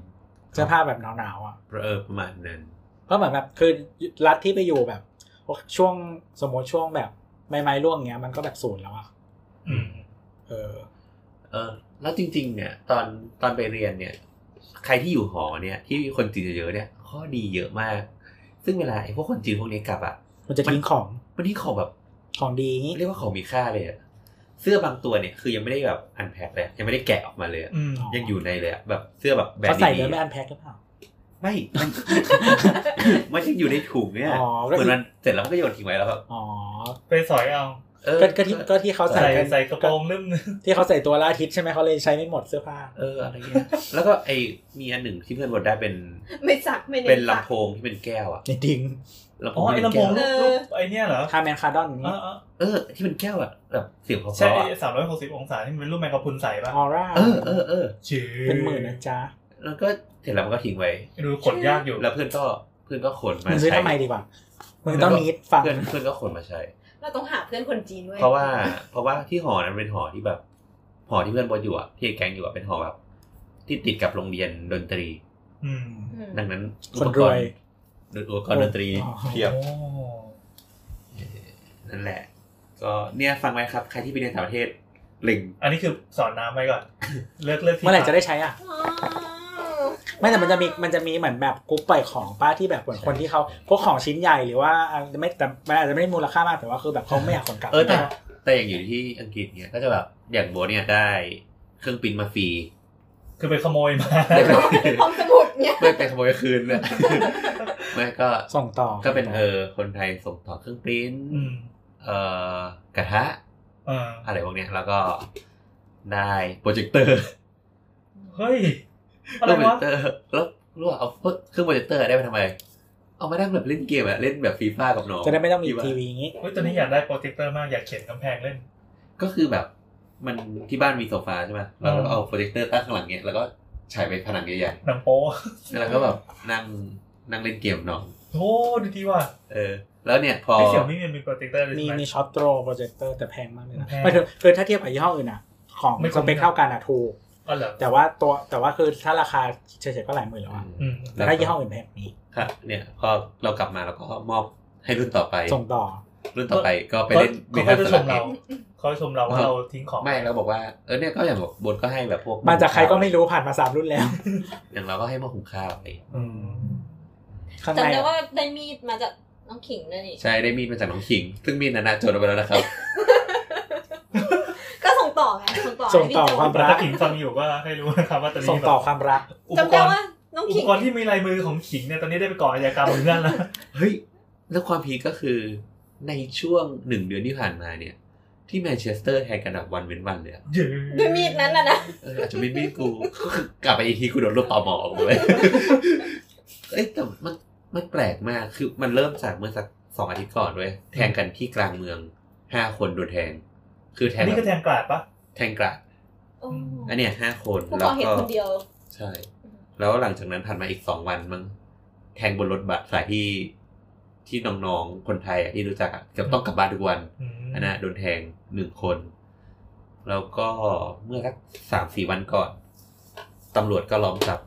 Speaker 4: เสื้อผ้าแบบหนาวๆอ่ะ
Speaker 3: เออประมาณนั้น
Speaker 4: เพราะเหมือนแบบคือรัฐที่ไปอยู่แบบช่วงสมมติช่วงแบบไม้ไม้ร่วงเงี้ยมันก็แบบศูนย์แล้วอ่ะ
Speaker 6: อืม
Speaker 4: เออ
Speaker 3: เออ แล้วจริง ๆ เนี่ย ตอนตอนไปเรียนเนี่ย ใครที่อยู่หอเนี่ย ที่มีคนจีนเยอะๆเนี่ย ข้อดีเยอะมาก ซึ่งเวลาไอ้พวกคนจีนพวกนี้กลับอ่ะ
Speaker 4: มันจะทิ้งของ
Speaker 3: มันที่ของแบบ
Speaker 4: ของดีงี้
Speaker 3: เรียกว่าของมีค่าเลยอะเสื้อบางตัวเนี่ยคือยังไม่ได้แบบอันแพ็คเลยอะยังไม่ได้แกะออกมาเลยอะ
Speaker 6: อืม
Speaker 3: ยังอยู่ในเลยอะแบบเสื้อแบบแบรน
Speaker 4: เขา
Speaker 3: ด์
Speaker 4: ใส่
Speaker 3: ดี
Speaker 4: เดิ
Speaker 3: ๆอะ
Speaker 4: นไม่อันแพ็คหรือเปล่า
Speaker 3: ไม่ มัน มันยังอยู่ในถุงเนี่ย
Speaker 4: อ๋อก็คือ
Speaker 3: เหมือนมันเสร็จแล้วมันก็โยนทิ้งไว้แล้วครับ
Speaker 4: อ๋อ
Speaker 6: ไปสอยเอา
Speaker 3: เออ
Speaker 4: ก็ก็ที่ก็ที่เขาใส่
Speaker 6: ใส่
Speaker 4: กัน
Speaker 6: ใส่กระโปรงเริ่มนึง
Speaker 4: ที่เขาใส่ตัวละอาทิตย์ใช่ไหมเขาเลยใช้ไม่หมดเสื้อผ้า
Speaker 3: เอออะไรเงี้ยแล้วก็ไอมีอันหนึ่งที่เพื่อนบดได้เป็น
Speaker 1: ไม่สักไม่เน้น
Speaker 3: เป็น
Speaker 1: สั
Speaker 3: ลำ
Speaker 1: ก
Speaker 3: โพงที่เป็นแก้วอะ
Speaker 4: จริง
Speaker 3: ลำโพ
Speaker 6: อ๋องไอ้
Speaker 3: ที่เป็น
Speaker 6: ลำโพ
Speaker 3: แก้ว
Speaker 6: ง
Speaker 1: เออ
Speaker 6: รูปไอ้เนี่ยเหรอ
Speaker 4: ๆคาร์แมนคาร์ดอน
Speaker 6: เออเออ
Speaker 3: เออที่เป็นแก้วอะแบบเสียงเพราะ
Speaker 6: ใช่
Speaker 3: ๆอะ
Speaker 6: สามร้อยหกสิบองศาที่มันเป็นรูปแมงกะพรุนใส่ป่ะ
Speaker 4: ออร่า
Speaker 3: เออเออเออ
Speaker 6: ชื่อ
Speaker 4: เป็นหมื่นนะจ๊ะ
Speaker 3: แล้วก็เสร็จแล้วมันก็ทิ้งไว้
Speaker 6: ดูขนยากอยู่
Speaker 3: แล้วเพื่อนก็เพื่อนก็ขนมา
Speaker 4: มึงซื้อ
Speaker 3: ใช้
Speaker 4: ทำไมดีกว่ามึงต้องมีดฟัง
Speaker 3: เพื่อนเพื่อนก็ขนมาใช้
Speaker 1: เราต้องหาเพื่อนคนจีนไว้ย
Speaker 3: เพราะว่าเพราะว่าที่หอนั้นเป็นหอที่แบบ หอที่เพื่อนบอสอยู่อะที่แก๊งอยู่อะเป็นหอแบบที่ติดกับโรงเรียนดนตรี
Speaker 6: อืม
Speaker 1: อืม
Speaker 3: ดังนั้น
Speaker 4: คนรวย
Speaker 3: อุปกรณ์ดนตรี
Speaker 4: อ๋อ
Speaker 3: เพียบ
Speaker 6: โอ้
Speaker 3: นั่นแหละ ก็เนี่ยฟังไว้ครับ ใครที่ไปเรียนต่างประเทศเล็ง
Speaker 6: อันนี้คือสอนน้ำไว้ก่อน เลิกเลิกที่
Speaker 4: เมื่อไหร่จะได้ใช้อ่ะ
Speaker 1: ว้าว
Speaker 4: ไม่แต่มันจะมีมันจะมีเหมือนแบบกรุ๊ปปล่อยของป้าที่แบบเหมือนคนที่เขาพวกของชิ้นใหญ่หรือว่าอ่ะไม่แต่มันอาจจะไม่ได้มูลค่ามากแต่ว่าคือแบบเขาไม่อยากขนกลับ
Speaker 3: เออแต่แต่อย่างอยู่ที่อังกฤษเนี่ยก็จะแบบอย่างโบสเนี่ยได้เครื่องปรินท์มาฟรี
Speaker 6: คือไปขโมยมา
Speaker 1: พร้อมสมุดเนี่ย
Speaker 3: ไม่ไป ขโมยคืนเนี่ย ไม่ก็
Speaker 4: ส่งต่อ
Speaker 3: ก็เป็นเออคนไทยส่งต่อเครื่องปรินท์
Speaker 6: อืม
Speaker 3: เออกระทะ
Speaker 6: อ่า
Speaker 3: อะไรพวกเนี้ยแล้วก็ได้โปรเจคเตอร์
Speaker 6: เฮ้ย อะ
Speaker 3: แล้
Speaker 6: ไร
Speaker 3: วโปรเจค
Speaker 6: วะ
Speaker 3: เตอร์แล้วรู้ว่าเอาเครื่องโปรเจคเตอร์ได้ไปทำไม เอามานั่งแบบเล่นเกมอะเล่นแบบฟีฟ่ากับน้อง
Speaker 4: จะได้ไม่ต้องมี
Speaker 3: บ้าน
Speaker 4: ทีวีอย่างงี้
Speaker 6: เฮ้ยตอนนี้อยากได้โปรเจคเตอร์มากอยากเขียนกำแพงเล่น
Speaker 3: ก็คือแบบมันที่บ้านมีโซฟาใช่ไหมเราก็เอาโปรเจคเตอร์ตั้งข้างหลังเนี้ยแล้วก็ฉายไปผนังใหญ่
Speaker 6: หนังโป๊
Speaker 3: ๆแล้วก็แบบนั่งนั่งเล่นเกมน้อง
Speaker 6: โอ้ดีดีว่ะ
Speaker 3: เออ แล้วเนี่ยพอ
Speaker 6: ไอเสี่ยวมี่มันมีโปรเจคเตอร์เลย
Speaker 4: มี
Speaker 6: ใช่ไหม
Speaker 4: มีช็อตโตรโปรเจคเตอร์แต่แพงมากเลยนะ
Speaker 6: แพง
Speaker 4: ไม่คือคือถ้าเทียบกับยี่ห้ออื่นอ่ะ ของ
Speaker 6: ไม่คุ้
Speaker 4: ส
Speaker 6: ม
Speaker 4: เปคเท่ากันอ่ะถูก
Speaker 6: อ๋อเหรอ
Speaker 4: แต่ว่าตัวแต่ว่าคือถ้าราคาเฉยๆก็หลายหมื่นแล้วอะ
Speaker 6: อืม
Speaker 4: แต่ถ้ายี่ห้ออื่นแพงนี้
Speaker 3: ค่ะเนี่ยพอเรากลับมาเราก็มอบให้รุ่นต่อไป
Speaker 4: ส่งต่อ
Speaker 3: รุ่นต่อไปก็ไป
Speaker 6: เขา
Speaker 3: เล่น
Speaker 6: เขาก็จะชม
Speaker 3: เอ
Speaker 6: เรา
Speaker 3: ง
Speaker 6: เข เขาชมเราว่าเราทิ้งของ
Speaker 3: ไม่เราบอกว่าเออเนี่ยก็อย่างแบบบทก็ให้แบบพวก
Speaker 4: มาจากใครก็ไม่รู้ผ่านมาสามรุ่นแล้ว
Speaker 3: อย่างเราก็ให้หม้อหุงข้าวอะไร
Speaker 4: ข้างใน
Speaker 1: จำได้ว่าได้มีดมาจากน้องขิงนั่นนี่
Speaker 3: ใช่ได้มีดมาจากน้องขิง ซึ่งมีดนั้นนะจดเอาไปแล้วนะครับ
Speaker 5: ก็ส่งต่อไงส่งต่อ
Speaker 4: ส่งต่อ
Speaker 5: ให้พี่
Speaker 4: ความ
Speaker 6: แต่
Speaker 4: รัก
Speaker 6: ถ้าขิงฟังอยู่ก็ให้รู้นะครับว่าตอน
Speaker 4: ส่ง
Speaker 6: นี้แบ
Speaker 4: ต่อบ ความรัก
Speaker 6: อุ
Speaker 5: โจ
Speaker 6: ป
Speaker 5: จำ
Speaker 6: ก
Speaker 5: ได้
Speaker 6: รณ์
Speaker 5: ว่าน้อง
Speaker 6: อุป
Speaker 5: ขิง
Speaker 6: กรณ์ที่มีลายมือของขิงเนี่ยตอนนี้ได้ไปก่ออาชญากรรมเหมือนกัน แล้ว
Speaker 3: เฮ้ย แล้วความพีคก็คือในช่วงหนึ่งเดือนที่ผ่านมาเนี่ย ที่แมนเชสเตอร์แฮกกันแบบวันเว้นวันเลยอะ
Speaker 5: ด้วยมีดนั้นน่ะนะ
Speaker 3: เอออาจจะไม่มีดกู กลับไปอีกทีกูโดนรถต่อหมอออกมาเลย เอ้ยแต่มันมันแปลกมากคือมันเริ่มจากเมื่อสักสองอาทิตย์ก่อนเว้ยแทงกันที่กลางเมืองห้าคนโดนแทง คือแท
Speaker 6: อั
Speaker 3: ง
Speaker 6: นนี้ก็แทงกราดปะ
Speaker 3: แทงกระ
Speaker 1: โอ้
Speaker 3: อันเนี้ยห้าคน
Speaker 1: ผู้
Speaker 3: แล้
Speaker 1: ก่อ
Speaker 3: ว
Speaker 1: เหตุ
Speaker 3: ก็
Speaker 1: คนเดียว
Speaker 3: ใช่ แล้วหลังจากนั้นผ่านมาอีกสองวันมั้งแทงบนรถบัสสายที่ที่น้องๆ คนไทยอะที่รู้จักอะเกือบต้องกลับบ้านทุกวันอันนั้นอะโดนแทงหนึ่งคน แล้วก็เมื่อสักสามสี่วันก่อนตำรวจก็ล้อมจับ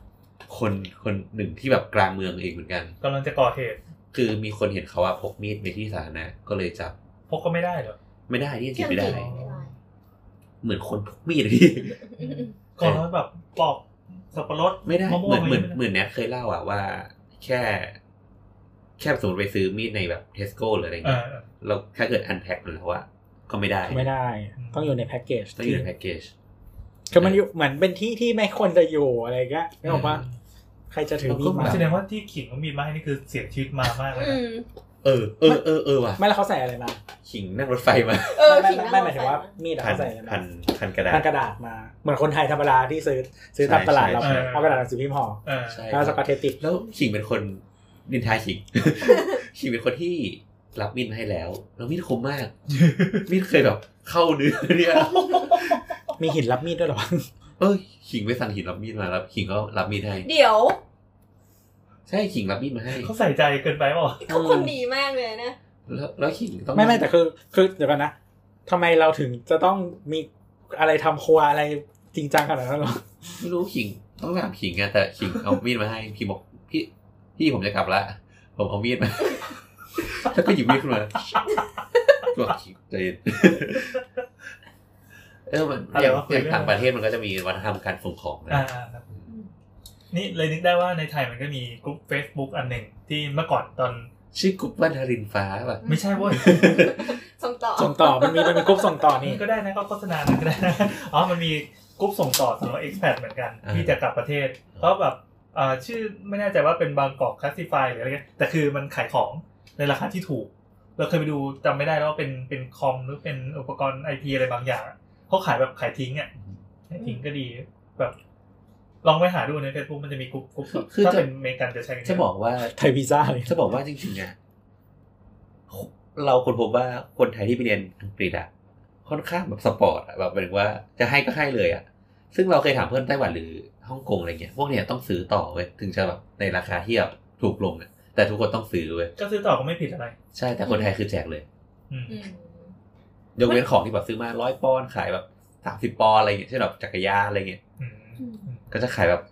Speaker 3: คนคนหนึ่งที่แบบกลางเมืองเองเหมือนกัน
Speaker 6: กำลังจะก่อเหตุ
Speaker 3: คือมีคนเห็นเขาว่าพกมีดไปที่สาธารณะก็เลยจับ
Speaker 6: พกก็ไม่ได้เหรอ
Speaker 3: ไม่ได้ที่จริงๆไม่ได้
Speaker 6: จริง
Speaker 3: เหมือนคนพกมีดอะพี่
Speaker 6: ก่อนแล้วแบบปอกสับปะรด
Speaker 3: ไม่ได้
Speaker 6: ะว
Speaker 3: เหมื
Speaker 6: ง
Speaker 3: อนเหมือนเหมือน
Speaker 6: ไได้
Speaker 3: เนี้ยเคยเล่าอ่ะว่า แค่ แค่สมมติไปซื้อมีดในแบบเทสโก้หรืออะไร
Speaker 6: เอ
Speaker 3: เงี้
Speaker 6: อย
Speaker 3: เราถ้าเกิดอันแพ็คมันแล้วอ่ะก็ไม่ได้
Speaker 4: ไม่ได้ ต้องอยู่ในแพ็กเกจ
Speaker 3: ต้องอยู่ในแพ็กเกจ
Speaker 4: คือมันอยู่เหมือนเป็นที่ที่ไม่ควรจะอยู่อะไรเงี้ยนึกออกปะ
Speaker 3: อืม
Speaker 4: ใครจะถือมีดมา
Speaker 6: แสดงว่าที่ขิงมันมีมาให้นี่คือเสียงชีวิตมามากเลย
Speaker 5: อื
Speaker 6: นะ
Speaker 5: ม
Speaker 3: เออเออเออเออว่ะ
Speaker 4: ไม่แล้วเขาใส่อะไรมา
Speaker 3: ขิงนั่งรถไฟมา
Speaker 5: เออ
Speaker 4: ไม่
Speaker 5: ขิง
Speaker 4: ไม่
Speaker 5: น่
Speaker 4: ไม่หมายถึงว่า
Speaker 5: สงสรนะ
Speaker 4: มีดอะ
Speaker 3: พัน
Speaker 4: เขาใส่อะไรมา
Speaker 3: พันพันกระดาษ
Speaker 4: พันกระดาษมา เหมือนคนไทยธรรมดาที่ซื้อซื้อตามตลาดเรา
Speaker 3: ใช่ใช่
Speaker 4: เอากระดาษหนังสือพิมพ์ห่อ
Speaker 6: เออ
Speaker 3: ใช่
Speaker 4: แล้วสกอตเทปติด
Speaker 3: แล้วขิงเป็นคนดินทาขิง ขิงเป็นคนที่รับมีดมาให้แล้ว แล้วมีดคมมาก มีดเคยแบบ เข้าเนื้อ เนี่ย
Speaker 4: มีหินรับมีดด้วยเหรอวะ
Speaker 3: เออขิงไปสั่งหินรับมีดมาแล้วขิงก็รับมีดให้
Speaker 5: เดี๋ยว
Speaker 3: ใช่ขิงรับมีดมาให้
Speaker 6: เขาใส่ใจเกินไปเปล่า
Speaker 5: เขาคนดีมากเลยนะ
Speaker 3: แล้วแล้วขิงต้อง
Speaker 4: ไม่ไม่แต่คือคือเดี๋ยวกันนะทำไมเราถึงจะต้องมีอะไรทำครัวอะไรจริงจังขนาดนั้นหรอ
Speaker 3: ไม่รู้ขิงต้องถามขิงไงแต่ขิงเอามีดมาให้พี่บอกพี่พี่ผมจะกลับละผมเอามีดมาแล้วก็หยิบมีดขึ้นมาก็ขิงใจเย็นเออมันอย่างอย่างต่างประเทศมันก็จะมีวัฒนธรรมการส่งของนะ
Speaker 6: อ่าครับนี่เลยนึกได้ว่าในไทยมันก็มีกลุ่ม Facebook อันหนึ่งที่เมื่อก่อนตอน
Speaker 3: ชื่อกรุ๊ปว่านทรินฟ้าแบบ
Speaker 6: ไม่ใช่เว้ย
Speaker 5: ส่งต่อ
Speaker 4: ส่งต่อมันมีมันมีกรุ๊ปส่งต่อนี่
Speaker 6: ก็ได้นะก็โฆษณามันก็ได้นะ อ๋อมันมีกรุ๊ปส่งต่อสำหรับ expat เหมือนกัน ที่จะกลับประเทศเขาแบบอ่าชื่อไม่แน่ใจว่าเป็นบางกอกคลาสสิฟายหรืออะไรเงี้ยแต่คือมันขายของในราคาที่ถูก เราเคยไปดูจำไม่ได้แล้วว่าเป็นเป็นคอมหรือเป็นอุปกรณ์ไอทีอะไรบางอย่างอะเขาขายแบบขายทิ้งอ่ะขายทิ้งก็ดีแบบ ลองไปหาดูในเฟซบุ๊กมันจะมีกรุ๊ปกรุ๊ป
Speaker 3: คือ
Speaker 6: ถ้า
Speaker 3: จะ
Speaker 6: เป็นอเมริกันจะใช้กันเย
Speaker 3: จะบอกว่า
Speaker 4: ไทยวีซ่าเลย
Speaker 3: จะบอกว่าจริงๆอะเราคนพบว่าคนไทยที่ไปเรียนอังกฤษอะค่อนข้างแบบสปอร์ตอะแบบหมายถึงว่าจะให้ก็ให้เลยอะซึ่งเราเคยถามเพื่อนไต้หวันหรือฮ่องกงอะไรเงี้ยพวกเนี้ยต้องซื้อต่อเว้ยถึงจะแบบในราคาที่แบบถูกลงอะแต่ทุกคนต้องซื้อเว้ย
Speaker 6: ก็ซื้อต่อก็ไม่ผิดอะไร
Speaker 3: ใช่แต่คนไทยคือแจกเลย
Speaker 6: อืม
Speaker 1: อืม
Speaker 3: ยกเว้นของที่แบบซื้อมาร้อยปอนด์ขายแบบสามสิบ30ปอนด์อะไรเงี้ยเช่นแบบจักรยานอะไรเงี้ย
Speaker 6: อืมอืม
Speaker 3: ก็จะขายแบบ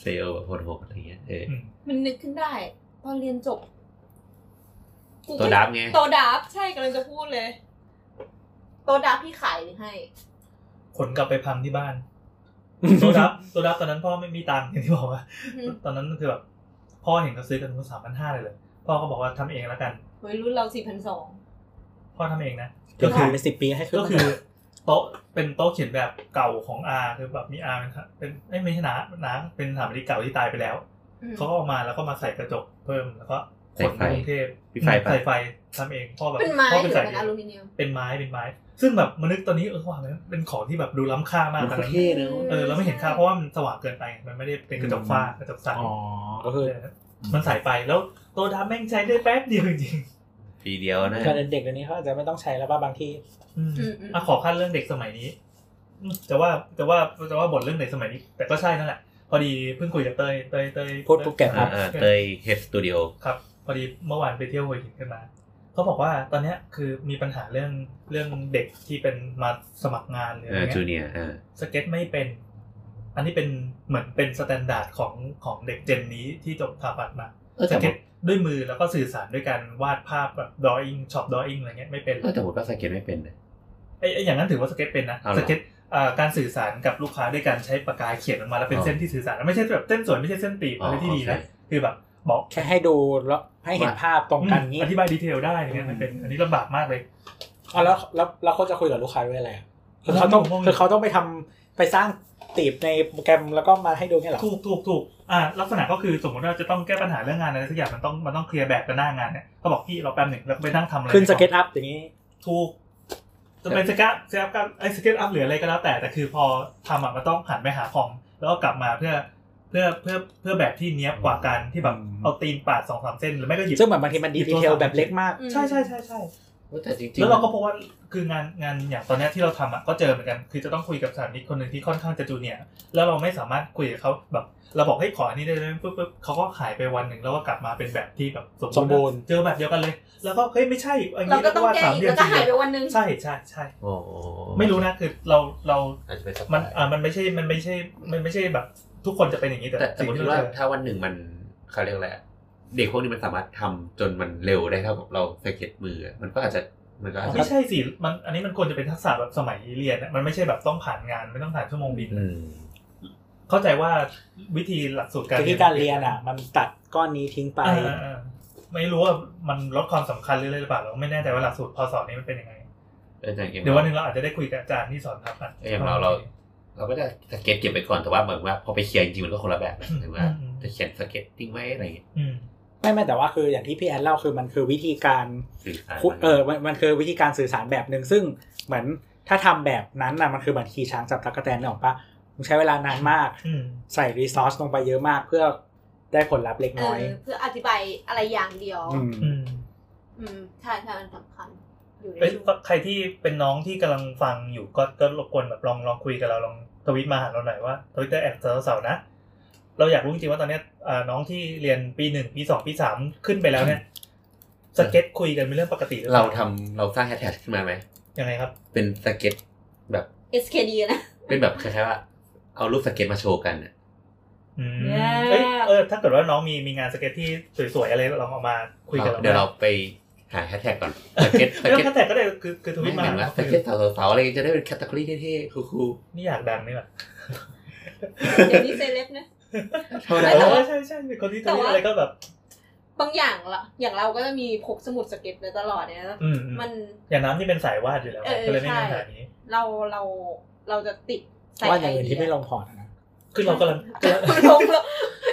Speaker 3: เซลล์แบบโหดๆอะไรเงี้ยเออ
Speaker 6: อืม
Speaker 1: มันนึกขึ้นได้ ตอนเรียนจบกูก็
Speaker 3: ตัวดับไง
Speaker 1: ตัวดับใช่กำลังจะพูดเลย ตัวดับพี่ขายหรือให้
Speaker 6: ขนกลับไปพังที่บ้าน โซดับโซดับตอนนั้นพ่อไม่มีตังค์อย่างที่บอกว่า
Speaker 1: อือฮึ
Speaker 6: ตอนนั้นคือแบบพ่อเห็นเขาซื้อกันคนสามพันห้าเลยเหรอพ่อก็บอกว่าทำเองแล้วกัน
Speaker 1: เฮ้ยรุ่นเราสี่พันสอง
Speaker 6: พ่อทำเองนะ
Speaker 4: ก็
Speaker 6: ก็
Speaker 4: คื
Speaker 6: คือ อ
Speaker 4: เป็นสิบปีให้ขึ้น
Speaker 6: ก็คือโต๊ะเป็นโต๊ะเขียนแบบเก่าของอาคือแบบมีอาเป็นเป็นเอ้ยไม่ใช่นานาเป็นสถาปนิกเก่าที่ตายไปแล้ว
Speaker 1: อืม
Speaker 6: เขาก็เอามาแล้วก็มาใส่กระจกเพิ่มแล้วก็ขนไปกรุงเทพ
Speaker 3: พี่ไฟปะ
Speaker 6: ใส่ไฟทำเองพ่อแบบ
Speaker 5: เป็นไม้
Speaker 6: พ่อ
Speaker 5: ห
Speaker 6: เป็
Speaker 5: รื
Speaker 6: น
Speaker 5: อ
Speaker 6: สาย
Speaker 5: เป็นอลูมิเนียม
Speaker 6: เป็นไม้เป็นไม้ ซึ่งแบบมานึกตอนนี้เออว่ามันเป็นของที่แบบดูล้ำค่ามาก
Speaker 3: มัน
Speaker 6: ตอน
Speaker 3: ก็
Speaker 6: นั้น
Speaker 3: เท่เนอะ
Speaker 6: เออเราไม่เห็นค่าเพราะว่ามันสว่างเกินไป มันไม่ได้เป็นกระจกฟ้ากระจกใส
Speaker 4: อ๋อ ก็คือ
Speaker 6: มันใสไปแล้วโตดาแม่งใช้ได้แป๊บเดียวจริง
Speaker 3: ปีเดียวนะ
Speaker 4: การเด็กเดี๋ยวนี้เขาอาจจะไม่ต้องใช้แล้วป่ะบางที่
Speaker 6: ๆอืม
Speaker 1: อืมอืม
Speaker 6: อ่ะขอขั้นเรื่องเด็กสมัยนี้อืมแต่ว่าแต่ว่าแต่ว่าบทเรื่องเด็กสมัยนี้ แต่ก็ใช่นั่นแหละ พอดีเพิ่งคุยกับเตยเตยเตย
Speaker 4: พูดภูเก็ต
Speaker 3: อ่าอ่าเตยเฮดสตูดิโอ
Speaker 6: ครับ พอดีเมื่อวานไปเที่ยวหัวหินกันมาเขาบอกว่าตอนเนี้ยคือมีปัญหาเรื่องเรื่องเด็กที่เป็นมาสมัครงานหรืออะไร
Speaker 3: อ่า
Speaker 6: เงี้ย
Speaker 3: จูเนียอ่า
Speaker 6: สเก็ตไม่เป็น อันนี้เป็นเหมือนเป็นสแตนดาร์ดของของเด็กเจนนี้ที่จบสถาปัตย์มา
Speaker 3: เออแต่
Speaker 6: ส
Speaker 3: ผม
Speaker 6: เก็ตด้วยมือแล้วก็สื่อสารด้วยการวาดภาพแบบดออิงช็อปดออิงอะไรเงี้ยไม่เป็น
Speaker 3: เออแต่ผมก็สเก็ตไม่เป็นนะ
Speaker 6: ไอ้ไอ้อย่างนั้นถือว่าสเก็ตเป็นนะ
Speaker 3: เอาเหรอ
Speaker 6: สเก็ตเอ่อการสื่อสารกับลูกค้าด้วยการใช้ปากกาเขียนออกมาแล้วเป็น
Speaker 3: อ๋อ
Speaker 6: เส้นที่สื่อสารไม่ใช่แบบเส้นสวยไม่ใช่เส้นตีบอะไรที่ดีนะคือแบบบอก
Speaker 4: แค่ให้ดูแล้วให้เห็นภาพตรงกันนี้
Speaker 6: อธิบายดีเทลได้อย่างเงี้ยมันเป็นอันนี้ลำบากมากเลย
Speaker 4: อ๋อแล้วแล้วแล้วเขาจะคุยกับลูกค้าด้วยอะไรอะคือเขาต้อง
Speaker 6: งงๆ
Speaker 4: คือเขาต้องไปทำไปสร้างตีบในโปรแกรมแล้วก็มาให้ดูเงี้ยเหรอ
Speaker 6: ถูกถูกถูกอ่าลักษณะก็คือสมมติว่าจะต้องแก้ปัญหาเรื่องงานอะไรสักอย่างมันต้องมันต้องเคลียร์แบบกันหน้างานเนี่ยเขาบอกพี่เราแป๊บหนึ่งแล้วก็ไปนั่งทำอะไร
Speaker 4: ขึ้นสเก็ตอัพอย่างนี้
Speaker 6: ถูกจะเป็นสเก็ตสเก็ตอัพไอ้สเก็ตอัพหรืออะไรก็แล้วแต่แต่คือพอทำอ่ะมันต้องหันไปหาคอมแล้วก็กลับมาเพื่อเพื่อเพื่อเพื่อแบบที่เนี้ยบกว่าการที่แบบ
Speaker 4: อืม
Speaker 6: เอาตีนปาดสองสามเส้นหรือไม่ก็หยิบ
Speaker 4: ซึ่งแบบบางทีมันดี
Speaker 6: หยิบ
Speaker 4: ดี
Speaker 6: โทร
Speaker 4: เท
Speaker 6: ศั
Speaker 4: ล
Speaker 6: พท์
Speaker 4: แบบเล็กมาก
Speaker 5: อืม
Speaker 6: ใช่ใช่ใช่ใช่
Speaker 3: แต่จริงๆ
Speaker 6: แล้วเราก็พบว่าคืองานงานอย่างตอนเนี้ยที่เราทำอ่ะก็เจอเหมือนกัน คือจะต้องคุยกับสถานิกคนหนึ่งที่ค่อนข้างจะจูเนียร์แล้วเราไม่สามารถคุยกับเขาแบบเราบอกให้ขออันนี้ได้ไหมปุ๊บปุ๊บเขาก็หายไปวันหนึ่งแล้วก็กลับมาเป็นแบบที่แบบ
Speaker 4: สมบูรณ์
Speaker 6: เจอแบบเดียวกันเลย แล้วก็เฮ้ยไม่ใช่อัน
Speaker 1: เรา
Speaker 6: นี้
Speaker 1: ก็ต้อง
Speaker 6: ว่า
Speaker 1: แก้
Speaker 6: สาม
Speaker 1: อีก
Speaker 6: เดือ
Speaker 1: แล้วก็
Speaker 6: น
Speaker 1: หายไปวันหนึง
Speaker 6: ใช่ใช่ใช่
Speaker 3: โอ้
Speaker 6: ไม่รู้นะคือเราเรา
Speaker 3: อาจจะเป็นสไตล์
Speaker 6: มันอ่ามันไม่ใช่มันไม่ใช่มันไม่ใช่แบบทุกคนจะเป็นอย่างนี้แต่
Speaker 3: แต่สม
Speaker 6: สิ่ง
Speaker 3: มติ
Speaker 6: ที่เรา
Speaker 3: ว่า
Speaker 6: เจอ
Speaker 3: ถ้าวันหนึ่งมันเขาเรียกอะไรอะเด็กพวกนี้มันสามารถทำจนมันเร็วได้เท่ากับเราสเก็ตมืออะมันก็อาจจะมันก็อาจจะ
Speaker 6: ไม่ใช่สิมันอันนี้มันควรจะเป็นทักษะแบบสมัยเรียนอะมันไม่ใช่แบบต้องผ่านงานไม่ต้องผ่านชั่วโมงบิน
Speaker 3: อืม
Speaker 6: เข้าใจว่าวิธีหลักสูตรการ
Speaker 4: คือที่การเรียนอ่ะ มันตัดก้อนนี้ทิ้งไป
Speaker 6: อ่าอ่าอ่าไม่รู้ว่ามันลดความสำคัญหรืออะไรหรือเปล่าเราไม่แน่ใจว่าหลักสูตรพอสอนนี้มันเป็นยังไง
Speaker 3: เออแต่อย่าง
Speaker 6: เดี๋ยววันหนึ
Speaker 3: เรา
Speaker 6: งเราอาจจะได้คุยกับอาจารย์ที่สอนทับกั
Speaker 3: เอออย่างเราเรา เราก็จะสเก็ตเก็บไปก่อนแต่ว่าเหมือนว่าพอไปเคลียร์จริงๆมันก็คนละแบบนะหรือว่าจะเขียนสเก็ตทิ้งไว้อะไรอย่างเงี้ย
Speaker 6: อืม
Speaker 4: ไม่ไม่แต่ว่าคืออย่างที่พี่แอนเล่าคือมันคือวิธีการ
Speaker 3: สื่อสาร
Speaker 4: คุเออมันมันคือวิธีการสื่อสารแบบหนึ่งซึ่งเหมือนถ้าทำแบบนั้นน่ะมันคือเหมือนขี่ช้างจับตะกแตนเนี่ยหรอกปะมันใช้เวลานานมาก
Speaker 6: อืม
Speaker 4: ใส่รีซอสลงไปเยอะมากเพื่อได้ผลลัพธ์เล็ก
Speaker 5: เอ
Speaker 4: น้อ
Speaker 5: อย เพื่ออธิบายอะไรอย่างเดียว
Speaker 4: ม
Speaker 6: อืม
Speaker 5: อืมใช่ใช่มันสำคัญอยู่ใน
Speaker 6: เอ้ย
Speaker 5: ช่วง
Speaker 6: ใครที่เป็นน้องที่กำลังฟังอยู่ก็ก็รบกวนแบบลองลองคุยกับเราลองทวิตมาหาเราหน่อยว่าทวิตเตอร์แอดเสาร์นะ เราอยากรู้จริงๆว่าตอนเนี้ยอ่าน้องที่เรียนปีหนึ่งปีสองปีสามขึ้นไปแล้วเนี่ยสเก็ตคุยกันเป็นเรื่องปกติหอปล่
Speaker 3: เราทำเราสร้างแฮชแท็กขึ้นมาไหม
Speaker 6: ยังไงครับ
Speaker 3: เป็นสเก็ตแบบ
Speaker 5: SKD นะ
Speaker 3: เป็นแบบคล้ายๆว่าเอารูปสเก็ตมาโชว์กันอะ
Speaker 6: อืม
Speaker 1: แย่
Speaker 6: เอ้ยเออถ้าเกิดว่าน้องมีมีงานสเก็ตที่สวยๆอะไรลองเออกมาคุยกับเรา
Speaker 3: เดี๋ยวเราไปหาแฮชแท็กก่อนสเก็ต ส
Speaker 6: ไม่
Speaker 3: เก็
Speaker 6: ต้อ
Speaker 3: ต
Speaker 6: งแค่แต่ก็ได้คือคือทวิ
Speaker 3: ไม่
Speaker 6: ต
Speaker 3: เห
Speaker 6: มา
Speaker 3: มือนว่าสเก็ตสาวๆอะไรอย่างเงี้ยจะได้เป็นแคตตาล็อกเท่ๆคูล
Speaker 6: นี่อยากดังนี่แบบ
Speaker 1: เดี๋ยวนี้เซเลบนะ
Speaker 3: ๆเท่า
Speaker 1: ไม่
Speaker 3: นั้น
Speaker 1: แต่ว่า
Speaker 6: ใช่ใช่มีคนที่ทวิตอะไรก็แบบ
Speaker 1: บางอย่างละอย่างเราก็จะมีพกสมุดสเก็ตไว้ตลอดเนี่ย
Speaker 6: อืมอืม
Speaker 1: มัน
Speaker 6: อย่างน้ำที่เป็นสายวาดอยู่แล้ว
Speaker 1: เออ
Speaker 6: ก็เลยไม่มีปัญ
Speaker 1: ใช่
Speaker 6: หานี้
Speaker 1: เราเราเราจะติดใส่
Speaker 4: ว่าอย่างอื่นที่ไม่ลงพอร์ตนะ
Speaker 6: คือเรากำ ลังกำลัง
Speaker 1: ไม่ลง หรอก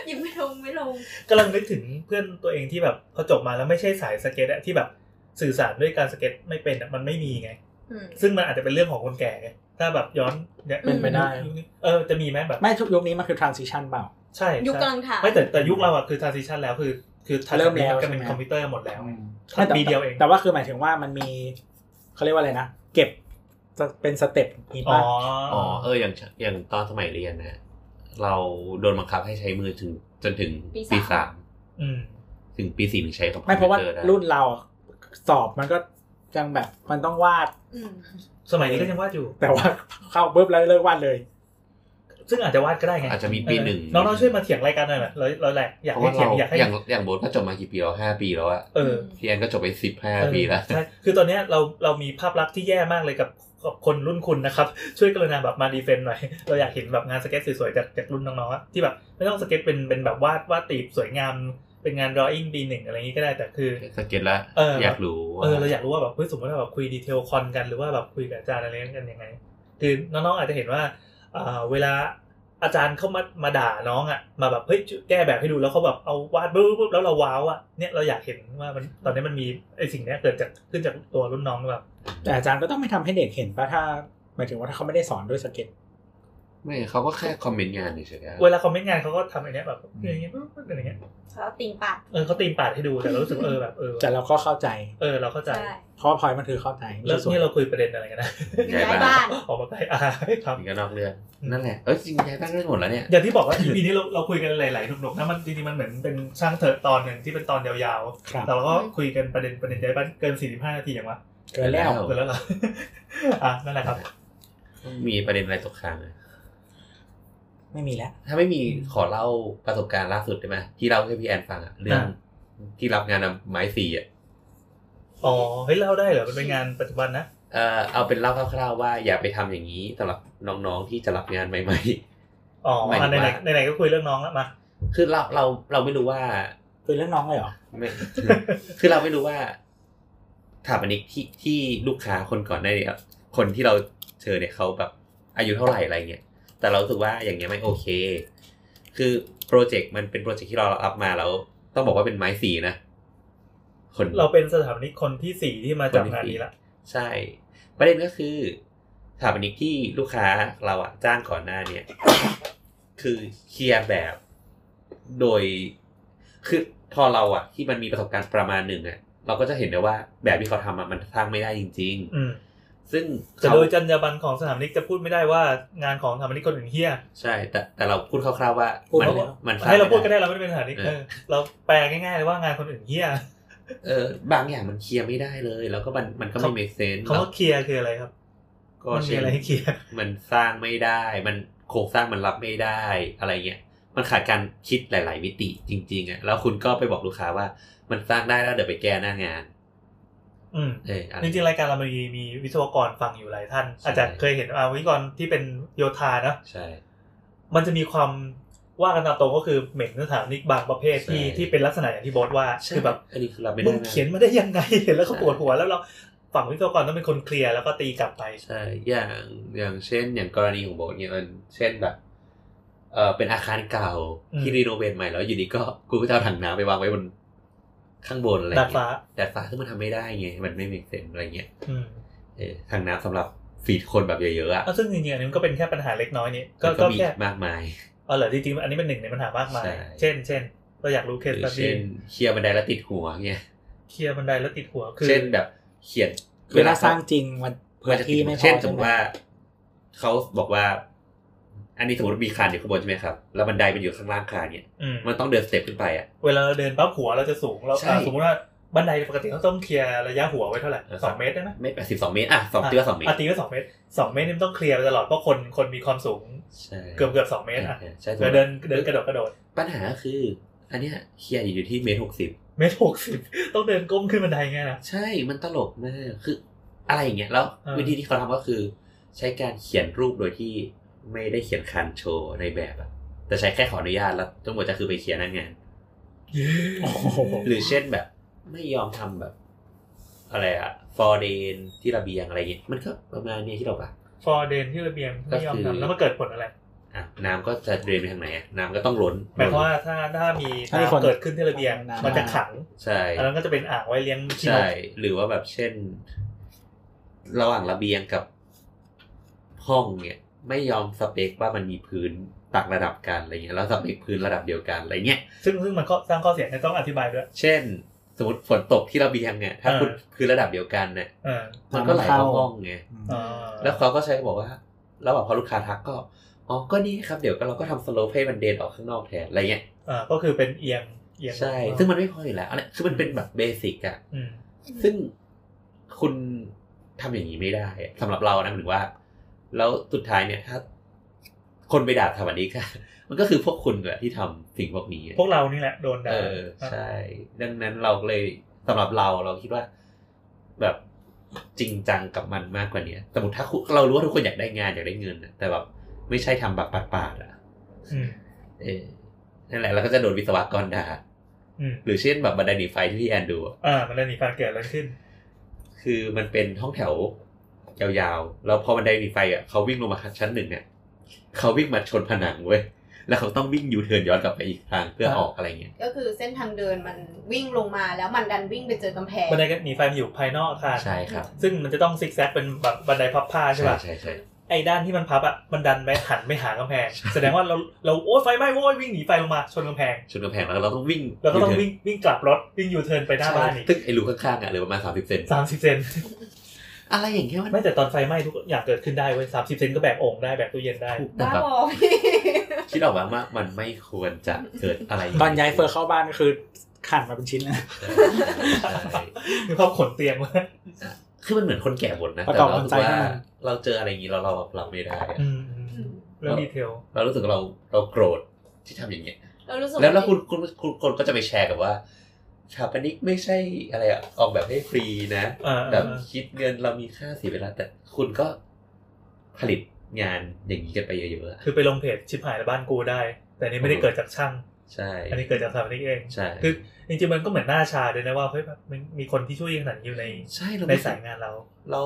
Speaker 1: ยังไม่ลงไม่ลง
Speaker 6: กำลังนึกถึงเพื่อนตัวเองที่แบบพอจบมาแล้วไม่ใช่สายสเก็ตอะที่แบบสื่อสารด้วยการสเก็ตไม่เป็นอะมันไม่มีไง
Speaker 1: อืม
Speaker 6: ซึ่งมันอาจจะเป็นเรื่องของคนแก่ไงถ้าแบบย้อนเนี่ย
Speaker 1: เป็นไปได้
Speaker 6: ยุคนี้เออจะมีไหมแบบ
Speaker 4: ไม่ทุกยุคนี้มันคือ transition เปล่า
Speaker 6: ใช่ใช่
Speaker 1: ยุคกำลังถ่าย
Speaker 6: ไม่แต่แต่ยุคเราอะคือ transition แล้วคือคือทัน
Speaker 4: เริ่มแล้ว
Speaker 6: ก็เป็น
Speaker 4: ใช่ไหม
Speaker 6: คอมพิวเตอร์หมดแล้ว
Speaker 4: ไม่แต่
Speaker 6: มีเดียวเอง
Speaker 4: แต่ว่าคือหมายถึงว่ามันมีเขาเรียกว่าอะไรนะ เก็บจะเป็นสเต็ปนี้
Speaker 6: อ๋อ
Speaker 4: ป่ะ
Speaker 3: อ๋อเอออย่างอย่างตอนสมัยเรียนนะเราโดนบังคับให้ใช้มือถึงจนถึง
Speaker 1: ปีสาม
Speaker 3: ปีสาม
Speaker 6: อืม
Speaker 3: ถึงปีสี่ถึงใช้กับ
Speaker 4: ไม่เพราะว่า
Speaker 3: คอตอได้
Speaker 4: รุ่นเราอะสอบมันก็ยังแบบมันต้องวาด
Speaker 1: อืม
Speaker 6: สมัยนี้ก็ยังวาดอยู่
Speaker 4: แต่ว่า เข้าปุ๊บแล้วเลิกวาดเลย
Speaker 6: ซึ่งอาจจะวาดก็ได้ไง
Speaker 3: อาจจะมีปีหนึ่ง
Speaker 6: เออน้องๆช่วยมาเถียงรายการหน่อยไหมเราเราแหละอยาก
Speaker 3: เพราะว่า
Speaker 6: ให้เถีย
Speaker 3: เรา
Speaker 6: งอยากให้
Speaker 3: อย่างอย่างโบทก็จบมากี่ปีแล้วห้าปีแล้วอะ
Speaker 6: เออ
Speaker 3: พี่แอนก็จบไปสิบห้า
Speaker 6: เออ
Speaker 3: ปีแล้ว
Speaker 6: ใช่คือตอนเนี้ยเราเรามีภาพลักษณ์ที่แย่มากเลยกับกับคนรุ่นคุณนะครับ ช่วยกรุณาแบบมาดีเฟนต์หน่อย เราอยากเห็นแบบงานสเก็ตสวยๆจากจากรุ่นน้องๆอะที่แบบไม่ต้องสเก็ตเป็นเป็นแบบวาดวาดตีบสวยงามเป็นงาน drawing ปีหนึ่งอะไรอย่างนี้ก็ได้แต่คือ
Speaker 3: สเก็ตแล้ว
Speaker 6: เอออ
Speaker 3: อยากรู้ว่า
Speaker 6: เออเราอยากรู้ว่าแบบเฮ้ยสมมติว่าแบบคุยดีเทลคอนกันหรือว่าแบบคุยกับอาจารย์อะไรกันยังไง คือน้องๆอาจจะเห็นว่าเอ่อเวลาอาจารย์เข้ามามาด่าน้องอ่ะมาแบบเฮ้ยแก้แบบให้ดูแล้วเขาแบบเอาวาดปุ๊บปุ๊บแล้วเราว้าวอ่ะเนี่ยเราอยากเห็นว่ามันตอนนี้มันมีไอสิ่งเนี้ยเกิดจากขึ้นจากตัวรุ่นน้องแบบ
Speaker 4: แต่อาจารย์ก็ต้องไม่ทำให้เด็กเห็นป่ะถ้า หมายถึงว่าถ้าเขาไม่ได้สอนด้วยสเก็ต
Speaker 3: ไม่เขาก็แค่คอมเมนต์งานเฉยๆอะ
Speaker 6: เวลาคอมเมนต์งานเขาก็ทำไอันเนี้ยแบบอย่างเงี้ยปุ๊บปุ๊บอย่างเงี้ย
Speaker 1: เขาติงปาก
Speaker 6: เออเขาตีมปาดให้ดูแต่เรารู้สึกว่าเออแบบเออ
Speaker 4: แต่เราก็เข้าใจ
Speaker 6: เออเราเข้าใจ
Speaker 1: ใช่
Speaker 4: เพราะพอยมันคือเข้าใจ
Speaker 6: แล้ว
Speaker 4: ส่วน
Speaker 6: นี่เราคุยประเด็นอะไรกันนะ
Speaker 1: ย้ายบ้าน
Speaker 6: ออกมาไกลอ่าครับ
Speaker 3: มันก็นอกเรื่องนั่นแหละเออจริงย้ายบ้านได้หมดแล้วเนี่ย
Speaker 6: อย่างที่บอกว่า EP นี้เราเราคุยกันหลายๆหนุกๆนะมันจริงๆมันเหมือนเป็นช่างเถอะตอนหนึ่งที่เป็นตอนยาว
Speaker 4: ครับ
Speaker 6: ๆ แต่เราก็คุยกันประเด็นประเด็นได้บ้านเกิน 45 นาทีอย่างวะ
Speaker 4: เกินแล้ว
Speaker 3: ครับ
Speaker 6: เกินแล้วเหรอ อ่ะนั่นแหละครับ
Speaker 3: มีประเด็นอะไรตกค้างอะ
Speaker 4: ไม่มีแล้ว
Speaker 3: ถ้าไม่มีขอเล่าประสบการณ์ล่าสุดได้ไหมที่เล่าให้พี่แอนฟังอะเรื่อง
Speaker 6: อ่า
Speaker 3: ที่รับงานนำไม้สีอะ
Speaker 6: อ๋อเฮ้ยเล่าได้เหรอมันเป็นงานปัจจุบันนะ
Speaker 3: เอ่อเอาเป็นเล่าคร่าวๆว่าอย่าไปทำอย่างนี้สำหรับน้องๆที่จะรับงานใหม่
Speaker 6: อ๋อ
Speaker 3: หมายถึ
Speaker 6: อ่ะ
Speaker 3: ง
Speaker 6: ไหน
Speaker 3: ว่า
Speaker 6: ๆไหนๆก็คุยเรื่องน้องแล้วมา
Speaker 3: ๆ คือเราเราเราไม่รู้ว่า
Speaker 4: คือเรื่องน้องเลยเหรอ
Speaker 3: ไม่ คือเราไม่รู้ว่าสถาปนิกที่ที่ลูกค้าคนก่อนได้าเนี่ยคนที่เราเชิญเนี่ยเขาแบบอายุเท่าไหร่อะไรเงี้ย แต่เรารู้สึกว่าอย่างเงี้ยไม่โอเค คือโปรเจกต์มันเป็นโปรเจกต์ที่เรารับมาแล้ว ต้องบอกว่าเป็นไม้สีนะ คน
Speaker 6: เราเป็นสถาปนิกคนที่สี่ที่มาจับงานนี้ละ
Speaker 3: ใช่ ประเด็นก็คือสถาปนิกที่ลูกค้าเราอะจ้างก่อนหน้าเนี่ย คือเคลียร์แบบโดย คือพอเราอะที่มันมีประสบการณ์ประมาณหนึ่งอะเราก็จะเห็นได้ว่าแบบที่เขาทำอะมันสร้างไม่ได้จริง
Speaker 6: อืม
Speaker 3: ๆ ซึ่ง
Speaker 6: แต่
Speaker 3: เขา
Speaker 6: โดยจรรยาบรรณของสถาปนิกจะพูดไม่ได้ว่างานของสถาปนิกคนอื่นเฮี้ย
Speaker 3: ใช่ แต่แต่เราพูดคร่าวๆว่า
Speaker 4: พูด
Speaker 3: มั
Speaker 4: ไม่ได้
Speaker 3: มันสง
Speaker 6: ให้เราพูด
Speaker 3: ม่
Speaker 6: ก็ได้เราไม่ได้เป็นสถาปนิก
Speaker 3: เออ
Speaker 6: เออเราแปลง่ายๆเลยว่างานคนอื่นเฮี้ย
Speaker 3: เออบางอย่างมันเคลียร์ไม่ได้เลย แล้วก็มันมันก็ไม่ make sense
Speaker 6: เขาว่าเคลียร์คืออะไรครับ
Speaker 3: ก็
Speaker 6: มันมี
Speaker 3: เช่น
Speaker 6: อะไรให้เคลียร์
Speaker 3: มันสร้างไม่ได้ มันโครงสร้างมันรับไม่ได้อะไรเงี้ย มันขาดการคิดหลาย ๆ มิติจริง ๆอะแล้วคุณก็ไปบอกลูกค้าว่า มันสร้างได้แล้วเดี๋ยวไปแก้หน้างาน
Speaker 6: อืม
Speaker 3: เอออะไร
Speaker 6: จริงๆรายการเรามีมีวิศวกรฟังอยู่หลายท่าน
Speaker 3: ใช่
Speaker 6: อาจจะเคยเห็นอ่าวิศวกรที่เป็นโยธานะ
Speaker 3: ใช่
Speaker 6: มันจะมีความว่ากันตามตรงก็คือเหม็นสถาปนิกบางประเภทที่
Speaker 3: ใช่
Speaker 6: ที่เป็นลักษณะอย่างที่โบอสว่าคือแบบ
Speaker 3: อันนี้คือรับไม่
Speaker 6: มึ
Speaker 3: ได้
Speaker 6: ง
Speaker 3: นะ
Speaker 6: เขียนมาได้ยังไง เห็นแล้วก็
Speaker 3: ใช่
Speaker 6: ปวดหัวแล้วเราฝั่งวิศวกรต้องเป็นคนเคลียร์แล้วก็ตีกลับไป
Speaker 3: ใช่อย่างอย่างเช่น อย่างกรณีของโบทเนี่ยมันเช่นแบบเออเป็นอาคารเก่า
Speaker 6: อืม
Speaker 3: ที่รีโนเวทใหม่แล้วอยู่ดีก็กูก็จะเอาถังน้ำไปวางไว้บนข้างบนอะไร
Speaker 6: ดาด
Speaker 3: เงี้
Speaker 6: ฟ้าย
Speaker 3: ดาดฟ้าซึ่งมันทำไม่ได้ไงมันไม่มีเซนอะไรเงี้ย
Speaker 6: อืม
Speaker 3: เออถังน้ำสำหรับฟีดคนแบบเยอะๆอ่ะ
Speaker 6: อ่ะซึ่งจริงๆอันนี้มันก็เป็นแค่ปัญหาเล็กน้อยนี่ก็
Speaker 3: มัน
Speaker 6: ก็
Speaker 3: มี
Speaker 6: แค่
Speaker 3: มากมาย
Speaker 6: เออเหรอจริงๆอันนี้เป็นหนึ่งในปัญหามากมาย
Speaker 3: ใช่
Speaker 6: เช่น เช่นเราอยากรู้เค
Speaker 3: ห
Speaker 6: ส
Speaker 3: รือ
Speaker 6: แบบนี้
Speaker 3: เช่นเคลียร์บันไดแล้วติดหัวเงี้ย
Speaker 6: เคลียร์บันไดแล้วติดหัวคือ
Speaker 3: เช่นแบบเขียน
Speaker 4: เวลาสร้างจริงมัน
Speaker 3: มันจะติด
Speaker 4: ที่ไม่พอ
Speaker 3: เช่นสมมติ
Speaker 4: ใช่ไห
Speaker 3: ว่าเขาบอกว่า อันนี้สมมติมีคานอยู่ข้างบนใช่ไหมครับ แล้วบันไดมันอยู่ข้างล่างคานเนี่ย
Speaker 6: อืม
Speaker 3: มันต้องเดินสเต็ปขึ้นไปอ่ะ
Speaker 6: เวลาเราเดินปั๊บหัวเราจะสูงเรา
Speaker 3: ใช่
Speaker 6: อ่าสมมติว่าบันไดปกติเขาต้องเคลียร์ระยะหัวไว้เท่าไหร่
Speaker 3: เออ
Speaker 6: ส
Speaker 3: ส
Speaker 6: อ
Speaker 3: อง ง
Speaker 6: เมตรได้ไหม
Speaker 3: ไม่แปดสิบสองเมตรอ่ะสองตีว่าสองเมตร
Speaker 6: อ่ะตีไว้สองเมตรสองเมตรนี่มันต้องเคลียร์ไปตลอดเพราะคนคนมีความสูง
Speaker 3: ใช่
Speaker 6: เกือบเกือบสองเมตรอ่ะ
Speaker 3: ออใช่
Speaker 6: เวลาเดินเดินกระโดดกระโดด
Speaker 3: ปัญหาคือ อันเนี้ยเคลียร์อยู่ที่เมตรหกสิบ
Speaker 6: เมตรหกสิบต้องเดินก้มขึ้นบันไดไงนะ
Speaker 3: ใช่มันตลกมากคืออะไรอย่างเงี้ยแล้ว
Speaker 6: เออ
Speaker 3: วิธีที่เขาทำก็คือ ใช้การเขียนรูปโดยที่ไม่ได้เขียนคันโชว์ในแบบอ่ะแต่ใช้แค่ขออนุญาตแล้วทั้งหมดจะคือไปเคลียร์หน้างาน
Speaker 4: โอ้โห
Speaker 3: หรือเช่นแบบไม่ยอมทำแบบ อะไรอะฟอร์เดนที่ระเบียงอะไรเงี้ยมันก็ประมาณเนี้ยที่เราปะ
Speaker 6: ฟอร์เดนที่ระเบียงไม่ยอม
Speaker 3: ก็คือ
Speaker 6: ทำแล้วมันเกิดผลอะไร
Speaker 3: อ่ะน้ำก็จะเดรนไปทางไหนอะน้ำก็ต้องล้น
Speaker 6: หมายความว่าถ้าถ้ามีน้ำเกิดขึ้นที่ระเบียงมันจะขัง
Speaker 3: ใช่
Speaker 6: อันนั้นก็จะเป็นอ่างไว้เลี้ยงขี้น
Speaker 3: ใช่
Speaker 6: ก
Speaker 3: หรือว่าแบบเช่น ระหว่างระเบียงกับห้องเนี่ยไม่ยอมสเปคว่ามันมีพื้นตักระดับกันอะไรเงี้ยแล้วสเปคพื้นระดับเดียวกันอะไรเงี้ย
Speaker 6: ซึ่งซึ่งมันก็สร้างข้อเสียให้ต้องอธิบายด้วย
Speaker 3: เช่น สมมติฝนตกที่ระเบียงเนี่ยถ้า
Speaker 6: เออ
Speaker 3: คุณพื้นระดับเดียวกันเนี่ย
Speaker 6: เออ
Speaker 3: มันก็ไหลเข้าห้องไง
Speaker 4: อื
Speaker 6: อ่
Speaker 4: มา
Speaker 3: แล้วเขาก็ใช้บอกว่าแล้วแบบพอลูกค้าทักก็ อ๋อ ก็นี่ครับ เดี๋ยวก็เราก็ทำสโลปให้มันเดนออกข้างนอกแทนอะไรเงี้ย
Speaker 6: อ่าก็คือเป็นเอียงเอียง
Speaker 3: ใช่ ซึ่งมันไม่พออยู่แล้วอันเนี้ยคือมันเป็นแบบเบสิกอะ
Speaker 6: อืม
Speaker 3: ซึ่งคุณทำอย่างนี้ไม่ได้อะสำหรับเรานะหมายถึงว่า แล้วสุดท้ายเนี่ยถ้า คนไปด่าสถาวันนี้ก็ มันก็คือพวกคุณแหละที่ทำสิ่งพวกนี้อะ
Speaker 6: พวกเรานี่แหละโดนด่า
Speaker 3: เออใช่ ดังนั้นเราเลยสำหรับเราเราคิดว่า แบบจริงจังกับมันมากกว่านี้สมมติถ้าคุณเรารู้ว่าทุกคนอยากได้งานอยากได้เงินน่ะแต่แบบไม่ใช่ทำแบบปาดๆอ่ะ
Speaker 6: อืม
Speaker 3: เออนั่นแหละเราก็จะโดนวิศวกรด่า
Speaker 6: อืม
Speaker 3: หรือเช่นแบบบันไดหนีไฟที่พี่แอนดูอะ
Speaker 6: อ่ามันเลยหนีการเกิดอะไรขึ้น
Speaker 3: คือมันเป็นห้องแถวยาวๆแล้วพอบันไดหนีไฟอ่ะเขาวิ่งลงมาชั้นหนึ่งเนี่ยเขาวิ่งมาชนผนังเว้ยแล้วเขาต้องวิ่งยูเทิร์นย้อนกลับไปอีกทางเพื่อออกอะไรเงี้ย
Speaker 5: ก็คือเส้นทางเดินมันวิ่งลงมาแล้วมันดันวิ่งไปเจอกำแพง
Speaker 6: บันไดหนีไฟมันอยู่ภายนอกอาคาร
Speaker 3: ใช่ครับ
Speaker 6: ซึ่งมันจะต้องซิกแซกเป็นแบบบันไดพับผ้าใช่ป่ะ
Speaker 3: ใช่ใช่
Speaker 6: ไอ้ด้านที่มันพับอ่ะมันดันไปหันไม่หากำแพง แสดงว่าเราเราโอ้ยไฟไหม้โว้ยวิ่งหนีไฟลงมาชนกำแพง
Speaker 3: ชนกำแพงแล้วเราต้องวิ่ง
Speaker 6: แล้วก็ต้องวิ่งวิ่งกลับรถวิ่งยูเทิร์นไปหน้าบ้านอีก
Speaker 3: ตึกไอ้รูข้างๆอ่ะเหลือประมาณสามสิบเซน
Speaker 6: สามสิบเซน
Speaker 3: อะไรอย่างเงี้ยมัน
Speaker 6: ไม่แต่ตอนไฟไหม้ทุกอย่างเกิดขึ้นได้เว้ยสามสิบเซนก็แบกโอ่งได้แบกตู้เย็นได้
Speaker 3: ถูกแต่
Speaker 5: บ้า
Speaker 3: แบบ
Speaker 5: บ อพี่
Speaker 3: คิดออกมาว่ามันไม่ควรจะเกิดอะไร
Speaker 4: ตอนย้ายเฟอร์เข้าบ้านก็คือขันมาเป็นชิ้นเลยนะ
Speaker 3: ใช่
Speaker 6: มีความขนเตียงเว้ย
Speaker 3: คือมันเหมือนคนแก่หมดนะ แต่เรารู้สึกว่าเราเจออะไรอย่างงี้เราเราแบบรับไม่ได้อะ
Speaker 6: อืมอืมเรื่องดีเทล
Speaker 3: เรารู้สึกเราเราโกรธที่ทำอย่างเงี้ย
Speaker 5: เรารู้สึก
Speaker 3: แล้วแล้วคุณคุณคุณคนก็จะไปแชร์กับว่า สถาปนิกไม่ใช่อะไรอะออกแบบให้ฟรีนะ
Speaker 6: เออ
Speaker 3: แบบคิดเงินเรามีค่าเสียเวลาแต่คุณก็ผลิตงานอย่างนี้กันไปเยอะๆอะ
Speaker 6: คือไปลงเพจชิบหายแล้วบ้านกูได้ แต่อันนี้ไม่ได้เกิดจากช่าง
Speaker 3: ใช่
Speaker 6: อันนี้เกิดจากสถาปนิกเอง
Speaker 3: ใช่
Speaker 6: คือจริงๆมันก็เหมือนหน้าชาด้วยนะว่าเฮ้ยแบบมันมีคนที่ช่วยขนาดนี้อยู่ใน
Speaker 3: ใช่เรา
Speaker 6: ใน
Speaker 3: ไม่
Speaker 6: สายงานเรา
Speaker 3: เรา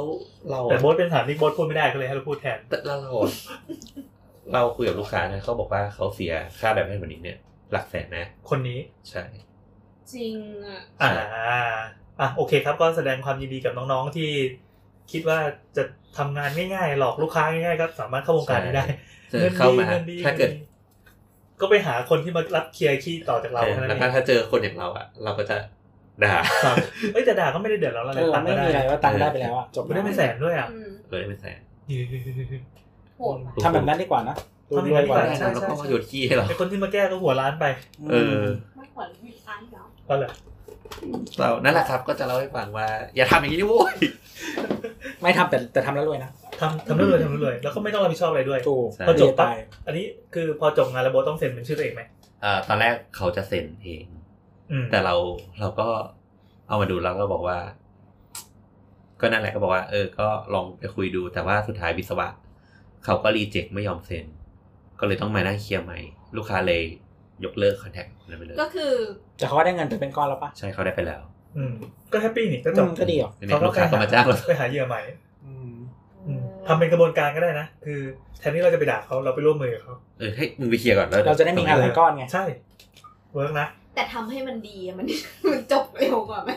Speaker 3: เรา
Speaker 6: แต่โบ๊ทเป็นสถาปนิกโบ๊ทพูดไม่ได้ก็เลยให้เราพูดแทน
Speaker 3: แต่เราเราเราคุยกับลูกค้านะเขาบอกว่าเขาเสียค่าแบบให้วันนี้เนี่ย หลักแสนนะ
Speaker 6: คนนี้
Speaker 3: ใช่
Speaker 1: จริงอ่ะ
Speaker 6: อ่าอ่ะโอเคครับก็แสดงความยินดีกับน้องๆที่คิดว่าจะทำงานง่ายๆหลอกลูกค้าง่ายๆก็สามารถเข้าวงการนี้ได้
Speaker 3: ใช่เข้ามา
Speaker 6: งินดี
Speaker 3: ถ้าเกิด
Speaker 6: งินก็ไปหาคนที่มารับเคลียร์ขี้ต่อจากเรา
Speaker 3: เออ
Speaker 6: แค่นั้น
Speaker 3: แล้ว
Speaker 6: เอ
Speaker 3: ก็
Speaker 6: ง
Speaker 3: ถ้าเจอคนอย่างเราอ่ะ เราก็จะด่า
Speaker 6: ครับเอ้ยแต่ด่าก็ไม่ได้เดือดร้อนอะไร
Speaker 4: เออ
Speaker 6: ตังค์
Speaker 4: ไม่
Speaker 6: ก็ได้
Speaker 4: มีอะไรว่าตังค์ได้ไปแล้วอะจบ
Speaker 6: ไม่ได้เป็นแสนด้วยอ่ะ
Speaker 1: อืม
Speaker 3: เลยได้เป็นแสน
Speaker 1: โหดว่ะ
Speaker 4: ทำแบบนั้นดีกว่านะดูรวยกว่า
Speaker 3: ใช่แล้วก็มาโยนขี้ให้เรา
Speaker 6: ไอคนที่มาแก้ก็หัวร้านไป
Speaker 3: เออ
Speaker 1: ไม่ขวัญวิญญาณเหรอ
Speaker 6: ก็เลย
Speaker 3: เรานั่นแหละครับ ก็จะเล่าให้ฟังว่า อย่าทำอย่างนี้ดิโว้ ย
Speaker 4: ไม่ทำแต่แต่ทำแล้วรวยนะ
Speaker 6: ทำทำได้เลยทำได้เลยแล้วก็ไม่ต้องรับผิดชอบอะไรด้วย
Speaker 4: ถูก
Speaker 3: ใช่
Speaker 6: พอจบ
Speaker 4: ไป
Speaker 6: ปั๊บอันนี้คือพอจบงานแล้วโบทต้องเซ็นเป็นชื่อตัวเองไหม
Speaker 3: เอ่อตอนแรกเขาจะเซ็นเอง
Speaker 6: อืม
Speaker 3: แต่เราเราก็เอามาดูแล้วก็บอกว่า ก็นั่นแหละก็บอกว่า เออ ก็ลองไปคุยดู แต่ว่าสุดท้ายวิศวะ เขาก็รีเจ็คไม่ยอมเซ็น ก็เลยต้องมานั่งเคลียร์ใหม่ ลูกค้าเลยยกเลิกคอนแทคนั้นไปเลย
Speaker 1: ก็คือ
Speaker 4: แต่เขาก็ได้เงินไปเป็นก้อนแล้วปะ
Speaker 3: ใช่เขาได้ไปแล้ว
Speaker 6: อืมก็แฮปปี้นี่ก็จบ
Speaker 4: อืมก็ดีหรอ
Speaker 3: เนี่ยลูกค้าก็มาจ้างเรา
Speaker 6: ไปหาเหยื่อใหม่
Speaker 4: อืม
Speaker 6: อืมทำเป็นกระบวนการก็ได้นะ คือแทนที่เราจะไปด่าเขาเราไปร่วมมือกับเขา
Speaker 3: เออให้มึงไปเคลียร์ก่อนแล้ว
Speaker 4: เราจะได้มีงานหลายก้อนไง
Speaker 6: ใช่เวิร์กนะ
Speaker 5: แต่ทำให้มันดีอะมัน มันจบเร็วกว่าไหม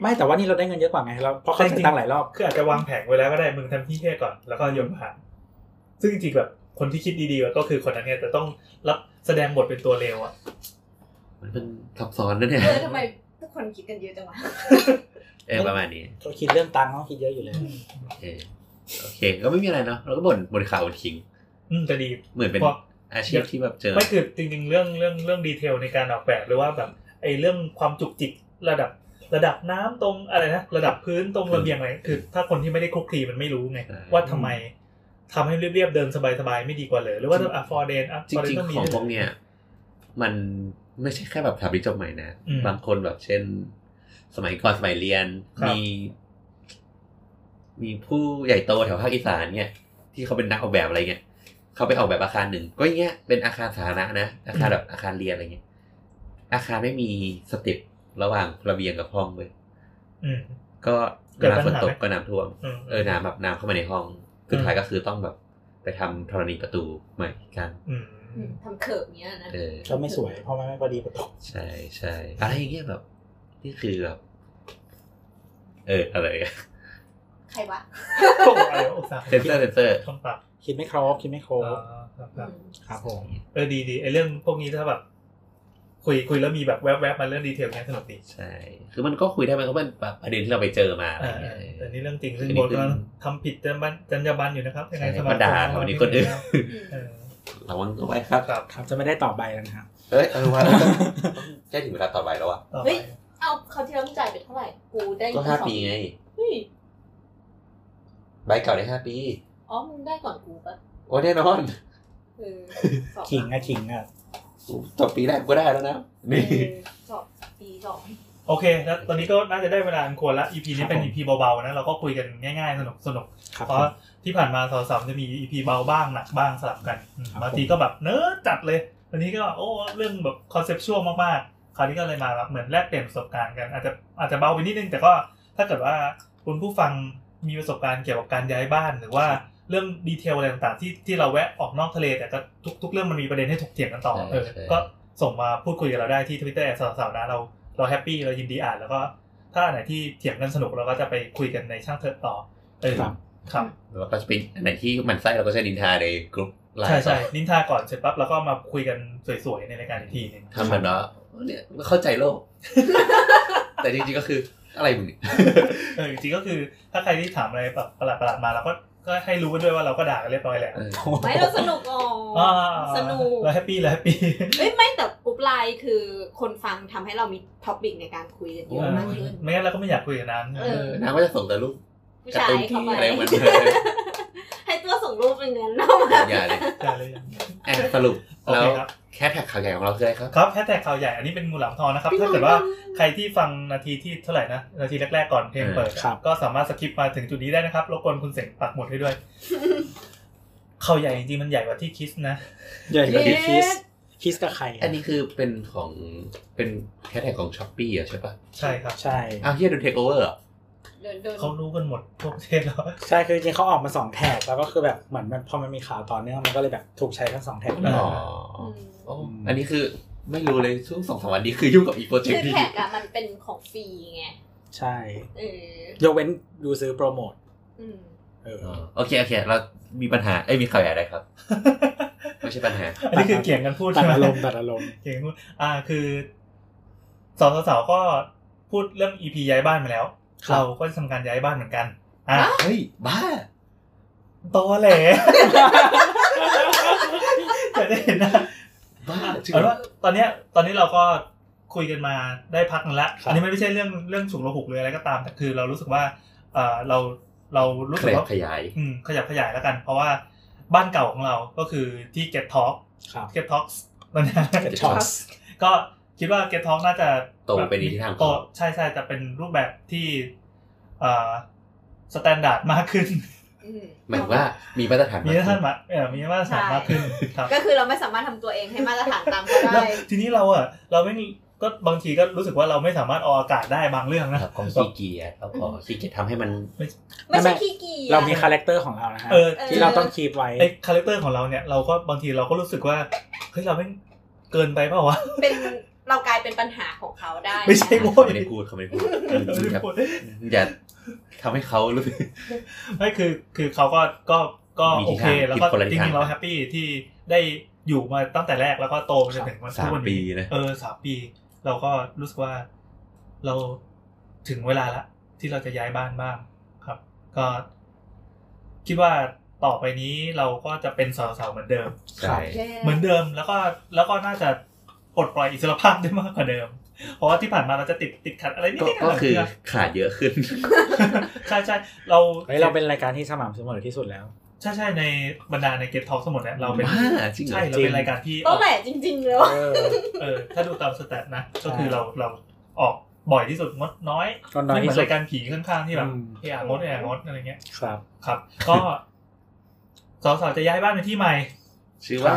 Speaker 4: ไม่แต่ว่านี่เราได้เงินเยอะกว่าไงเราเพราะเขา
Speaker 6: จริ
Speaker 4: จ่าย
Speaker 6: งๆ
Speaker 4: ตังค์หลายรอบ
Speaker 6: คืออาจจะวางแผนไว้แล้วก็ได้มึงทำที่แค่ก่อนแล้วก็โยนผ่านซึ่งจริงๆแบบคนที่คิดดีๆก็คือคนนั้นเนี่ยแต่ต้องรับแสดงบทเป็นตัวเลวอะ
Speaker 3: มันเป็นซับซ้อนนะเนี่ย
Speaker 5: เออทำไมทุกคนคิดกันเยอะจังวะ
Speaker 3: เออประมาณนี้
Speaker 4: เขาคิดเรื่องตังค์เขาคิดเยอะอยู่แล้ว
Speaker 3: เออโอเค ก็ไม่มีอะไรเนาะเราก็บ่นบ่นข่าวบ่นทิ้ง
Speaker 6: อืมจะดี
Speaker 3: เหมือนเป็น
Speaker 6: เพราะ
Speaker 3: อาชีพที่แบบเจอ
Speaker 6: ไม่คือจริงๆ เรื่องเรื่องเรื่องดีเทลในการออกแบบหรือว่าแบบไอ้เรื่องความจุกจิกระดับระดับน้ำตรงอะไรนะระดับพื้นตรงระเบียงอะไรคือ ถ้าคนที่ไม่ได้คลุกคลีมันไม่รู้ไง
Speaker 3: ใช่
Speaker 6: ว่าทำไมทำให้เรียบๆเดินสบายๆไม่ดีกว่าเลยหรือว่าอ่ะฟอร์เดนอ่ะ
Speaker 3: จ
Speaker 6: ฟอร์เด
Speaker 3: ริ
Speaker 6: น
Speaker 3: ง
Speaker 6: ต้องมี
Speaker 3: ๆของพวกเนี้ยมันไม่ใช่แค่แบบถามที่จบใหม่นะ
Speaker 6: อืม
Speaker 3: บางคนแบบเช่น สมัยก่อนสมัยเรียน
Speaker 6: ครับ
Speaker 3: มี มีผู้ใหญ่โตแถวภาคอีสานเนี่ย ที่เขาเป็นนักออกแบบอะไรเงี้ยเขาไปออกแบบอาคารหนึ่งก็อย่างเงี้ยเป็นอาคารสาธารณะนะอาคารแบบอาคารเรียนอะไรเงี้ย อาคารไม่มีสเติประหว่างระเบียงกับห้องเลย
Speaker 6: อืม
Speaker 3: ก็
Speaker 6: เกิ
Speaker 3: เว
Speaker 6: ด
Speaker 3: ลา
Speaker 6: ปัญ
Speaker 3: ฝน
Speaker 6: หา
Speaker 3: ตก
Speaker 6: ไหม
Speaker 3: ก็น้ำท่วม
Speaker 6: อืม
Speaker 3: เออน้ำแบบน้ำเข้ามาในห้อง สุดท้ายก็คือต้องแบบ ไปทำธรณีประตูใหม่กัน
Speaker 6: อืม
Speaker 1: อืมทำเขิบเนี้ยนะ
Speaker 3: เออ
Speaker 4: ก็ไม่สวยเพราะมันไม่พอดีประตก
Speaker 3: ใช่ใช่อะไรอย่างเงี้ยแบบ นี่คือแบบ เอออะไรอะ
Speaker 5: ใครวะ
Speaker 6: โอ้โหอะไรวะอุตส่าห์
Speaker 3: เซนเซอร์เซนเซอร์
Speaker 6: ช่องปาก
Speaker 4: คิดไม่ครบคิดไม่ครบ
Speaker 6: อ่าครับครับ
Speaker 4: ครับผม
Speaker 6: เออดีดีไอเรื่องพวกนี้ถ้าแบบ คุยคุยแล้วมีแบบแวบๆมาเรื่องดีเทลเนี้ยสนุกดี
Speaker 3: ใช่ คือมันก็คุยได้ไหมเพราะมันแบบประเด็นที่เราไปเจอมาอะไร
Speaker 6: อ่า
Speaker 3: เงี้ย
Speaker 6: ๆแต่นี่เรื่องจริงซึ่ง
Speaker 3: อันนี้
Speaker 6: โบท
Speaker 3: คือ
Speaker 6: ก็ทำผิดจรรยาบรรณจรรยาบรรณอยู่นะครับยังไง
Speaker 3: ใช่
Speaker 6: สมา
Speaker 3: มาด่า
Speaker 6: คม
Speaker 3: วันนี้คนอื่น
Speaker 6: เออ
Speaker 3: ระวังเอาไว้ครับ
Speaker 6: ครับ
Speaker 4: ครับจะไม่ได้ต่อใบแล้วนะครับ
Speaker 3: เอ้ยเออว่าใกล้ถึงเวลาต่อไปแล้วอะ
Speaker 6: ต่อไป
Speaker 1: เฮ้ย เอาเขาวที่แล้วมึงจ่ายไปเท่าไหร่ กูได้
Speaker 3: ก็ห้าปีไง
Speaker 1: เฮ้ย
Speaker 3: ใบเก่าได้ห้าปี
Speaker 1: อ๋อ มึงได้ก่อนกูปะ
Speaker 3: โอ้แน่นอน
Speaker 1: เอ อสอบ
Speaker 4: ขิงอะขิงอะ
Speaker 3: จบปีแรกก็ได้แล้วนะ
Speaker 1: เอ
Speaker 3: นี่
Speaker 1: อสอบปีสอง
Speaker 6: โอเค แล้วตอนนี้ก็น่าจะได้เวลาอันควรละ EP นี้เป็น EP เบาๆนะเราก็คุยกันง่ายๆ สนุกสนุก
Speaker 4: ครับ
Speaker 6: เพ
Speaker 4: ผ
Speaker 6: ราะ
Speaker 4: ม
Speaker 6: ที่ผ่านมาสาวสามจะมี EP เบาบ้างหนักบ้างสลับกันอืม
Speaker 4: ครับ
Speaker 6: บางทีก็แบบเนื้อจัดเลยวันนี้ก็แบบโอ้เรื่องแบบคอนเซปชวลมากๆ คราวนี้ก็เลยมาแบบเหมือนแลกเปลี่ยนประสบการณ์กัน อาจจะอาจจะเบาไปนิดนึงแต่ก็ถ้าเกิดว่าคุณผู้ฟังมีประสบการณ์เกี่ยวกับการย้ายบ้าน หรือว่าเรื่องดีเทลอะไรต่างๆที่ที่เราแวะออกนอกทะเลแต่ก็ทุกทุกเรื่องมันมีประเด็นให้ถกเถียงกันต่อ
Speaker 3: ใช่
Speaker 6: เออ
Speaker 3: ใช่
Speaker 6: ก็ส่งมาพูดคุยกับเราได้ที่ทวิตเตอร์สาวๆนะเราเราแฮปปี้เรายินดีอ่านแล้วก็ถ้าอันไหนที่เถียงกันสนุกเราก็จะไปคุยกันในช่างเถิดต่อเออ
Speaker 4: ครับ
Speaker 6: ครับ
Speaker 3: แล้วก็จะเป็นอันไหนที่หมันไส้เราก็จะนินทาในกลุ่มไลน์
Speaker 6: ใช่ใช่นินทาก่อนเสร็จปั๊บแล้วก็มาคุยกันสวยๆ ในรายการอีกทีหนึง
Speaker 3: ทำมันเนาะเนี่ยเข้าใจโลก แต่จริงๆก็คืออะไรมึงเนี่ย
Speaker 6: เออจริงๆก็คือถ้าใครที่ถามอะไรแบบประหลาดๆมาเราก็ก็ให้รู้กันด้วยว่าเราก็ด่ากันเรียบร้อยแล้ว
Speaker 3: เออ
Speaker 1: ไม่เราสนุกอ๋ออา สนุก
Speaker 6: เราแฮปปี้เราแฮปปี้
Speaker 1: เอ้ยไม่แต่กรุ๊ปไลน์คือคนฟังทำให้เรามีท็อปิกในการคุยกันเยอะมากขึ้น
Speaker 6: ไม่งั้นเราก็ไม่อยากคุยกับน้ำใช่ไหม
Speaker 1: เออ
Speaker 3: นางก็จะส่งแต่รูป
Speaker 1: ผู้
Speaker 3: การ์
Speaker 1: ชาย
Speaker 3: ตูน
Speaker 1: เข้า
Speaker 3: ที่
Speaker 1: ไป
Speaker 3: อะไรมัน
Speaker 1: ให้ตัวส
Speaker 5: ส่งรูปเป็นเงินเข้ามา
Speaker 3: อย่าเลย
Speaker 6: ได้เลย
Speaker 3: อ่ะสรุป
Speaker 6: โอ
Speaker 3: แล้ว
Speaker 6: เคครับ
Speaker 3: แค่แท็กข่าวใหญ่ของเราคืออะไรครับ
Speaker 6: ครับแฮชแท็กข่าวใหญ่อันนี้เป็นงูหลามทองนะครับ ถ้าเกิดว่าใครที่ฟังนาทีที่เท่าไหร่นะ นาทีแรก ๆ ก่อนเพลงเปิด
Speaker 4: ครับ
Speaker 6: ก็สามารถสกิปมาถึงจุดนี้ได้นะครับรบกวนคุณเสงปักหมุดให้ด้วย ข่าวใหญ่จริงๆมันใหญ่กว่าที่คิดนะ
Speaker 4: ใหญ่กว่าที่
Speaker 5: เย้
Speaker 4: คิสคิสกับใครอะ
Speaker 3: อันนี้คือเป็นของเป็นแฮชแท็กของช้อปปี้อ่ะใช่ป่ะ
Speaker 6: ใช่ครับ
Speaker 4: ใช่
Speaker 3: อ้าวเฮียโดนเทคโอเวอร์
Speaker 5: เดินเดน
Speaker 6: เขารู้กันหมดทั่วประเทศแล้ว
Speaker 4: ใช่คือจริงๆเขาออกมาสองแท็กแล้วก็คือแบบเหมือนมันพอมันมีข่าวต่อเนื่องมันก็เลยแบบถูกใช้ทั้งสองแท็ก
Speaker 6: อ๋
Speaker 4: เลย
Speaker 6: อ
Speaker 5: อืม
Speaker 3: อันนี้คือไม่รู้เลยช่วงสองสามวันนี้คือยุ่งกับอีกโปรเจ
Speaker 5: คื
Speaker 3: ก
Speaker 5: อ
Speaker 3: ต์ที่
Speaker 5: แท็กอะมันเป็นของฟรีไง
Speaker 4: ใช่
Speaker 5: เออย
Speaker 4: กเว้นดูซื้อโปรโมท
Speaker 5: อืม
Speaker 4: เออ
Speaker 3: อ๋อโอเคโอเค เรามีปัญหาเอ้ยมีข่าวใหญ่อะไรครับ ไม่ใช่ปัญหา
Speaker 6: อันนี้คือเกี่ยงกันพูด
Speaker 4: ตัด
Speaker 6: ใช่ไหม
Speaker 4: อารมณ์ตัดอารมณ์
Speaker 6: เก่งพูดอ่าคือสาวสาวๆก็พูดเรื่อง EP ย้ายบ้านมาแล้ว
Speaker 4: ครับ
Speaker 6: เราก็จะทำการย้ายบ้านเหมือนกัน อ่ะ
Speaker 3: เฮ้ย บ้า
Speaker 6: โตแหละ จะได้เห็นหนะ
Speaker 3: บ้าจริง
Speaker 6: เอาเป็นว่าตอนเนี้ยตอนนี้เราก็คุยกันมาได้พักหนึงละ
Speaker 4: ครับ
Speaker 6: อันนี้ไม่ใช่เรื่องเรื่องฉุกระหุกเลยอะไรก็ตาม แต่คือเรารู้สึกว่าเออเราเรารู้
Speaker 3: ข
Speaker 6: สึก
Speaker 3: ยับ
Speaker 6: ว่า
Speaker 3: ขยาย
Speaker 6: อืมขยับขยายแล้วกัน เพราะว่าบ้านเก่าของเราก็คือที่ Get Talk
Speaker 4: ครับ
Speaker 6: Get Talks มันนะ
Speaker 4: Get
Speaker 3: Talks
Speaker 6: ก็คิดว่า Get Talk น่าจะ
Speaker 3: โตไปในทิศทางของ
Speaker 6: โตใช่ใช่จะเป็นรูปแบบที่เอ่อสแตนดาร์ดมากขึ้น
Speaker 5: อืม
Speaker 3: หมายถึงว่ามีมาตรฐาน
Speaker 6: มี
Speaker 3: กขึ้
Speaker 6: ท่านมาเอ่อมีมาตรฐานมากขึ้นครับ
Speaker 5: ก็คือเราไม่สามารถทำตัวเองให้มาตรฐานตามเขา
Speaker 6: แล้ว
Speaker 5: ได้
Speaker 6: ทีนี้เราอะเราไม่มีก็บางทีก็รู้สึกว่าเราไม่สามารถออกอากาศได้บางเรื่องนะครับ
Speaker 3: ของขี้ เกียจแล้วก็ขี้เกียจทำให้มัน
Speaker 5: ไม่ใช่
Speaker 4: ไม่
Speaker 5: ขี้เกียจ
Speaker 4: เรามีคาแรคเตอร์ของเรานะฮะ
Speaker 6: เออ
Speaker 4: ที่เราต้องคีปไว้
Speaker 6: ไอคาแรคเตอร์ของเราเนี่ยเราก็บางทีเราก็รู้สึกว่าเฮ้ยเราไม่งเกินไปเปล่าวะ
Speaker 5: เป็นเรากลายเป็นปัญหาของเขาได้
Speaker 6: ไม่ใช่ โว้ย
Speaker 3: เขาไม่ได้พู ดเขาไม่ได้พูด
Speaker 6: ไม่ได้พูด
Speaker 3: อย่าทำให้เขารู้สึก
Speaker 6: ไม่คือคือเขาก็ก็ก็
Speaker 3: มี
Speaker 6: โอ
Speaker 3: ทิศ
Speaker 6: เค
Speaker 3: ทาง
Speaker 6: แล้วก็
Speaker 3: คิดคนละ
Speaker 6: จ
Speaker 3: ทิศทาง
Speaker 6: ริงๆเราแฮปปี้ที่ได้อยู่มาตั้งแต่แรกแล้วก็โตมาจนถึงวัน
Speaker 3: สาม
Speaker 6: ทุกวัน
Speaker 3: ปี
Speaker 6: นี้
Speaker 3: นะ
Speaker 6: เออสามปี เราก็รู้สึกว่าเราถึงเวลาละที่เราจะย้ายบ้านบ้างครับ ก็ คิดว่าต่อไปนี้เราก็จะเป็นสาวๆเหมือนเดิม
Speaker 3: ใช่
Speaker 6: เหมือนเดิมแล้วก็แล้วก็น่าจะปลดปล่อยอิสรภาพได้มากกว่าเดิม เพราะว่าที่ผ่านมาเราจะติดติดขัดอะไรนิด
Speaker 3: ก็
Speaker 6: ๆห
Speaker 3: ก็
Speaker 6: น่อยๆ
Speaker 3: คือ
Speaker 6: เนี่ย
Speaker 3: ขาดเยอะขึ้น
Speaker 6: ใช่ใช่เรา
Speaker 4: เฮ้ยเราเป็นรายการที่สม่ำเสมอที่สุดแล้ว
Speaker 6: ใช่ใช่ในบรรดาในเก็ตทอกทั้งหมดเนี่ยเราเป็น
Speaker 3: บ้าจริงเหรอ
Speaker 6: ใช่เราเป็นรายการที่อ
Speaker 5: ต้
Speaker 6: อ
Speaker 5: อก งแหละจริง ๆ แล้ว
Speaker 4: เออ
Speaker 6: เออถ้าดูตามสแตทนะ ก็คือ
Speaker 4: ใช่
Speaker 6: เราเราออกบ่อยที่สุดงดน้อย
Speaker 4: ก็น้อย
Speaker 6: ไม่เหมื
Speaker 4: ที่
Speaker 6: อน
Speaker 4: สุด
Speaker 6: รายการผีข้างๆที่แบบ
Speaker 4: อืม
Speaker 6: เอยงดเอยงดอะไรเงี้ย
Speaker 4: ครับ
Speaker 6: ครับ ก็ สาวๆจะย้ายบ้านไปที่ใหม่
Speaker 3: ชื่อว่า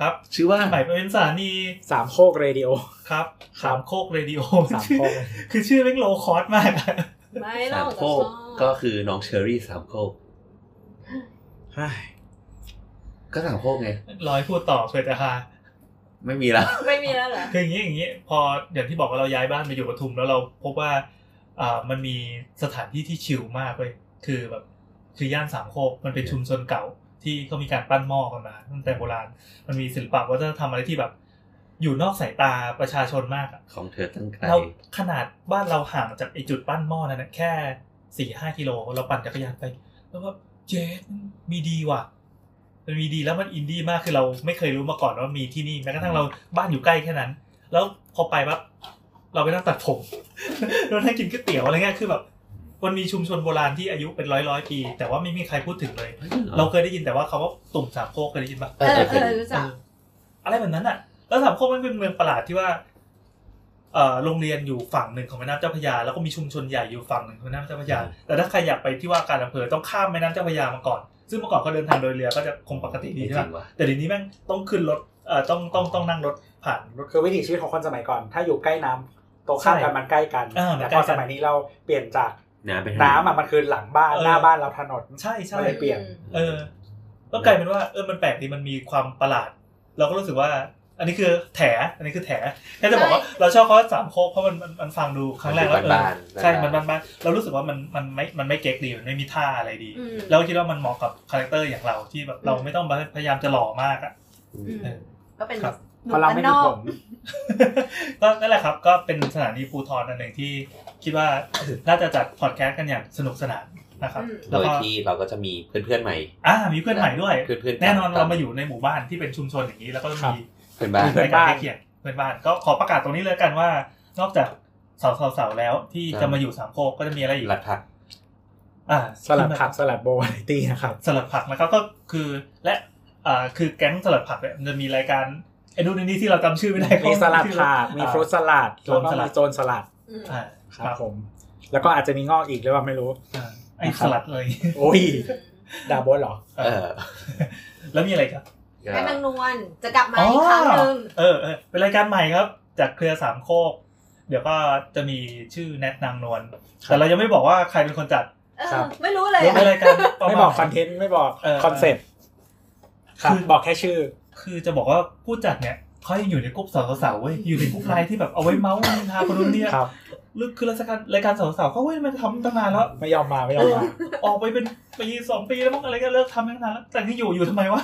Speaker 6: ครับ
Speaker 3: ชื่อว่า
Speaker 6: ใหม่เป็นสถานี
Speaker 4: สามโคกเรดิโอ
Speaker 6: ครับสามโคกเรดิโอ
Speaker 4: สามโคก
Speaker 6: คือชื่อเล่งโลคอสมากอะ
Speaker 5: ไม่
Speaker 3: สา
Speaker 5: เรา
Speaker 3: ม
Speaker 5: จะ
Speaker 3: โค
Speaker 5: ชอก บ
Speaker 3: ก็คือน้องเชอรี่สามโคก ก็สามโคกไง
Speaker 6: รอให้พูดต่อเผื่อจะฮา
Speaker 3: ไม่มีแล้ว
Speaker 5: ไม่มีแล้วเหรอ
Speaker 6: คืออย่างนี้อย่างนี้พออย่างที่บอกว่าเราย้ายบ้านไปอยู่ปทุมแล้วเราพบว่าอ่ามันมีสถานที่ที่ชิลมากเลยคือแบบคือย่านสามโคกมันเป็นชุมชนเก่าที่เขามีการปั้นหม้อกันมาตั้งแต่โบราณ มันมีศิลปะวัฒนธรรมอะไรที่แบบ อยู่นอกสายตาประชาชนมากอะ
Speaker 3: ของเธอตั้งไกล
Speaker 6: เราขนาดบ้านเราห่างจากไอจุดปั้นหม้อนั้นนะแค่สี่ห้ากิโลเราปั่นจักรยานไป แล้วว่าเจ๊มีดีว่ะ มันมีดีแล้วมันอินดี้มากคือเราไม่เคยรู้มาก่อนว่ามีที่นี่แม้กระทั่งเราบ้านอยู่ใกล้แค่นั้น แล้วพอไปปั๊บเราไปนั่งตัดผม แล้วนั่งกินก๋วยเตี๋ยวอะไรเงี้ยคือแบบมันมีชุมชนโบราณที่อายุเป็นร้อยร้อยปี แต่ว่าไม่มีใครพูดถึงเลย เราเคยได้ยินแต่ว่าคำว่าตุ่มสามโคกเคยได้ยินปะ
Speaker 5: เออเออรู้จัก
Speaker 6: เอออะไรแบบนั้นอ่ะ แล้วสามโคกมันเป็นเมืองประหลาดที่ว่าเออโรงเรียนอยู่ฝั่งหนึ่งของแม่น้ำเจ้าพระยา แล้วก็มีชุมชนใหญ่อยู่ฝั่งหนึ่งของแม่น้ำเจ้าพระยา แต่ถ้าใครอยากไปที่ว่าการอำเภอต้องข้ามแม่น้ำเจ้าพระยามาก่อน ซึ่งเมื่อก่อนเขาเดินทางโดยเรือก็จะคงปกติ
Speaker 3: จ
Speaker 6: ดี
Speaker 3: ริง
Speaker 6: ใช่ปะ
Speaker 3: ๆว่ะ
Speaker 6: แต่เดี๋ยวนี้แม่งต้องขึ้นรถเอ่อต้องต้องต้องนั่งรถผ่านรถ
Speaker 4: คือวิถีชีวิตของคนสมัยก่อน ถ้าอยู่ใกล้น้ำโตข้ามกันมันใกล้กัน
Speaker 6: เออมัน
Speaker 4: แต่
Speaker 6: ใก
Speaker 4: พ
Speaker 6: ล้กั
Speaker 4: อน สมัยนี้เราเปลี่ยนจาก
Speaker 3: น้ำเป็น
Speaker 4: น้ำอ่ะมันคือหลังบ้าน
Speaker 6: เออ
Speaker 4: หน้าบ้านเราถนน
Speaker 6: ใช่ใช่
Speaker 4: ไม่ได้ เปลี่ยน
Speaker 6: เออ ก็กลายเป็นว่าเออมันแปลกดีมันมีความประหลาด เราก็รู้สึกว่า อันนี้คือแถ อันนี้คือแถแค่จะบอกว่าเราชอบเขาว่าสามโคกเพราะมันมันมันฟังดูครั้งแรกแล้วเออ
Speaker 3: บ้านๆ
Speaker 6: ใช่ มันมันมันเรารู้สึกว่ามันมันไม่ มันไม่เก๊กดี มันไม่มีท่าอะไรดี
Speaker 5: อืม
Speaker 6: เราก็คิดว่ามันเหมาะกับคาแรคเตอร์อย่างเราที่แบบเราไม่ต้องพยายามจะหล่อมากอ่ะ
Speaker 5: อืม
Speaker 6: เออ
Speaker 5: ก็เป็น
Speaker 6: ครับ
Speaker 5: ห
Speaker 4: เพ
Speaker 5: นุ่
Speaker 4: ราะ
Speaker 5: มบ้า
Speaker 4: เราไม่
Speaker 5: นน
Speaker 4: มี
Speaker 5: อ
Speaker 4: ผ
Speaker 5: ก
Speaker 4: ม
Speaker 6: ก็นั่นแหละครับ ก็เป็นสถานีปูทอนอันหนึ่งที่คิดว่า น่าจะจัดพอดแคสต์กันอย่างสนุกสนานนะครับ
Speaker 5: อืม
Speaker 3: โดยที่เราก็จะมีเพื่อนๆใหม่
Speaker 6: อ่า มีเพื่อนใหม่ด้วย
Speaker 3: เพื่อนๆ
Speaker 6: แน่นอนเรามาอยู่ในหมู่บ้านที่เป็นชุมชนอย่างนี้ แล้วก็
Speaker 4: ครับ
Speaker 6: มี
Speaker 3: เพื่อนบ้าน
Speaker 6: เพื่อนบ้านใกล้เคียงเพื่อนบ้านก็ขอประกาศตรงนี้เลยกันว่า นอกจากสาวๆๆแล้วที่
Speaker 3: ครับ
Speaker 6: จะมาอยู่สามโคกก็จะมีอะไรอีก
Speaker 3: หลัดผัก
Speaker 6: อ่า
Speaker 4: สลัดผักสลัดโบว์อะไรตีนะครับ
Speaker 6: สลัดผักนะครับก็คือและอ่าคือแก๊งสลัดผักเนี่ยมันจะมีรายการไอ้นู่นไอ้นี่ที่เราจำชื่อไม่ได้
Speaker 4: มีสลัดผัก
Speaker 6: อ่า
Speaker 4: มีฟรุตสลัด
Speaker 6: โซ
Speaker 4: แล้ว
Speaker 6: น
Speaker 4: ก็
Speaker 6: สลั
Speaker 4: มี
Speaker 6: ด
Speaker 4: โซนสลัด
Speaker 1: อืม
Speaker 6: อ่าค
Speaker 4: ค
Speaker 6: รั
Speaker 4: รับบ ผม แล้วก็อาจจะมีงอกอีกหรือเปล่าไม่รู้
Speaker 6: อ่าไอ้สลัดเลย
Speaker 4: โอ้ยดาโบสเหรอ
Speaker 3: เออ
Speaker 6: แล้วมีอะไรครับ
Speaker 1: แม่นางนวลจะกลับมาอีกครั้งหนึ่ง
Speaker 6: เออเออเป็นรายการใหม่ครับ จากเครือสามโคก เดี๋ยวก็จะมีชื่อแนทนางนวล
Speaker 4: ครับ
Speaker 6: แต่เรายังไม่บอกว่าใครเป็นคนจัด
Speaker 1: เออ
Speaker 4: ครับ
Speaker 1: ไม่รู้เลย
Speaker 6: รู้
Speaker 1: อะ
Speaker 6: ในรายการประาณ
Speaker 4: ไม่บอกคอนเทนต์ไม่บอก
Speaker 6: เออ
Speaker 4: คอนเซ็ปต์
Speaker 6: คื
Speaker 4: ครับ
Speaker 6: อ
Speaker 4: บอกแค่ชื่อ
Speaker 6: คือจะบอกว่าผู้จัดเนี่ยเขายังอยู่ในกลุ่มสาวสาวๆเว้ยอยู่ในกลุ่มไลน์ที่แบบเอาไว้เมาส์นินทาคนนู้นเนี่ย
Speaker 4: ครับ
Speaker 6: ลึกคือรายการรายการสาวสาวๆเขาเว้ยมันทำตั้งนานแล้ว
Speaker 4: ไม่ยอมมาไม่ยอมมา
Speaker 6: ออกไปเป็นปีสองปีแล้วมั้งอะไรก็เลิกทำตั้งนานแล้วแต่ที่อยู่อยู่ทำไมวะ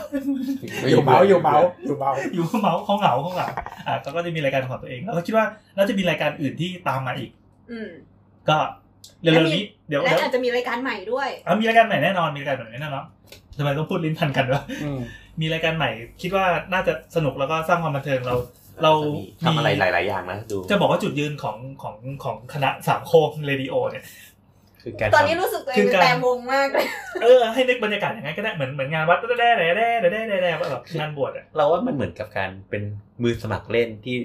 Speaker 4: อยู่เมาส์อยู่เมาส์อยู่เมาส์
Speaker 6: อยู่เมาส์เขาเหงาเขาเหงาอ่ะเขาก็จะมีรายการของตัวเองแล้วก็คิดว่าน่าจะมีรายการอื่นที่ตามมาอีก
Speaker 1: อืม
Speaker 6: ก็เร็ว
Speaker 1: และ
Speaker 6: ๆ
Speaker 1: มี
Speaker 6: นี้เดี๋ยว
Speaker 1: และ
Speaker 6: เดี๋ยว
Speaker 1: อาจจะมีรายการใหม่ด้วย
Speaker 6: อ่ะมีรายการใหม่แน่นอนมีรายการใหม่แน่นอนทำไมต้องพูดลิ้นพันกันวะ
Speaker 4: อืม
Speaker 6: มีรายการใหม่คิดว่าน่าจะสนุกแล้วก็สร้างความบันเทิงเรา เรา
Speaker 3: ทำอะไรหลาย ๆ อย่างนะดู
Speaker 6: จะบอกว่าจุดยืนของของของคณะสามโคกเรดิโอเนี่ย
Speaker 3: คือการ
Speaker 1: ตอนนี้
Speaker 3: ทำ
Speaker 1: รู้สึกตัวเอ
Speaker 6: คื
Speaker 1: ง
Speaker 6: อการ
Speaker 1: แต่วงมากเลย
Speaker 6: เออให้นึกบรรยากาศอย่างนั้นก็ได้เหมือนเหมือนงานวัดแด่แด่แด่แด่แด่แด่แบบงานบวชอ่ะ
Speaker 3: เราว่ามันเหมือนกับการเป็นมือสมัครเล่นที่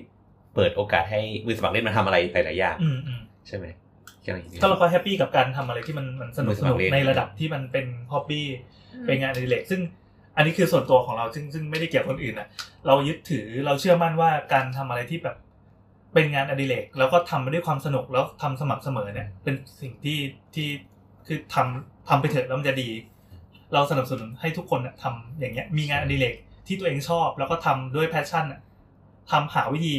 Speaker 3: เปิดโอกาสให้มือสมัครเล่นมาทำอะไรหลาย ๆ อย่าง
Speaker 6: อืมอืม
Speaker 3: ใช่ไหมอย่างนี้
Speaker 6: ก็เราก็แฮปปี้กับการทำอะไรที่มันมันสนุก
Speaker 3: มัน
Speaker 6: ส
Speaker 3: สนุ
Speaker 6: นุ
Speaker 3: ก
Speaker 6: ก
Speaker 3: ดี
Speaker 6: ในระดับที่มันเป็นฮ็อบบี้เป็นงานอดิเรกซึ่งอันนี้คือส่วนตัวของเราซึ่งซึ่งไม่ได้เกี่ยวกับคนอื่นนะเรายึดถือเราเชื่อมั่นว่าการทำอะไรที่แบบเป็นงานอดิเรกแล้วก็ทำไปด้วยความสนุกแล้วทำสม่ำเสมอเนี่ย เป็นสิ่งที่ที่คือทำทำไปเถอะแล้วมันจะดี เราสนับสนุนให้ทุกคนน่ะทำอย่างเงี้ย มีงานอดิเรกที่ตัวเองชอบ แล้วก็ทำด้วยแพชชั่นน่ะทำหาวิธี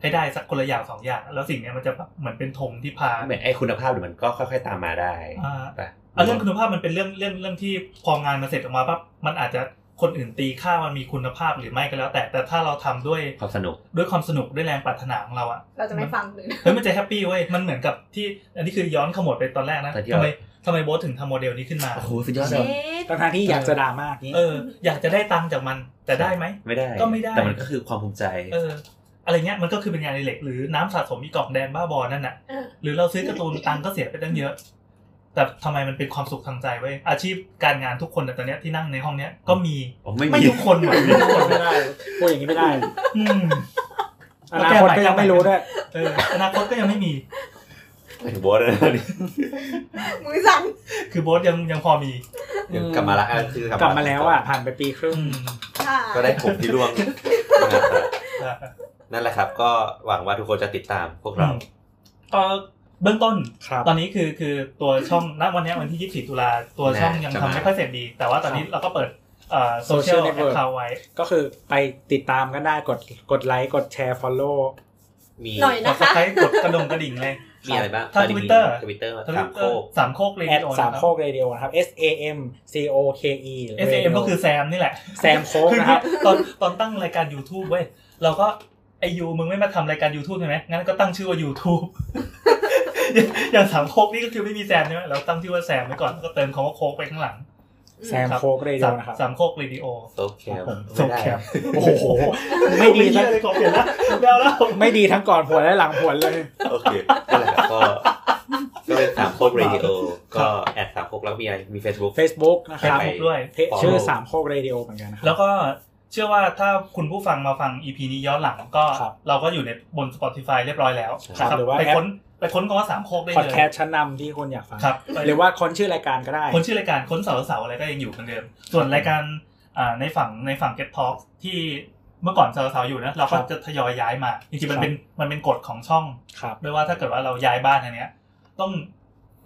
Speaker 6: ให้ได้สักคนละอย่างสองอย่าง แล้วสิ่งเนี้ยมันจะแบบเหมือนเป็นธงที่พา
Speaker 3: เหมือนไอ้คุณภาพเดี๋ยวมันก็ค่อย ๆ ตามมาได้
Speaker 6: อ่า
Speaker 3: ไป
Speaker 6: เอาเรื่องคุณภาพมันเป็นเรื่องเรื่องเรื่องที่พองานมาเสร็จออกมาปั๊บมันอาจจะคนอื่นตีค่ามันมีคุณภาพหรือไม่ก็แล้ว แต่แต่ถ้าเราทำด้วย
Speaker 3: ความสนุก
Speaker 6: ด้วยความสนุกด้วยแรงปรารถนาของเราอะ
Speaker 1: เราจะไม่ฟังเลย
Speaker 6: เฮ้ยมันจะแฮปปี้เว้ยมันเหมือนกับที่อันนี้คือย้อนขมวดไปตอนแรกนะ
Speaker 3: ตอนที่
Speaker 6: ทำ
Speaker 3: เรา
Speaker 6: ไมทำไมโบสถึงทำโมเดลนี้ขึ้นมา
Speaker 3: โอ้โหสุดยอดเล
Speaker 1: เช็
Speaker 3: ย
Speaker 1: ด
Speaker 4: ทั้งทางๆที่อยากจะด่ามากนี้
Speaker 6: เออ อยากจะได้ตังค์จากมันแต่ได้ไหม
Speaker 3: ไม่ได้
Speaker 6: ก็ไม่ได้
Speaker 3: แต่มันก็คือความภูมิใจ
Speaker 6: เออ อะไรเงี้ยมันก็คือเป็นงานอดิเล็กหรือน้ำสะสมอีกล่องแดงบ้าบอนั่นน่ะ หรือเราซื้อการ์ตูนตังค์ก็เสียไปตั้งเยอะ แต่ทำไมมันเป็นความสุขทางใจเว้ยอาชีพการงานทุกคนแต่ตอนเนี้ยที่นั่งในห้องเนี้ยก็มี
Speaker 3: ผมไม่
Speaker 6: ไม่
Speaker 3: มี
Speaker 6: ทุกคนหมดไม่ทุกคน
Speaker 4: ไม่ได้พูดอย่างนี้ไม่ได้
Speaker 6: อืม
Speaker 4: อนาคตก็ยังไม่รู้ด้วย
Speaker 6: เอออนาคตก็ยังไม่มี
Speaker 3: ไปถึงโบสเลยนะนี่
Speaker 1: มือสั่น
Speaker 6: คือโบสยังยังพอมี
Speaker 3: เดี๋ยวกลับมาละอ่ะคือก
Speaker 4: ลับมาแล้วอ่ะผ่านไปปีครึ่ง
Speaker 6: อืม
Speaker 1: ค่ะ
Speaker 3: ก็ได้ผมที่ร่วง
Speaker 6: อ่ะ
Speaker 3: นั่นแหละครับ ก็หวังว่าทุกคนจะติดตามพวกเรา
Speaker 6: ก็เบื้องต้น
Speaker 4: ครับ
Speaker 6: ตอนนี้คือคือตัวช่องณวันเนี้ยวันที่ 24 ตุลาตัวช่องยัง
Speaker 3: จะมา
Speaker 6: ทำไม่ค่อยเสร็จดี แต่ว่าตอนนี้เราก็เปิดเอ่อโซเชียล
Speaker 4: Social
Speaker 6: แอ
Speaker 4: network
Speaker 6: คเคาท์ไว้
Speaker 4: ก็คือไปติดตามกันได้กดกดไลค์กดแชร์ follow
Speaker 3: มี
Speaker 1: หน่อย
Speaker 6: ก
Speaker 1: นะ
Speaker 6: ด
Speaker 1: คะ
Speaker 6: ใช้กดกระดงกระดิ่งเลย
Speaker 3: มีอะไรบ้าง
Speaker 6: ทาง Twitter
Speaker 3: ทวิตเตอร์
Speaker 6: ทวิ
Speaker 3: สาม
Speaker 6: ตเต
Speaker 3: โค
Speaker 6: อร์
Speaker 3: ก
Speaker 6: สามโคกเร
Speaker 4: แอ
Speaker 6: ดิ
Speaker 4: ด
Speaker 6: โอ
Speaker 4: สามโคกเรดิโอนะครับ S A M C O K E หรื
Speaker 6: เอสเอ็ม
Speaker 4: Radio
Speaker 6: ก็คือแซมนี่แหละ
Speaker 4: แซมโคกนะครับ
Speaker 6: ตอนตอนตั้งรายการ YouTube เว้ยเราก็ไอยูมึงไม่มาทำรายการ YouTube ใช่ไหมงั้นก็ตั้งชื่อว่า YouTube อย่างอย่างสามโคกนี่ก็คือไม่มีแซมใช่ไหมเราตั้งชื่อว่าแซมไว้ก่อนแล้วก็เติมคำว่าโคกไปข้างหลัง
Speaker 4: แซมโคกเรดิ
Speaker 6: สา
Speaker 4: โอ
Speaker 6: ม
Speaker 4: นะครับ
Speaker 6: สามโคกเรดิโอ
Speaker 3: โซแคม
Speaker 6: โซแคม
Speaker 4: โอ้โห ไม่ดี
Speaker 6: เย
Speaker 4: ทั้ง
Speaker 6: อะเลยขอเปลี่ยนละไม่เอาแล้ว
Speaker 4: ไม่ดีทั้งก่อนผลและหลังผลเลย
Speaker 3: โอเคนั่นแหละครับก็ก็เป็นสามโคกเรดิโอก็แอดสามโคกแล้วมีอะไรมี Facebook
Speaker 4: Facebook นะค
Speaker 6: แซ
Speaker 4: รับ
Speaker 6: มโคกด้วย
Speaker 4: เพจชื่อสามโคกเรดิโอเหมือนกันนะครับ
Speaker 6: แล้วก็เชื่อว่าถ้าคุณผู้ฟังมาฟัง EP นี้ย้อนหลังก็
Speaker 4: ครับ
Speaker 6: เราก็อยู่ในบน Spotify เรียบร้อยแล้ว
Speaker 4: ครับ
Speaker 6: นะครับ
Speaker 4: หรือว่า
Speaker 6: ไป
Speaker 4: แอป
Speaker 6: ค้นไปค้นคำว่าสามโคกได้
Speaker 4: พอด
Speaker 6: เลย
Speaker 4: แคสต์ชั้นนำที่คนอยากฟัง
Speaker 6: ครับ
Speaker 4: หรือว่าค้นชื่อรายการก็ได้
Speaker 6: คนชื่อรายการค้นเสาร์เสาร์อะไรก็ยังอยู่เหมือนเดิม ส่วนรายการอ่าในฝั่งในฝั่ง Get Talk ที่เมื่อก่อนเสาร์เสาร์อยู่นะ เรา
Speaker 4: ครั
Speaker 6: ก็
Speaker 4: บ
Speaker 6: จะทยอยย้ายมาจริงๆมั
Speaker 4: ค
Speaker 6: น
Speaker 4: รับ
Speaker 6: เป็นมันเป็นกฎของช่อง
Speaker 4: ครับ
Speaker 6: ด้วยว่าถ้าเกิดว่าเราย้ายบ้านอันเนี้ย ต้อง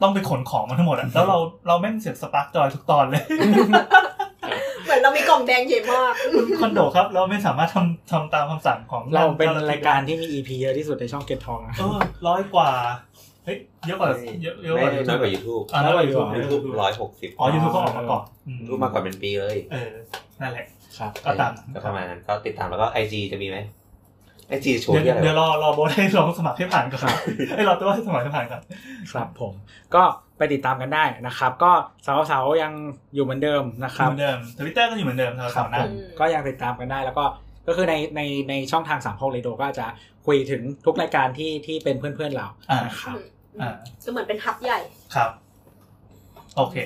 Speaker 6: ต้องไปขนของมาทั้งหมดอะแล้วเราเราแม่งเสียบสปาร์กจอยทุกตอนเลย
Speaker 1: เหมือนเรามีกล่องแดงใหญ่มาก
Speaker 6: คอนโดครับ เราไม่สามารถทำทำตามคำสั่งของ
Speaker 4: เราเป็นรายการที่มี EP เยอะที่สุดในช่อง Get Talk นะ
Speaker 6: เออร้อยกว่าเฮ้ยเยอะกว่าเยอะเยอะ
Speaker 3: ไม่
Speaker 6: กว่า
Speaker 3: ได้น้อยกว่า YouTube
Speaker 6: อ่าน้อยกว่ายูทูบ
Speaker 4: น้อย
Speaker 3: YouTube
Speaker 4: กว่า
Speaker 3: ร้อยหกสิบ
Speaker 6: อ๋อยูทูบก็ออกมาก่อนอื
Speaker 3: รูปมาก่อนเป็นปีเลย
Speaker 6: เออนั่นแหละ
Speaker 4: ครับ
Speaker 6: ก็ตามนั้น
Speaker 3: ก็ประมาณนั้นก็ติดตามแล้วก็ไอจีจะมีไหมไอจีโชว์
Speaker 6: เดี๋ย
Speaker 3: ที่อะ
Speaker 6: ว
Speaker 3: ไร
Speaker 6: เดี๋ยว
Speaker 3: วะ
Speaker 6: รอรอโบทให้ลองสมัครให้ผ่านก่อนไอ้ยรอตัวให้สมัครให้ผ่านก่อน
Speaker 4: ครับผมก็ไปติดตามกันได้นะครับ ก็เสาเสาๆยังอยู่เหมือนเดิมนะค
Speaker 6: เห
Speaker 4: รับ
Speaker 6: มือนเดิมทวิตเตอร์ก็อยู่เหมือนเดิมเรา
Speaker 4: ครั
Speaker 6: สา
Speaker 4: บ
Speaker 6: มหน้า
Speaker 4: ผมก็ยังติดตามกันได้แล้วก็ก็คือในในในช่องทางสามพกเรดิโอก็จะคุยถึงทุกรายการที่ที่เป็นเพื่อนๆเรา
Speaker 6: อ่า
Speaker 4: นะครับ
Speaker 6: อ่า
Speaker 1: ก็เหมือนเป็นฮับใหญ่
Speaker 6: ครับ โอเค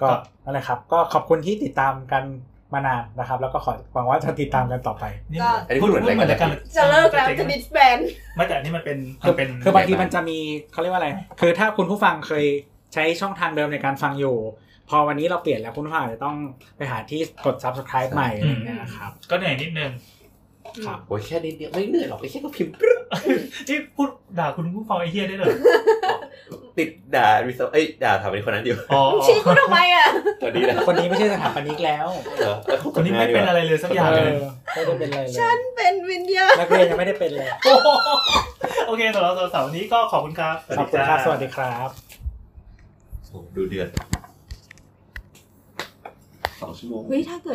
Speaker 4: ก็
Speaker 6: ครับ
Speaker 4: นั่นแหละครับ ก็ขอบคุณที่ติดตามกันมานานนะครับ แล้วก็ขอหวังว่าจะติดตามกันต่อไป
Speaker 6: นี่
Speaker 7: ก็
Speaker 3: อันนี้
Speaker 6: พู
Speaker 3: พู
Speaker 6: ด
Speaker 3: ด
Speaker 6: เห
Speaker 3: เหมื
Speaker 6: มือ
Speaker 3: อน น
Speaker 6: รายการ
Speaker 3: รายการ
Speaker 5: จะเลิกแล้วจะดิสแบน
Speaker 6: ไม่แต่อันนี่มันเป็น
Speaker 4: คือ
Speaker 6: มันเป็น
Speaker 4: คือบางที
Speaker 3: แบบ
Speaker 4: มันจะมีเขาเรียกว่าอะไร คือถ้าคุณผู้ฟังเคยใช้ช่องทางเดิมในการฟังอยู่ พอวันนี้เราเปลี่ยนแล้วคุณผู้ฟังอาจจะต้องไปหาที่กด subscribe ใหม่อะไรอย่างเงี้ยนะครับ
Speaker 6: ก็เหนื่อยนิดนึง
Speaker 4: ครับ
Speaker 3: โอ้ยแค่นิดเดียวไม่เหนื่อยหรอกแค่ก็พิมพ์ปรึ๊บ
Speaker 6: นี่พูดด่าคุณผู้ฟังไอ้เหี้ยได้เลยเหรอ
Speaker 3: ติดด่ารีเซลเอ้ยด่าถามไปคนนั้นอยู่
Speaker 6: อ๋อ
Speaker 5: ชี้กูทำไมอ่ะ
Speaker 3: ตอนนี้นะ
Speaker 4: คนนี้ไม่ใช่สถาปนิกแล้ว
Speaker 3: เออเออ
Speaker 6: คนนี้ไม่เป็นอะไรเลยสักอย่าง
Speaker 4: เอ
Speaker 6: เลย
Speaker 4: อไม่ได้เป็นอะไรเลย
Speaker 5: ฉันเป็นวิญญาณ
Speaker 4: นักเรียนยังไม่ได้เป็นเลย
Speaker 6: โอ้โหโอเคสำหรับเสาร์นี้ก็ขอบคุณครับ
Speaker 4: ขอบคุณครับ สวัสดีครับ
Speaker 3: โอ้โหดูเดือดสองชั่วโมง
Speaker 7: เฮ้ยถ้าเกิด